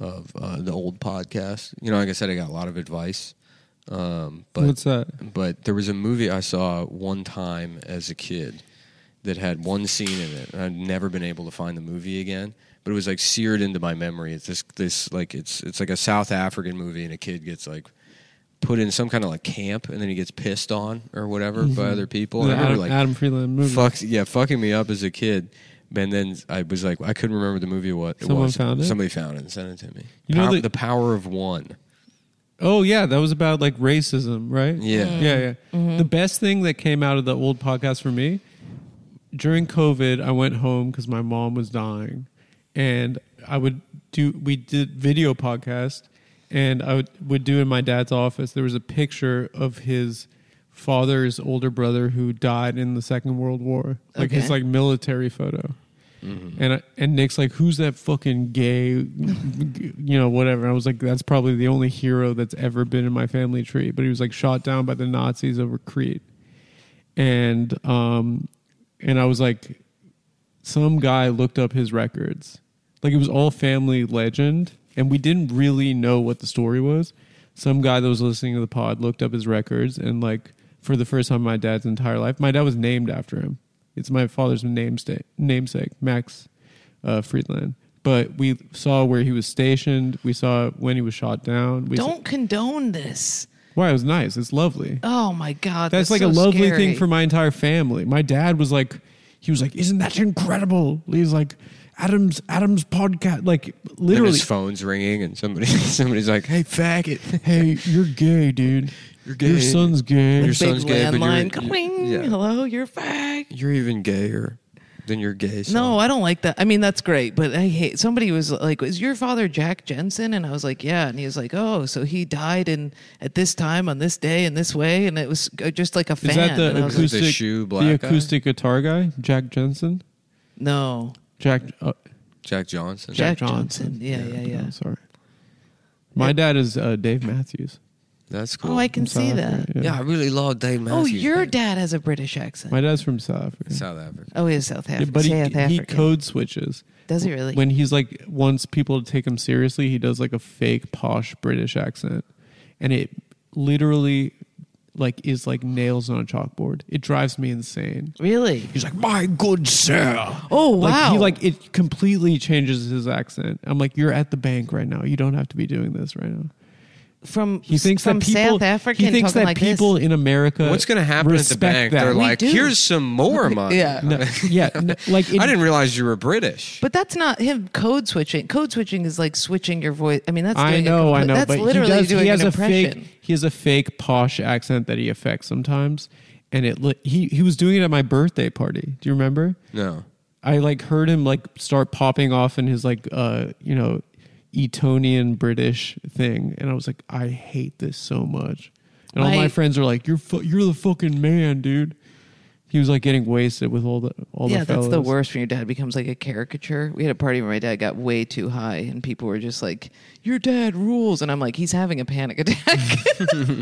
Speaker 2: of uh, the old podcast. You know, like I said, I got a lot of advice. Um, but
Speaker 1: What's that?
Speaker 2: but there was a movie I saw one time as a kid that had one scene in it, and I've never been able to find the movie again. But it was like seared into my memory. It's this, this like it's it's like a South African movie, and a kid gets like put in some kind of like camp, and then he gets pissed on or whatever by other people. And
Speaker 1: The
Speaker 2: I remember
Speaker 1: Mm-hmm. Adam,
Speaker 2: like
Speaker 1: Adam Freeland movie.
Speaker 2: fuck yeah, fucking me up as a kid. And then I was like, I couldn't remember the movie. What it
Speaker 1: Someone
Speaker 2: was.
Speaker 1: found it?
Speaker 2: Somebody found it and sent it to me.
Speaker 1: You know
Speaker 2: Pow-
Speaker 1: the-
Speaker 2: the power of one.
Speaker 1: Oh yeah, that was about like racism, right?
Speaker 2: Yeah. Mm.
Speaker 1: yeah, yeah. The best thing that came out of the old podcast for me during COVID, I went home because my mom was dying, and I would do we did video podcast, and I would, would do in my dad's office. There was a picture of his father's older brother who died in the Second World War, like his
Speaker 3: Okay.
Speaker 1: like military photo. And I, and Nick's like, who's that fucking gay, you know, whatever. And I was like, that's probably the only hero that's ever been in my family tree. But he was like shot down by the Nazis over Crete, and um, and I was like, some guy looked up his records, like it was all family legend, and we didn't really know what the story was. Some guy that was listening to the pod looked up his records, and like for the first time in my dad's entire life, my dad was named after him. It's my father's namesake, namesake Max uh, Friedland. But we saw where he was stationed. We saw when he was shot down. We Saw,
Speaker 3: Don't condone this.
Speaker 1: why it was nice. It's lovely.
Speaker 3: Oh my god,
Speaker 1: That's like a
Speaker 3: so
Speaker 1: lovely
Speaker 3: scary.
Speaker 1: thing for my entire family. My dad was like, he was like, "Isn't that incredible?" He's like, "Adam's Adam's podcast." Like
Speaker 2: Then
Speaker 1: literally,
Speaker 2: his phone's ringing, and somebody [LAUGHS] somebody's like, "Hey, faggot."
Speaker 1: hey, you're gay, dude.
Speaker 2: You're gay.
Speaker 1: Your son's gay.
Speaker 2: Your
Speaker 3: Big
Speaker 2: son's gay, but you're-
Speaker 3: landline.
Speaker 2: you-
Speaker 3: Ka-wing.
Speaker 2: yeah.
Speaker 3: Hello, you're fag.
Speaker 2: You're even gayer than your gay son.
Speaker 3: No, I don't like that. I mean, that's great, but I hate. Somebody was like, "Is your father Jack Jensen?" And I was like, "Yeah." And he was like, "Oh, so he died in at this time on this day in this way," and it was uh, just like a fan.
Speaker 1: Is that the
Speaker 3: And I was like,
Speaker 1: acoustic,
Speaker 2: The shoe
Speaker 1: the
Speaker 2: black guy?
Speaker 1: acoustic guitar guy, Jack Jensen?
Speaker 3: No.
Speaker 1: Jack uh,
Speaker 2: Jack Johnson.
Speaker 3: Jack-
Speaker 1: Johnson.
Speaker 3: Johnson. Yeah, yeah, yeah.
Speaker 1: I'm sorry. My dad is uh, Dave Matthews.
Speaker 2: That's cool.
Speaker 3: Oh, I
Speaker 1: from
Speaker 3: can see
Speaker 1: South
Speaker 3: that.
Speaker 1: Africa.
Speaker 2: yeah. I really love Dave Matthews.
Speaker 3: Oh, your
Speaker 2: man.
Speaker 3: dad has a British accent.
Speaker 1: My dad's from South Africa.
Speaker 2: South Africa.
Speaker 3: oh, he is South
Speaker 1: Yeah,
Speaker 3: African.
Speaker 1: but
Speaker 3: South
Speaker 1: he, he
Speaker 3: African.
Speaker 1: code switches.
Speaker 3: Does he really?
Speaker 1: When he's like wants people to take him seriously, he does like a fake posh British accent, and it literally like is like nails on a chalkboard. It drives me insane.
Speaker 3: really?
Speaker 1: He's like, "My good sir."
Speaker 3: Oh,
Speaker 1: Like,
Speaker 3: wow.
Speaker 1: he like it completely changes his accent. I'm like, "You're at the bank right now. You don't have to be doing this right now."
Speaker 3: from
Speaker 1: He thinks
Speaker 3: from
Speaker 1: that people,
Speaker 3: South African
Speaker 1: He thinks
Speaker 3: talking
Speaker 1: that
Speaker 3: like this?
Speaker 1: people in America.
Speaker 2: What's going to happen at the
Speaker 1: respect
Speaker 2: bank?
Speaker 1: That.
Speaker 2: They're like,
Speaker 3: do.
Speaker 2: here's some more money.
Speaker 3: [LAUGHS] Yeah.
Speaker 1: No,
Speaker 2: [LAUGHS]
Speaker 1: yeah, no, like it,
Speaker 2: I didn't realize you were British.
Speaker 3: But that's not him code switching. Code switching is like switching your voice. I mean, that's
Speaker 1: I
Speaker 3: doing a
Speaker 1: know, I
Speaker 3: complete-
Speaker 1: know.
Speaker 3: That's
Speaker 1: but
Speaker 3: literally
Speaker 1: he does,
Speaker 3: doing
Speaker 1: he has
Speaker 3: an
Speaker 1: a
Speaker 3: impression.
Speaker 1: fake. He has a fake posh accent that he affects sometimes, and it li- he he was doing it at my birthday party. Do you remember?
Speaker 2: no.
Speaker 1: I like heard him like start popping off in his like uh you know Etonian British thing, and I was like, I hate this so much. And all my
Speaker 3: My-
Speaker 1: friends are like, you're fu- you're the fucking man, dude. He was like getting wasted with all the all
Speaker 3: yeah,
Speaker 1: the
Speaker 3: that's the
Speaker 1: fellas.
Speaker 3: worst when your dad becomes like a caricature. We had a party where my dad got way too high, and people were just like, "Your dad rules," and I'm like, "He's having a
Speaker 1: [LAUGHS]
Speaker 3: panic attack."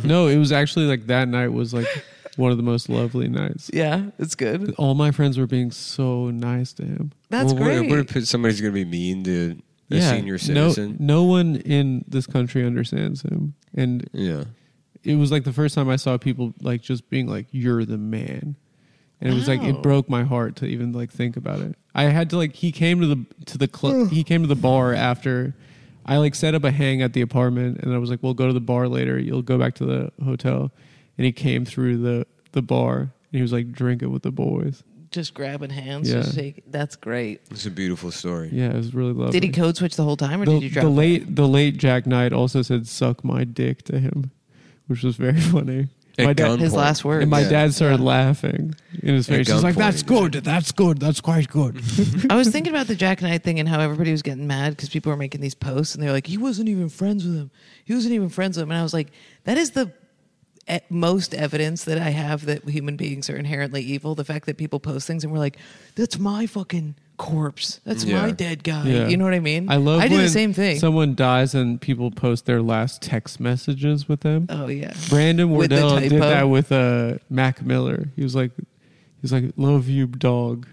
Speaker 1: no, it was actually like that night was like one of the most lovely nights.
Speaker 3: yeah, it's good.
Speaker 1: All my friends were being so nice to him.
Speaker 3: That's
Speaker 2: Well, what-
Speaker 3: great.
Speaker 2: What, if somebody's going to be mean to a senior citizen?
Speaker 1: No, no one in this country understands him. And
Speaker 2: Yeah.
Speaker 1: it was like the first time I saw people like just being like, "You're the man," and it was like
Speaker 3: Wow.
Speaker 1: it broke my heart to even like think about it. I had to like he came to the to the club he came to the bar after I like set up a hang at the apartment, and I was like, "We'll go to the bar later. You'll go back to the hotel," and he came through the the bar and he was like drinking with the boys.
Speaker 3: just grabbing hands.
Speaker 1: Yeah.
Speaker 3: Just shake. That's great.
Speaker 2: It's a beautiful story.
Speaker 1: Yeah, it was really lovely.
Speaker 3: Did he code switch the whole time, or
Speaker 1: the,
Speaker 3: did you drop?
Speaker 1: the
Speaker 3: it?
Speaker 1: late the late Jack Knight also said "suck my dick" to him, which was very [LAUGHS] funny.
Speaker 2: At
Speaker 1: my dad,
Speaker 2: gunpoint.
Speaker 3: His last word.
Speaker 1: and my
Speaker 2: Yeah.
Speaker 1: dad started laughing in his face. He's like,
Speaker 2: gunpoint.
Speaker 1: "That's good. That's good. That's quite good."
Speaker 3: I was thinking about the Jack Knight thing and how everybody was getting mad because people were making these posts and they were like, he wasn't even friends with him. He wasn't even friends with him. And I was like, that is the e- most evidence that I have that human beings are inherently evil. The fact that people post things and we're like, that's my fucking corpse. That's my
Speaker 2: Yeah.
Speaker 3: dead guy.
Speaker 1: Yeah.
Speaker 3: You know what I mean?
Speaker 1: I love.
Speaker 3: I do
Speaker 1: when
Speaker 3: the same thing.
Speaker 1: Someone dies and people post their last text messages with them.
Speaker 3: oh, yeah.
Speaker 1: Brandon
Speaker 3: With the
Speaker 1: Wardell did
Speaker 3: typo.
Speaker 1: that with uh, Mac Miller. He was like, he's like, "Love you, dog."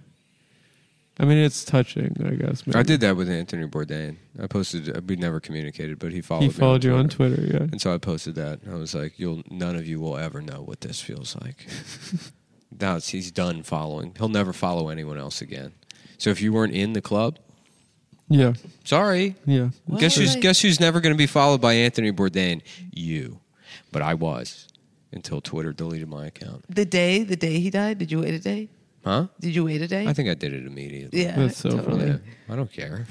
Speaker 1: I mean, it's touching. I guess.
Speaker 2: I
Speaker 1: maybe.
Speaker 2: did that with Anthony Bourdain. I posted. uh, We never communicated, but he followed.
Speaker 1: He
Speaker 2: me
Speaker 1: followed
Speaker 2: on
Speaker 1: you on
Speaker 2: Twitter.
Speaker 1: Twitter. Yeah.
Speaker 2: and so I posted that. I was like, "You'll none of you will ever know what this feels
Speaker 3: [LAUGHS]
Speaker 2: like." now it's, he's done following. He'll never follow anyone else again. So if you weren't in the club,
Speaker 1: Yeah.
Speaker 2: sorry.
Speaker 1: Yeah.
Speaker 3: What?
Speaker 2: Guess
Speaker 3: Well,
Speaker 2: who's
Speaker 3: I-
Speaker 2: guess who's never going to be followed by Anthony Bourdain? You, but I was until Twitter deleted my account.
Speaker 3: The day, the day he died, did you wait a day?
Speaker 2: Huh?
Speaker 3: Did you wait a day?
Speaker 2: I think I did it immediately.
Speaker 3: Yeah.
Speaker 1: That's so
Speaker 3: totally.
Speaker 1: funny.
Speaker 2: Yeah. I don't
Speaker 3: [LAUGHS]
Speaker 2: care.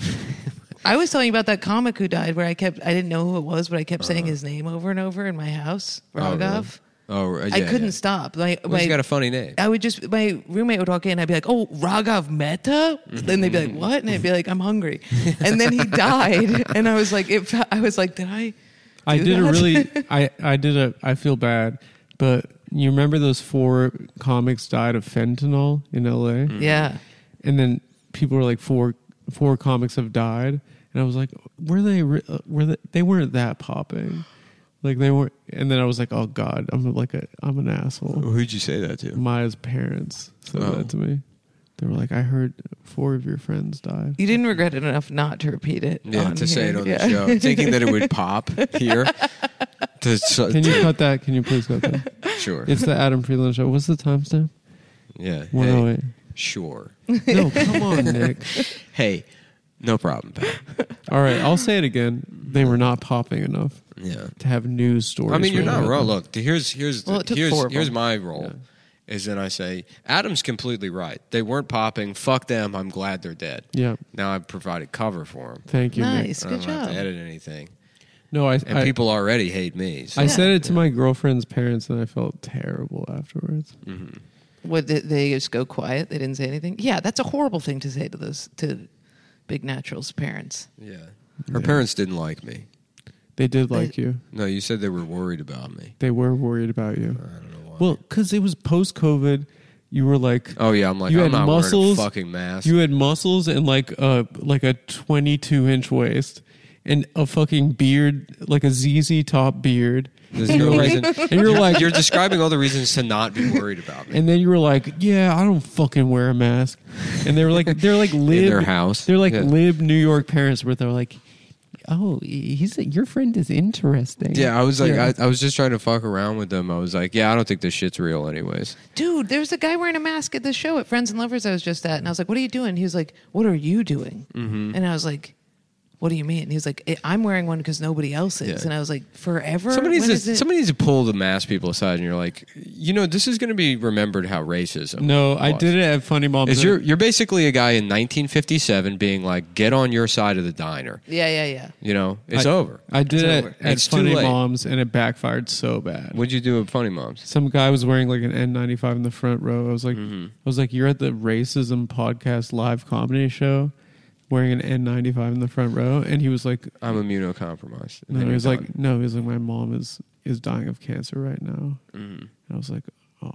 Speaker 3: I was telling you about that comic who died where I kept I didn't know who it was, but I kept saying his name over and over in my house,
Speaker 2: Uh-huh. Oh, really?
Speaker 3: Rogov.
Speaker 2: Oh, yeah,
Speaker 3: I couldn't
Speaker 2: yeah.
Speaker 3: stop. My,
Speaker 2: Well,
Speaker 3: my-
Speaker 2: he's got a funny name.
Speaker 3: I would just my roommate would walk in, I'd be like, Oh, Raghav Mehta?
Speaker 2: Mm-hmm.
Speaker 3: Then they'd be like, What? And I'd be like, I'm hungry. And
Speaker 2: [LAUGHS]
Speaker 3: then he died. and I was like, it, fe- I was like, Did I
Speaker 1: I
Speaker 3: do
Speaker 1: did
Speaker 3: that?
Speaker 1: a really I I did a I feel bad, but you remember those four comics died of fentanyl in LA?
Speaker 3: [LAUGHS] Yeah.
Speaker 1: And then people were like four four comics have died and I was like were they re- uh, were they, they weren't that popping. Like they weren't and then I was like oh god, I'm like a I'm an asshole.
Speaker 2: Who'd you say that to?
Speaker 1: Maya's parents said
Speaker 2: Oh.
Speaker 1: that to me. They were like I heard four of your friends
Speaker 2: [LAUGHS]
Speaker 1: died.
Speaker 3: You didn't regret it enough not to repeat it.
Speaker 2: Yeah,
Speaker 3: on
Speaker 2: to say it
Speaker 3: here.
Speaker 2: on
Speaker 3: Yeah.
Speaker 2: the
Speaker 3: [LAUGHS]
Speaker 2: show, thinking that it would pop here. To- so-
Speaker 1: Can you cut that? Can you please cut that?
Speaker 2: sure.
Speaker 1: It's the Adam Freeland show. What's the timestamp?
Speaker 2: yeah.
Speaker 1: One oh
Speaker 2: Hey,
Speaker 1: eight.
Speaker 2: sure.
Speaker 1: No, come on, Nick.
Speaker 2: Hey, no
Speaker 1: [LAUGHS]
Speaker 2: problem, Pat.
Speaker 1: All right, I'll say it again. They were not popping enough
Speaker 2: Yeah.
Speaker 1: to have news stories.
Speaker 2: I mean, you're
Speaker 1: written
Speaker 2: not
Speaker 1: about
Speaker 2: wrong.
Speaker 1: them.
Speaker 2: Look, here's here's
Speaker 3: Well, it
Speaker 2: the,
Speaker 3: took
Speaker 2: here's
Speaker 3: four of
Speaker 2: here's
Speaker 3: them.
Speaker 2: my role. Is then I say Adam's completely right. They weren't popping. Fuck them. I'm glad they're dead.
Speaker 1: Yeah,
Speaker 2: Now I've provided cover for them.
Speaker 1: thank you. Nick.
Speaker 3: Nice.
Speaker 2: I
Speaker 3: Good
Speaker 2: don't have
Speaker 3: job.
Speaker 2: to edit anything.
Speaker 1: No, I
Speaker 2: And
Speaker 1: I,
Speaker 2: people already hate me. So
Speaker 1: I said it to my girlfriend's parents, and I felt terrible afterwards.
Speaker 2: Mm.
Speaker 3: What did they just go quiet? They didn't say anything? Yeah, that's a horrible thing to say to those to Big Natural's parents.
Speaker 2: yeah. Her parents didn't like me.
Speaker 1: They did like you.
Speaker 2: No, you said they were worried about me.
Speaker 1: They were worried about you.
Speaker 2: I don't know why.
Speaker 1: Well, because it was post COVID. You were like
Speaker 2: Oh yeah, I'm like
Speaker 1: You
Speaker 2: I'm
Speaker 1: had
Speaker 2: not
Speaker 1: muscles.
Speaker 2: wearing a fucking mask.
Speaker 1: you had muscles and like a like a 22 inch waist and a fucking beard, like a ZZ top beard.
Speaker 2: There's no reason.
Speaker 1: And [LAUGHS] you're like,
Speaker 2: You're describing all the reasons to not be
Speaker 1: [LAUGHS]
Speaker 2: worried about me.
Speaker 1: and then you were like, "Yeah, I don't fucking wear a mask." And they were like, "They're
Speaker 2: [LAUGHS]
Speaker 1: like lib,
Speaker 2: their house.
Speaker 1: They're like
Speaker 2: Yeah.
Speaker 1: lib New York parents, where they're like, "Oh, he's your friend is interesting."
Speaker 2: Yeah, I was like,
Speaker 1: Yeah.
Speaker 2: I, I was just trying to fuck around with them. I was like, yeah, I don't think this shit's real, anyways.
Speaker 3: Dude, there was a guy wearing a mask at the show at Friends and Lovers I was just at. And I was like, what are you doing? He was like, what are you doing?
Speaker 2: Mm-hmm.
Speaker 3: And I was like, what do you mean? And he was like, "I- I'm wearing one because nobody else is.
Speaker 2: Yeah.
Speaker 3: And I was like, forever?
Speaker 2: Somebody
Speaker 3: When
Speaker 2: needs
Speaker 3: is
Speaker 2: to
Speaker 3: it?
Speaker 2: somebody needs to pull the mass people aside, and you're like, you know, this is going to be remembered how racism.
Speaker 1: No, I
Speaker 2: was.
Speaker 1: did it at Funny Mom.
Speaker 2: Is you're you're basically a guy in 1957 being like, get on your side of the diner.
Speaker 3: yeah, yeah, yeah.
Speaker 2: You know, it's
Speaker 1: I-
Speaker 2: over.
Speaker 1: I did
Speaker 2: It's
Speaker 1: it
Speaker 2: over.
Speaker 1: at
Speaker 2: It's too
Speaker 1: Funny
Speaker 2: late.
Speaker 1: Moms, and it backfired so bad.
Speaker 2: What'd you do at Funny Moms?
Speaker 1: Some guy was wearing like an N95 in the front row. I was like,
Speaker 2: Mm-hmm.
Speaker 1: I was like, "You're at the racism podcast live comedy show." Wearing an N95 in the front row, and he was like,
Speaker 2: I'm immunocompromised. And
Speaker 1: No,
Speaker 2: then
Speaker 1: he
Speaker 2: you're
Speaker 1: was
Speaker 2: done.
Speaker 1: like, no, he was like, my mom is is dying of cancer right now.
Speaker 2: Mm-hmm.
Speaker 1: And I was like, oh,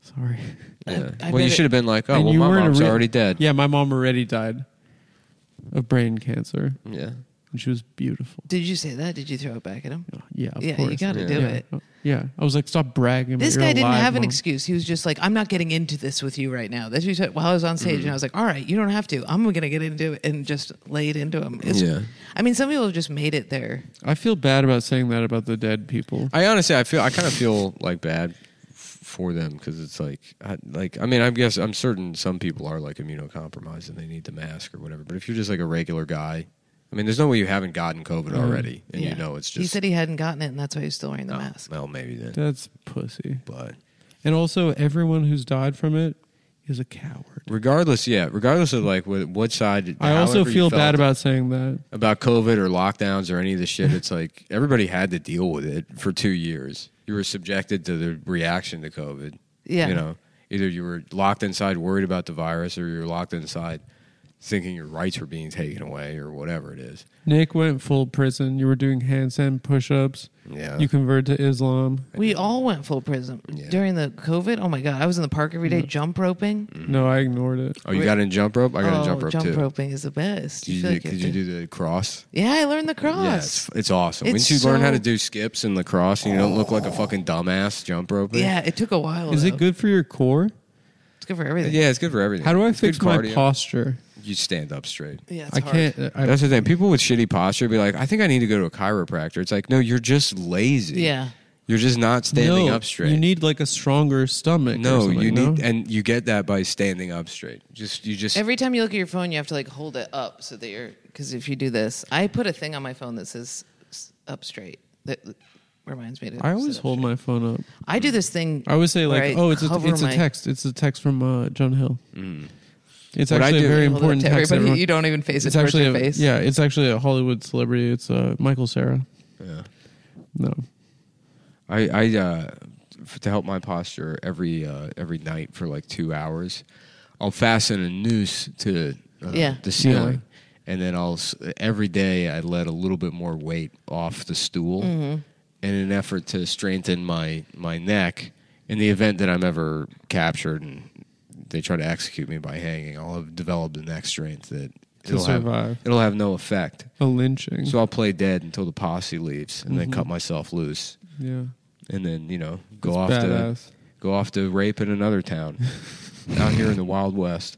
Speaker 1: sorry. [LAUGHS]
Speaker 2: Yeah.
Speaker 3: I
Speaker 2: well, you
Speaker 3: bet it-
Speaker 2: should have been like, oh,
Speaker 1: And
Speaker 2: well,
Speaker 1: you
Speaker 2: my
Speaker 1: weren't a
Speaker 2: mom's
Speaker 1: real-
Speaker 2: already dead.
Speaker 1: yeah, my mom already died of brain cancer,
Speaker 2: yeah.
Speaker 1: and she was beautiful. Oh,
Speaker 3: Did you say that? Did you throw it back at him?
Speaker 1: Yeah, of
Speaker 3: yeah,
Speaker 1: course.
Speaker 3: you got to
Speaker 2: Yeah.
Speaker 3: do
Speaker 1: yeah.
Speaker 3: it.
Speaker 1: Oh, yeah. I was like, stop bragging.
Speaker 3: This
Speaker 1: that you're
Speaker 3: guy didn't
Speaker 1: alive,
Speaker 3: have an
Speaker 1: Mom.
Speaker 3: excuse. He was just like, I'm not getting into this with you right now. That's what he said while I was on stage.
Speaker 2: Mm-hmm.
Speaker 3: And I was like, all right, you don't have to. I'm going to get into it and just lay it into him. It's-
Speaker 2: Yeah.
Speaker 3: I mean, some people have just made it there.
Speaker 1: I feel bad about saying that about the dead people.
Speaker 2: I honestly, I feel, I kind of feel like bad f- for them because it's like, I, like, I mean, I guess I'm certain some people are like immunocompromised and they need the mask or whatever. But if you're just like a regular guy, I mean, there's no way you haven't gotten COVID already, and
Speaker 3: Yeah.
Speaker 2: you know it's just.
Speaker 3: He said he hadn't gotten it, and that's why he's still wearing the
Speaker 2: oh,
Speaker 3: mask.
Speaker 2: Well, maybe then,
Speaker 1: That's pussy.
Speaker 2: but.
Speaker 1: And also, everyone who's died from it is a coward.
Speaker 2: Regardless, yeah. Regardless of like what, what side,
Speaker 1: I also
Speaker 2: however you
Speaker 1: feel
Speaker 2: felt
Speaker 1: bad about saying that.
Speaker 2: about COVID or lockdowns or any of this shit. It's like everybody had to deal with it for two years. You were subjected to the reaction to COVID.
Speaker 3: Yeah.
Speaker 2: You know, either you were locked inside worried about the virus or you were locked inside thinking your rights were being taken away or whatever it is.
Speaker 1: Nick went full prison. You were doing handstand push-ups.
Speaker 2: Yeah.
Speaker 1: You converted to Islam.
Speaker 3: We all went full prison
Speaker 2: Yeah.
Speaker 3: during the COVID. Oh my god, I was in the park every
Speaker 1: Mm.
Speaker 3: day jump roping.
Speaker 2: Mm-hmm.
Speaker 1: No, I ignored it.
Speaker 2: Oh, you got in jump rope? I got
Speaker 3: oh,
Speaker 2: in jump rope too.
Speaker 3: roping is the best.
Speaker 2: Did you,
Speaker 3: feel
Speaker 2: do,
Speaker 3: like
Speaker 2: could
Speaker 3: you're-
Speaker 2: you do the cross?
Speaker 3: Yeah, I learned the cross.
Speaker 2: Yeah, it's, it's awesome.
Speaker 3: It's
Speaker 2: Once you learn how
Speaker 3: so-
Speaker 2: to do skips and lacrosse and you don't look like a fucking dumbass jump rope.
Speaker 3: Yeah, it took a
Speaker 2: Oh,
Speaker 3: while.
Speaker 1: Is
Speaker 3: though.
Speaker 1: it good for your core?
Speaker 3: It's good for everything.
Speaker 2: Yeah, it's good for everything.
Speaker 1: How do I
Speaker 2: It's good
Speaker 1: fix my
Speaker 2: cardio.
Speaker 1: posture?
Speaker 2: You stand up straight.
Speaker 3: yeah it's
Speaker 1: I
Speaker 3: hard.
Speaker 1: can't. uh, I,
Speaker 2: That's the thing. People with shitty posture be like, I think I need to go to a chiropractor. It's like, no, you're just lazy.
Speaker 3: Yeah.
Speaker 2: You're just not standing
Speaker 1: no,
Speaker 2: up straight.
Speaker 1: You need like a stronger stomach. or
Speaker 2: no,
Speaker 1: something,
Speaker 2: you need and you get that by standing up straight. Just you just
Speaker 3: Every time you look at your phone, you have to like hold it up so that you're because if you do this, I put a thing on my phone that says s- up straight that reminds me to.
Speaker 1: I always
Speaker 3: sit up
Speaker 1: hold
Speaker 3: straight.
Speaker 1: my phone up.
Speaker 3: I do this thing.
Speaker 1: I always say like,
Speaker 3: where I
Speaker 1: oh, it's a,
Speaker 3: cover
Speaker 1: it's a
Speaker 3: my-
Speaker 1: text. It's a text from uh, John Hill. It's
Speaker 2: Mm. What I
Speaker 1: actually a
Speaker 2: do-
Speaker 1: very
Speaker 3: Hold it up
Speaker 1: important
Speaker 3: to
Speaker 1: text.
Speaker 3: everybody.
Speaker 1: everyone-
Speaker 3: You don't even face it.
Speaker 1: it's
Speaker 3: towards
Speaker 1: actually
Speaker 3: your
Speaker 1: a,
Speaker 3: face.
Speaker 1: yeah. It's actually a Hollywood celebrity. It's uh, Michael Sarah.
Speaker 2: Yeah.
Speaker 1: No,
Speaker 2: I I uh, f- to help my posture every uh, every night for like two hours. I'll fasten a noose to uh,
Speaker 3: Yeah.
Speaker 2: the ceiling, and then I'll s- every day I let a little bit more weight off the stool in an effort to strengthen my my neck. In the event that I'm ever captured and they try to execute me by hanging, I'll have developed the neck strength that
Speaker 1: To survive.
Speaker 2: have it'll have no effect.
Speaker 1: a lynching.
Speaker 2: So I'll play dead until the posse leaves, and
Speaker 1: Mm-hmm.
Speaker 2: then cut myself loose
Speaker 1: yeah.
Speaker 2: and then you know go
Speaker 1: That's
Speaker 2: off
Speaker 1: badass.
Speaker 2: to go off to rape in another
Speaker 1: [LAUGHS]
Speaker 2: town out here in the wild west.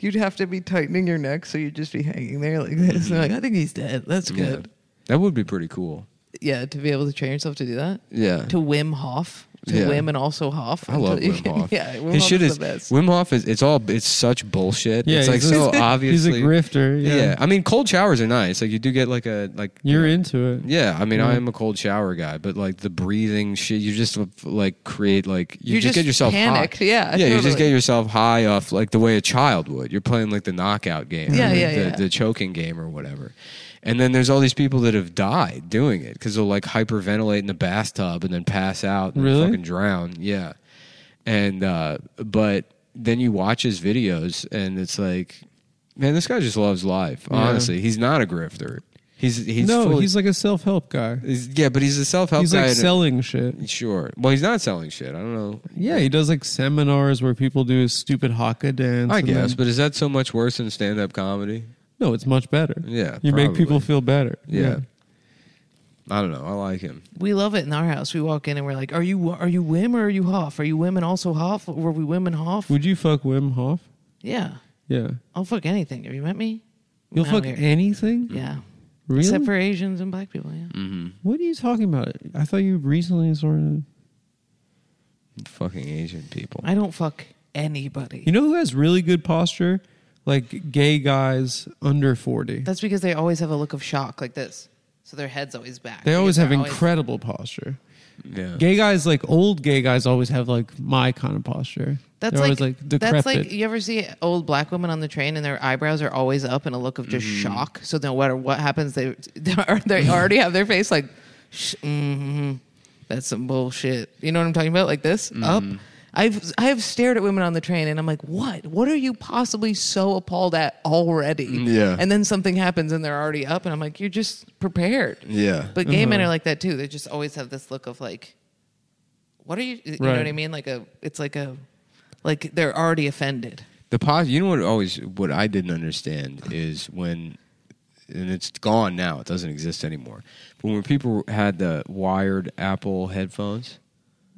Speaker 3: You'd have to be tightening your neck, so you'd just be hanging there like this. And like, I think he's dead. That's good.
Speaker 2: that would be pretty cool.
Speaker 3: Yeah. to be able to train yourself to do that.
Speaker 2: Yeah,
Speaker 3: To Wim Hof, to
Speaker 2: Yeah.
Speaker 3: Wim and also Hof.
Speaker 2: I love
Speaker 3: until [LAUGHS] you
Speaker 2: Wim
Speaker 3: can-
Speaker 2: Hof.
Speaker 3: yeah, Wim
Speaker 2: his
Speaker 3: Hof
Speaker 2: shit
Speaker 3: is,
Speaker 2: is
Speaker 3: the best.
Speaker 2: Wim Hof is it's all it's such bullshit.
Speaker 1: Yeah,
Speaker 2: it's
Speaker 1: [LAUGHS]
Speaker 2: like
Speaker 1: he's
Speaker 2: so
Speaker 1: a-
Speaker 2: obviously
Speaker 1: He's a grifter.
Speaker 2: Yeah.
Speaker 1: Yeah.
Speaker 2: I mean cold showers are nice. Like you do get like a like
Speaker 1: You're into it.
Speaker 2: Yeah, I mean
Speaker 1: Yeah.
Speaker 2: I am a cold shower guy, but like the breathing shit, you just like create like you,
Speaker 3: You
Speaker 2: just,
Speaker 3: just
Speaker 2: get yourself
Speaker 3: panicked.
Speaker 2: High.
Speaker 3: Yeah,
Speaker 2: yeah, you just
Speaker 3: totally.
Speaker 2: get yourself high off like the way a child would. You're playing like the knockout game,
Speaker 3: Yeah,
Speaker 2: or
Speaker 3: yeah,
Speaker 2: the,
Speaker 3: yeah.
Speaker 2: the choking game or whatever. And then there's all these people that have died doing it because they'll like hyperventilate in the bathtub and then pass out and
Speaker 1: Really?
Speaker 2: fucking drown. Yeah, and uh, but then you watch his videos and it's like, man, this guy just loves life.
Speaker 1: Yeah.
Speaker 2: Honestly, he's not a grifter. He's he's
Speaker 1: no,
Speaker 2: fully-
Speaker 1: he's like a self help guy.
Speaker 2: he's- yeah, but he's a self help
Speaker 1: He's
Speaker 2: guy.
Speaker 1: like
Speaker 2: and-
Speaker 1: selling shit.
Speaker 2: sure. Well, he's not selling shit. I don't know.
Speaker 1: Yeah, he does like seminars where people do his stupid haka dance.
Speaker 2: I
Speaker 1: and then-
Speaker 2: guess, but is that so much worse than stand up comedy?
Speaker 1: no, it's much better.
Speaker 2: Yeah,
Speaker 1: you make
Speaker 2: probably.
Speaker 1: people feel better.
Speaker 2: Yeah. I don't know. I like him.
Speaker 3: We love it in our house. We walk in and we're like, "Are you are you Wim or are you Hoff? Are you women also Hoff? Were we women Hoff?
Speaker 1: Would you fuck Wim Hof?
Speaker 3: yeah,
Speaker 1: Yeah.
Speaker 3: I'll fuck anything. Have you met me?
Speaker 1: You'll
Speaker 3: I'm out
Speaker 1: fuck
Speaker 3: here.
Speaker 1: anything?
Speaker 3: yeah,
Speaker 1: Really?
Speaker 3: except for Asians and Black people. Yeah,
Speaker 1: what are you talking about? I thought you recently started.
Speaker 2: Fucking Asian people.
Speaker 3: I don't fuck anybody.
Speaker 1: You know who has really good posture? Like gay guys under 40.
Speaker 3: That's because they always have a look of shock like this, so their head's always back.
Speaker 1: they
Speaker 3: because
Speaker 1: always have
Speaker 3: they're
Speaker 1: incredible posture.
Speaker 2: Yeah.
Speaker 1: Gay guys, like old gay guys, always have like my kind of posture.
Speaker 3: That's
Speaker 1: They're
Speaker 3: like,
Speaker 1: always like decrepit.
Speaker 3: that's like you ever see old black women on the train and their eyebrows are always up in a look of just
Speaker 1: Mm-hmm.
Speaker 3: shock. So no matter what happens, they [LAUGHS] they already have their face like, Shh, hmm that's some bullshit. You know what I'm talking about? Like this
Speaker 1: Mm-hmm.
Speaker 3: up. I've I've stared at women on the train and I'm like, what? What are you possibly so appalled at already?
Speaker 2: Yeah.
Speaker 3: And then something happens and they're already up and I'm like, you're just prepared.
Speaker 2: Yeah.
Speaker 3: But gay men are like that too. They just always have this look of like, what are you? You know
Speaker 1: Right.
Speaker 3: what I mean? Like a, it's like a, like they're already offended.
Speaker 2: The pos. You know what? Always what I didn't understand is when, and it's gone now. It doesn't exist anymore. But when people had the wired Apple headphones,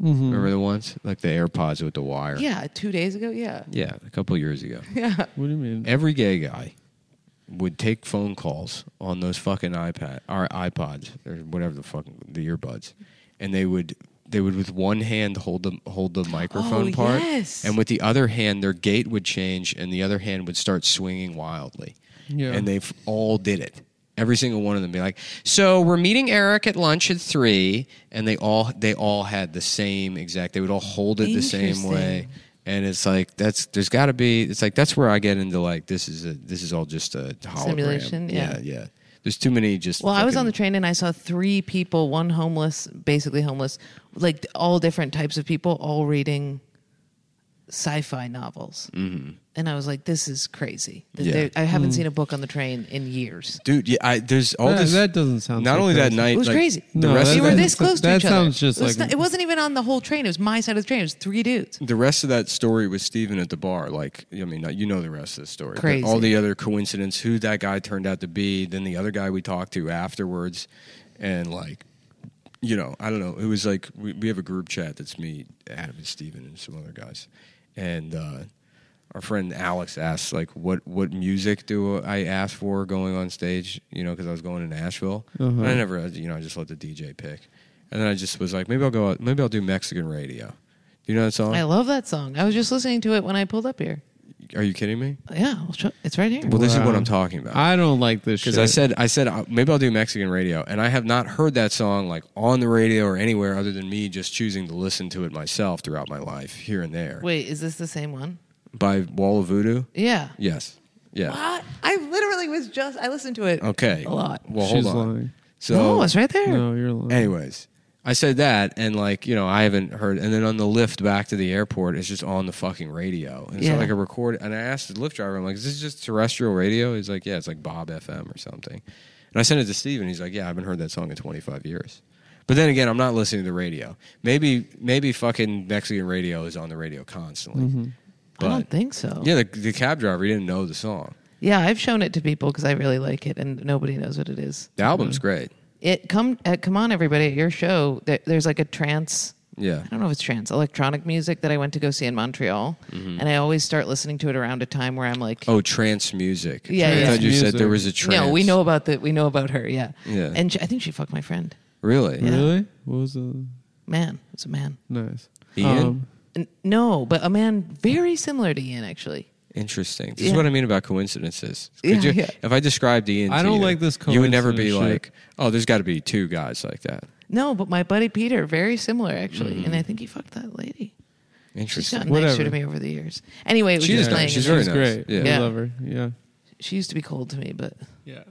Speaker 1: Mm-hmm.
Speaker 2: remember the ones like the AirPods with the wire?
Speaker 3: Yeah, two days ago. Yeah,
Speaker 2: Yeah, a couple years ago.
Speaker 3: yeah.
Speaker 1: what do you mean?
Speaker 3: Mm-hmm.
Speaker 2: Every gay guy would take phone calls on those fucking iPad or iPods or whatever the fucking the earbuds, and they would they would with one hand hold the hold the microphone
Speaker 3: Oh,
Speaker 2: part,
Speaker 3: yes.
Speaker 2: and with the other hand their gait would change, and the other hand would start swinging wildly.
Speaker 1: Yeah.
Speaker 2: and they've all did it. Every single one of them be like, so we're meeting Eric at lunch at three, and they all they all had the same exact. They would all hold it the same way
Speaker 3: Interesting.
Speaker 2: and it's like that's there's got to be it's like that's where I get into like this is a this is all just a hologram.
Speaker 3: Simulation, yeah.
Speaker 2: yeah, There's too many just.
Speaker 3: Well, I was on the
Speaker 2: fucking-
Speaker 3: train and I saw three people, one homeless, basically homeless, like all different types of people, all reading sci-fi novels. Mm-hmm. And I was like, this is crazy.
Speaker 2: Yeah.
Speaker 3: They- I haven't seen a book on the train in years.
Speaker 2: dude. Yeah, I, there's all
Speaker 1: That-
Speaker 2: this.
Speaker 1: that doesn't sound
Speaker 2: Not
Speaker 1: so
Speaker 2: only that
Speaker 1: crazy.
Speaker 2: night,
Speaker 3: It was
Speaker 2: like,
Speaker 3: crazy.
Speaker 2: The
Speaker 1: No,
Speaker 2: rest
Speaker 1: that-
Speaker 3: They
Speaker 2: of
Speaker 3: were
Speaker 1: that-
Speaker 2: that,
Speaker 3: this close to
Speaker 1: that
Speaker 3: each other.
Speaker 1: sounds just
Speaker 3: it was
Speaker 1: like-
Speaker 3: not- it wasn't even on the whole train. It was my side of the train. It was three dudes.
Speaker 2: the rest of that story with Steven at the bar. Like, I mean, you know the rest of the story. but
Speaker 3: Crazy.
Speaker 2: all the other coincidence, who that guy turned out to be, then the other guy we talked to afterwards, and like. You know, I don't know. It was like we, we have a group chat that's me, Adam, and Steven, and some other guys, and uh, our friend Alex asked like what what music do I ask for going on stage? You know, because I was going to Nashville, and
Speaker 3: Uh-huh.
Speaker 2: I never, you know, I just let the DJ pick, and then I just was like, maybe I'll go, out, maybe I'll do Mexican radio. Do you know that song?
Speaker 3: I love that song. I was just listening to it when I pulled up here.
Speaker 2: Are you kidding me?
Speaker 3: Yeah, I'll show, it's right here.
Speaker 2: Well, this is
Speaker 1: Wow.
Speaker 2: what I'm talking about.
Speaker 1: I don't like this shit.
Speaker 2: Because I said, I said uh, maybe I'll do Mexican radio, and I have not heard that song like on the radio or anywhere other than me just choosing to listen to it myself throughout my life, here and there.
Speaker 3: Wait, is this the same one?
Speaker 2: By Wall of Voodoo.
Speaker 3: Yeah.
Speaker 2: Yes. Yeah.
Speaker 3: I, I literally was just I listened to it.
Speaker 2: Okay.
Speaker 3: A lot.
Speaker 2: Well,
Speaker 1: She's
Speaker 2: hold on.
Speaker 1: lying.
Speaker 2: So
Speaker 3: no, it's right there.
Speaker 1: no, you're lying.
Speaker 2: Anyways, I said that, and like you know, I haven't heard. And then on the lift back to the airport, it's just on the fucking radio, and
Speaker 3: Yeah.
Speaker 2: so like I record. And I asked the lift driver, I'm like, "Is this just terrestrial radio?" He's like, "Yeah, it's like Bob FM or something." And I sent it to Steve, and he's like, "Yeah, I haven't heard that song in 25 years." But then again, I'm not listening to the radio. Maybe maybe fucking Mexican radio is on the radio constantly.
Speaker 3: Mm-hmm. I
Speaker 2: But
Speaker 3: don't think so.
Speaker 2: yeah, the, the cab driver he didn't know the song.
Speaker 3: Yeah, I've shown it to people because I really like it, and nobody knows what it is.
Speaker 2: The album's great.
Speaker 3: It come uh, come on everybody at your show. There, there's like a trance.
Speaker 2: Yeah.
Speaker 3: I don't know if it's trance electronic music that I went to go see in Montreal, and I always start listening to it around a time where I'm like,
Speaker 2: Mm-hmm. Oh, trance music.
Speaker 3: Yeah,
Speaker 2: I
Speaker 3: yeah.
Speaker 2: thought you said
Speaker 1: Music.
Speaker 2: there was a trance.
Speaker 3: no, we know about the we know about her, yeah,
Speaker 2: Yeah.
Speaker 3: and she, I think she fucked my friend.
Speaker 2: Really?
Speaker 1: Really? What was the
Speaker 3: Man, it's a man.
Speaker 1: nice? Um,
Speaker 2: Ian?
Speaker 3: N- No, but a man very similar to Ian actually.
Speaker 2: Interesting. This
Speaker 3: Yeah.
Speaker 2: is what I mean about
Speaker 3: [LAUGHS]
Speaker 2: coincidences.
Speaker 3: Yeah,
Speaker 2: Could you-
Speaker 3: yeah.
Speaker 2: If I described Ian,
Speaker 1: I
Speaker 2: to
Speaker 1: don't
Speaker 2: you,
Speaker 1: like this
Speaker 2: You would never be
Speaker 1: coincidence
Speaker 2: like, oh, there's got to be two guys like that.
Speaker 3: No, but my buddy Peter, very similar actually, and I think he fucked that lady. She's
Speaker 2: Mm-hmm. Interesting.
Speaker 3: gotten nicer
Speaker 1: Whatever.
Speaker 3: to me over the years. Anyway, it was
Speaker 2: She
Speaker 3: just
Speaker 2: is nice.
Speaker 3: playing.
Speaker 2: She's very
Speaker 3: and
Speaker 1: She's
Speaker 2: nice.
Speaker 1: great.
Speaker 2: Yeah.
Speaker 1: I
Speaker 3: Yeah.
Speaker 1: love her. Yeah.
Speaker 3: She used to be cold to me, but
Speaker 1: Yeah.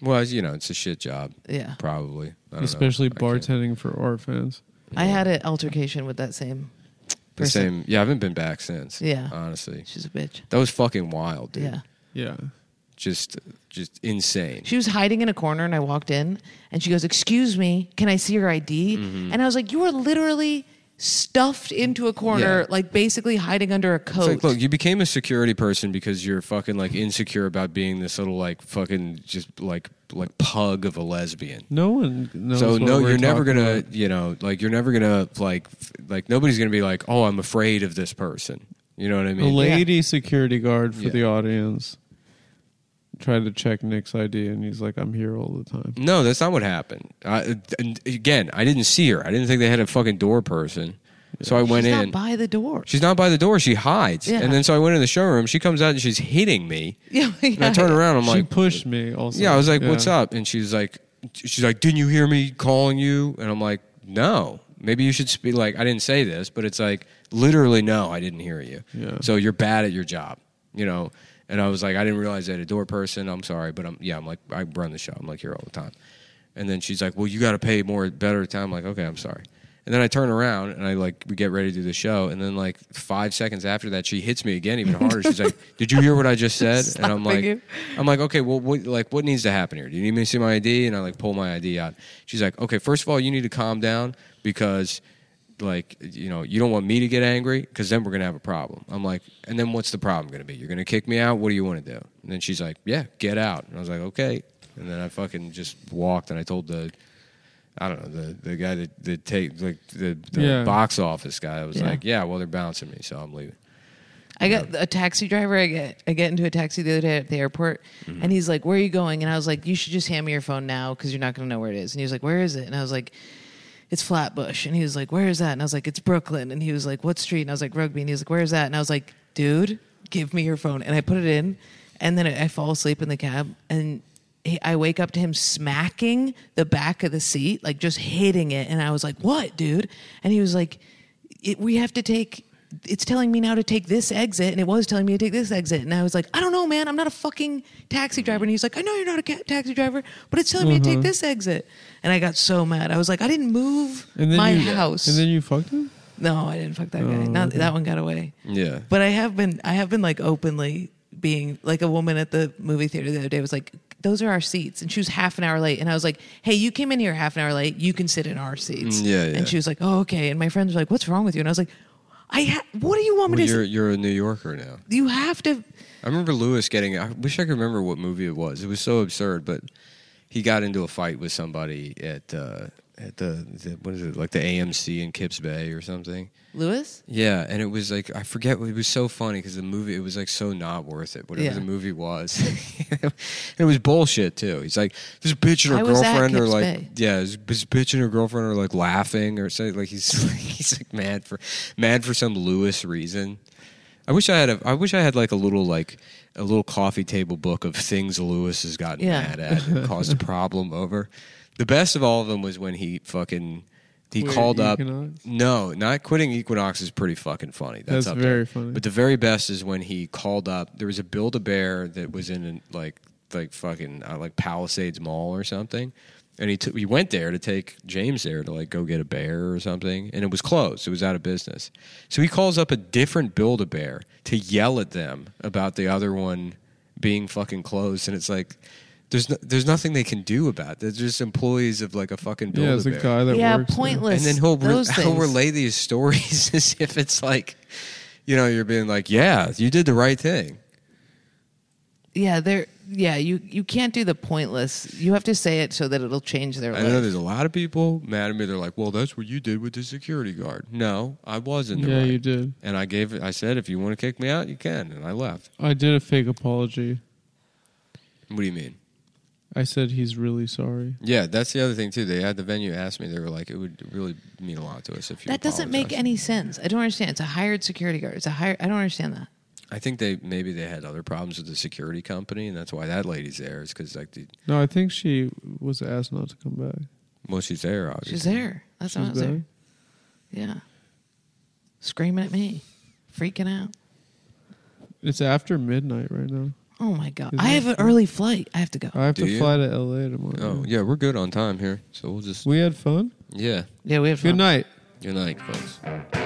Speaker 2: Well, you know, it's a shit job.
Speaker 3: Yeah.
Speaker 2: Probably. I don't
Speaker 1: Especially
Speaker 2: know. I can't-
Speaker 1: bartending for art fans.
Speaker 3: I had an altercation with that same
Speaker 2: The
Speaker 3: person.
Speaker 2: same. Yeah, I haven't been back since.
Speaker 3: Yeah.
Speaker 2: Honestly,
Speaker 3: She's a bitch.
Speaker 2: that was fucking wild, dude.
Speaker 3: Yeah.
Speaker 1: Yeah.
Speaker 2: just just insane.
Speaker 3: She was hiding in a corner, and I walked in, and she goes, "Excuse me, can I see your ID?"
Speaker 2: Mm-hmm.
Speaker 3: And I was like, "You are literally stuffed into a corner,
Speaker 2: Yeah.
Speaker 3: like basically hiding under a
Speaker 2: It's
Speaker 3: coat."
Speaker 2: like, look, you became a security person because you're fucking like insecure about being this little like fucking just like like pug of a lesbian.
Speaker 1: No one knows.
Speaker 2: so
Speaker 1: what
Speaker 2: no,
Speaker 1: we're
Speaker 2: you're never
Speaker 1: talking
Speaker 2: gonna,
Speaker 1: about.
Speaker 2: you know, like you're never gonna like f- like nobody's gonna be like, oh, I'm afraid of this person. You know what I
Speaker 1: A
Speaker 2: mean?
Speaker 1: lady security guard for
Speaker 2: Yeah.
Speaker 1: the audience tried to check Nick's ID, and he's like, "I'm here all the time."
Speaker 2: No, that's not what happened. I, and again, I didn't see her. I didn't think they had a fucking door person. So I went
Speaker 3: She's
Speaker 2: in.
Speaker 3: not by the door.
Speaker 2: she's not by the door. She hides.
Speaker 3: Yeah.
Speaker 2: And then so I went in the showroom. She comes out and she's hitting me.
Speaker 3: [LAUGHS] yeah,
Speaker 2: And I turn around. I'm
Speaker 1: she
Speaker 2: like,
Speaker 1: pushed me. Also,
Speaker 2: yeah. I was like, what's
Speaker 1: Yeah.
Speaker 2: up? And she's like, she's like, didn't you hear me calling you? And I'm like, no. Maybe you should be like, I didn't say this, but it's like literally, no, I didn't hear you.
Speaker 1: Yeah.
Speaker 2: So you're bad at your job, you know. And I was like, I didn't realize I had a door person. I'm sorry, but I'm yeah. I'm like, I run the show. I'm like here all the time. And then she's like, well, you got to pay more better time. I'm like, okay, I'm sorry. And then I turn around and I like we get ready to do the show. And then like five seconds after that, she hits me again even harder.
Speaker 1: [LAUGHS]
Speaker 2: She's like, did you hear what I just said? and I'm
Speaker 3: Slapping
Speaker 2: like,
Speaker 3: you.
Speaker 2: I'm like, okay, well, what, like, what needs to happen here? Do you need me to see my ID? And I like pull my ID out. She's like, okay, first of all, you need to calm down because, like, you know, you don't want me to get angry because then we're gonna have a problem. I'm like, and then what's the problem gonna be? You're gonna kick me out. What do you want to do? And then she's like, yeah, get out. And I was like, okay. And then I fucking just walked and I told the, I don't know, the the guy that that take like the, the
Speaker 1: Yeah.
Speaker 2: box office guy. I was
Speaker 3: Yeah.
Speaker 2: like, yeah, well, they're bouncing me, so I'm leaving.
Speaker 3: I got a taxi driver. I get I get into a taxi the other day at the airport, and he's like, "Where are you going?" And I was like, "You should just hand me your phone now because you're not going to know where it is." And he was like, "Where is it?" And I was like, "It's Flatbush." And he was like, "Where is that?" And I was like, "It's Brooklyn." And he was like, "What street?" And I was like, "Rugby." And he was like, "Where is that?" And I was like, "Dude, give me your phone." And I put it in, and then I fall asleep in the cab, and he, I wake up to him smacking the back of the seat, like just hitting it. And I was like, "What, dude?" And he was like it, we have to take it's telling me now to take this exit and it was telling me to take this exit and i was like i don't know man i'm not a fucking taxi driver and he's like i know you're not a ca- taxi driver but it's telling me to
Speaker 1: Mm-hmm.
Speaker 3: take this exit and i got so mad i was like i didn't move
Speaker 1: And then
Speaker 3: my
Speaker 1: you-
Speaker 3: house
Speaker 1: And then you Oh, fucked him.
Speaker 3: no i didn't fuck that guy not, that one got away
Speaker 2: Yeah.
Speaker 3: but i have been i have been like openly being like a woman at the movie theater the other day was like those are our seats and she was half an hour late and i was like hey you came in here half an hour late you can sit in our seats
Speaker 2: Mm, yeah, yeah.
Speaker 3: and she was like oh okay and my friends were like what's wrong with you and i was like i ha- what do you want me
Speaker 2: Well,
Speaker 3: to
Speaker 2: you're
Speaker 3: say?
Speaker 2: you're a New Yorker now.
Speaker 3: you have to
Speaker 2: I remember Lewis getting. I wish I could remember what movie it was. It was so absurd, but he got into a fight with somebody at uh, at the, the what is it like the AMC in Kips Bay or something.
Speaker 3: lewis
Speaker 2: Yeah, and it was like I forget. It was so funny because the movie it was like so not worth it. Whatever
Speaker 3: Yeah.
Speaker 2: the movie was, [LAUGHS] And it was bullshit too. He's like this bitch and her
Speaker 3: I was at
Speaker 2: girlfriend are
Speaker 3: Kips
Speaker 2: like
Speaker 3: Bay.
Speaker 2: yeah, this, this bitch and her girlfriend are like laughing or something. Like he's [LAUGHS] he's like mad for mad for some Lewis reason. I wish I had a I wish I had like a little like a little coffee table book of things Lewis has gotten
Speaker 3: Yeah.
Speaker 2: mad at and
Speaker 3: [LAUGHS]
Speaker 2: caused a problem over. The best of all of them was when he fucking he
Speaker 1: Quit
Speaker 2: called up
Speaker 1: Equinox?
Speaker 2: no, not quitting Equinox is pretty fucking funny.
Speaker 1: That's
Speaker 2: That's, up
Speaker 1: very
Speaker 2: there.
Speaker 1: funny.
Speaker 2: But the very best is when he called up. There was a Build a Bear that was in an, like like fucking uh, like Palisades Mall or something, and he took he went there to take James there to like go get a bear or something, and it was closed. It was out of business. So he calls up a different Build a Bear to yell at them about the other one being fucking closed, and it's like. There's no, there's nothing they can do about. It. They're just employees of like a fucking
Speaker 1: Yeah, it's
Speaker 2: build
Speaker 1: a guy that
Speaker 3: yeah
Speaker 1: works. there.
Speaker 2: and
Speaker 3: pointless
Speaker 2: then he'll re-
Speaker 3: those
Speaker 2: [LAUGHS] he'll
Speaker 3: things.
Speaker 2: relay these stories [LAUGHS] as if it's like, you know, you're being like, yeah, you did the right thing.
Speaker 3: yeah they're yeah you you can't do the pointless you have to say it so that it'll change their
Speaker 2: I
Speaker 3: life
Speaker 2: know there's a lot of people mad at me. They're like, well, that's what you did with the security guard. No, I wasn't.
Speaker 1: Yeah, you did.
Speaker 2: And I gave, I said, if you want to kick me out, you can. And I left.
Speaker 1: I did a fake apology.
Speaker 2: What do you mean?
Speaker 1: I said he's really sorry.
Speaker 2: Yeah, that's the other thing too. They had the venue ask me. They were like, it would really mean a lot to us if you.
Speaker 3: that doesn't make
Speaker 2: apologized.
Speaker 3: any sense i don't understand it's a hired security guard it's a hired i don't understand that
Speaker 2: I think they maybe they had other problems with the security company, and that's why that lady's there. Is because like, the,
Speaker 1: No, I think she was asked not to come back.
Speaker 2: well, she's there. Obviously.
Speaker 3: She's there. That's
Speaker 1: She
Speaker 3: what I
Speaker 1: was
Speaker 3: was
Speaker 1: back.
Speaker 3: there. Yeah. Screaming at me, freaking out.
Speaker 1: It's after midnight right now.
Speaker 3: Oh my God.
Speaker 1: Isn't
Speaker 3: I
Speaker 1: that
Speaker 3: have an
Speaker 1: fun?
Speaker 3: early flight. I have to go.
Speaker 1: I have
Speaker 2: Do
Speaker 1: to
Speaker 2: you?
Speaker 1: fly to LA tomorrow.
Speaker 2: Oh yeah, we're good on time here, so we'll just
Speaker 1: We had fun.
Speaker 2: yeah.
Speaker 3: yeah, we have
Speaker 1: Good night.
Speaker 2: Good night, folks.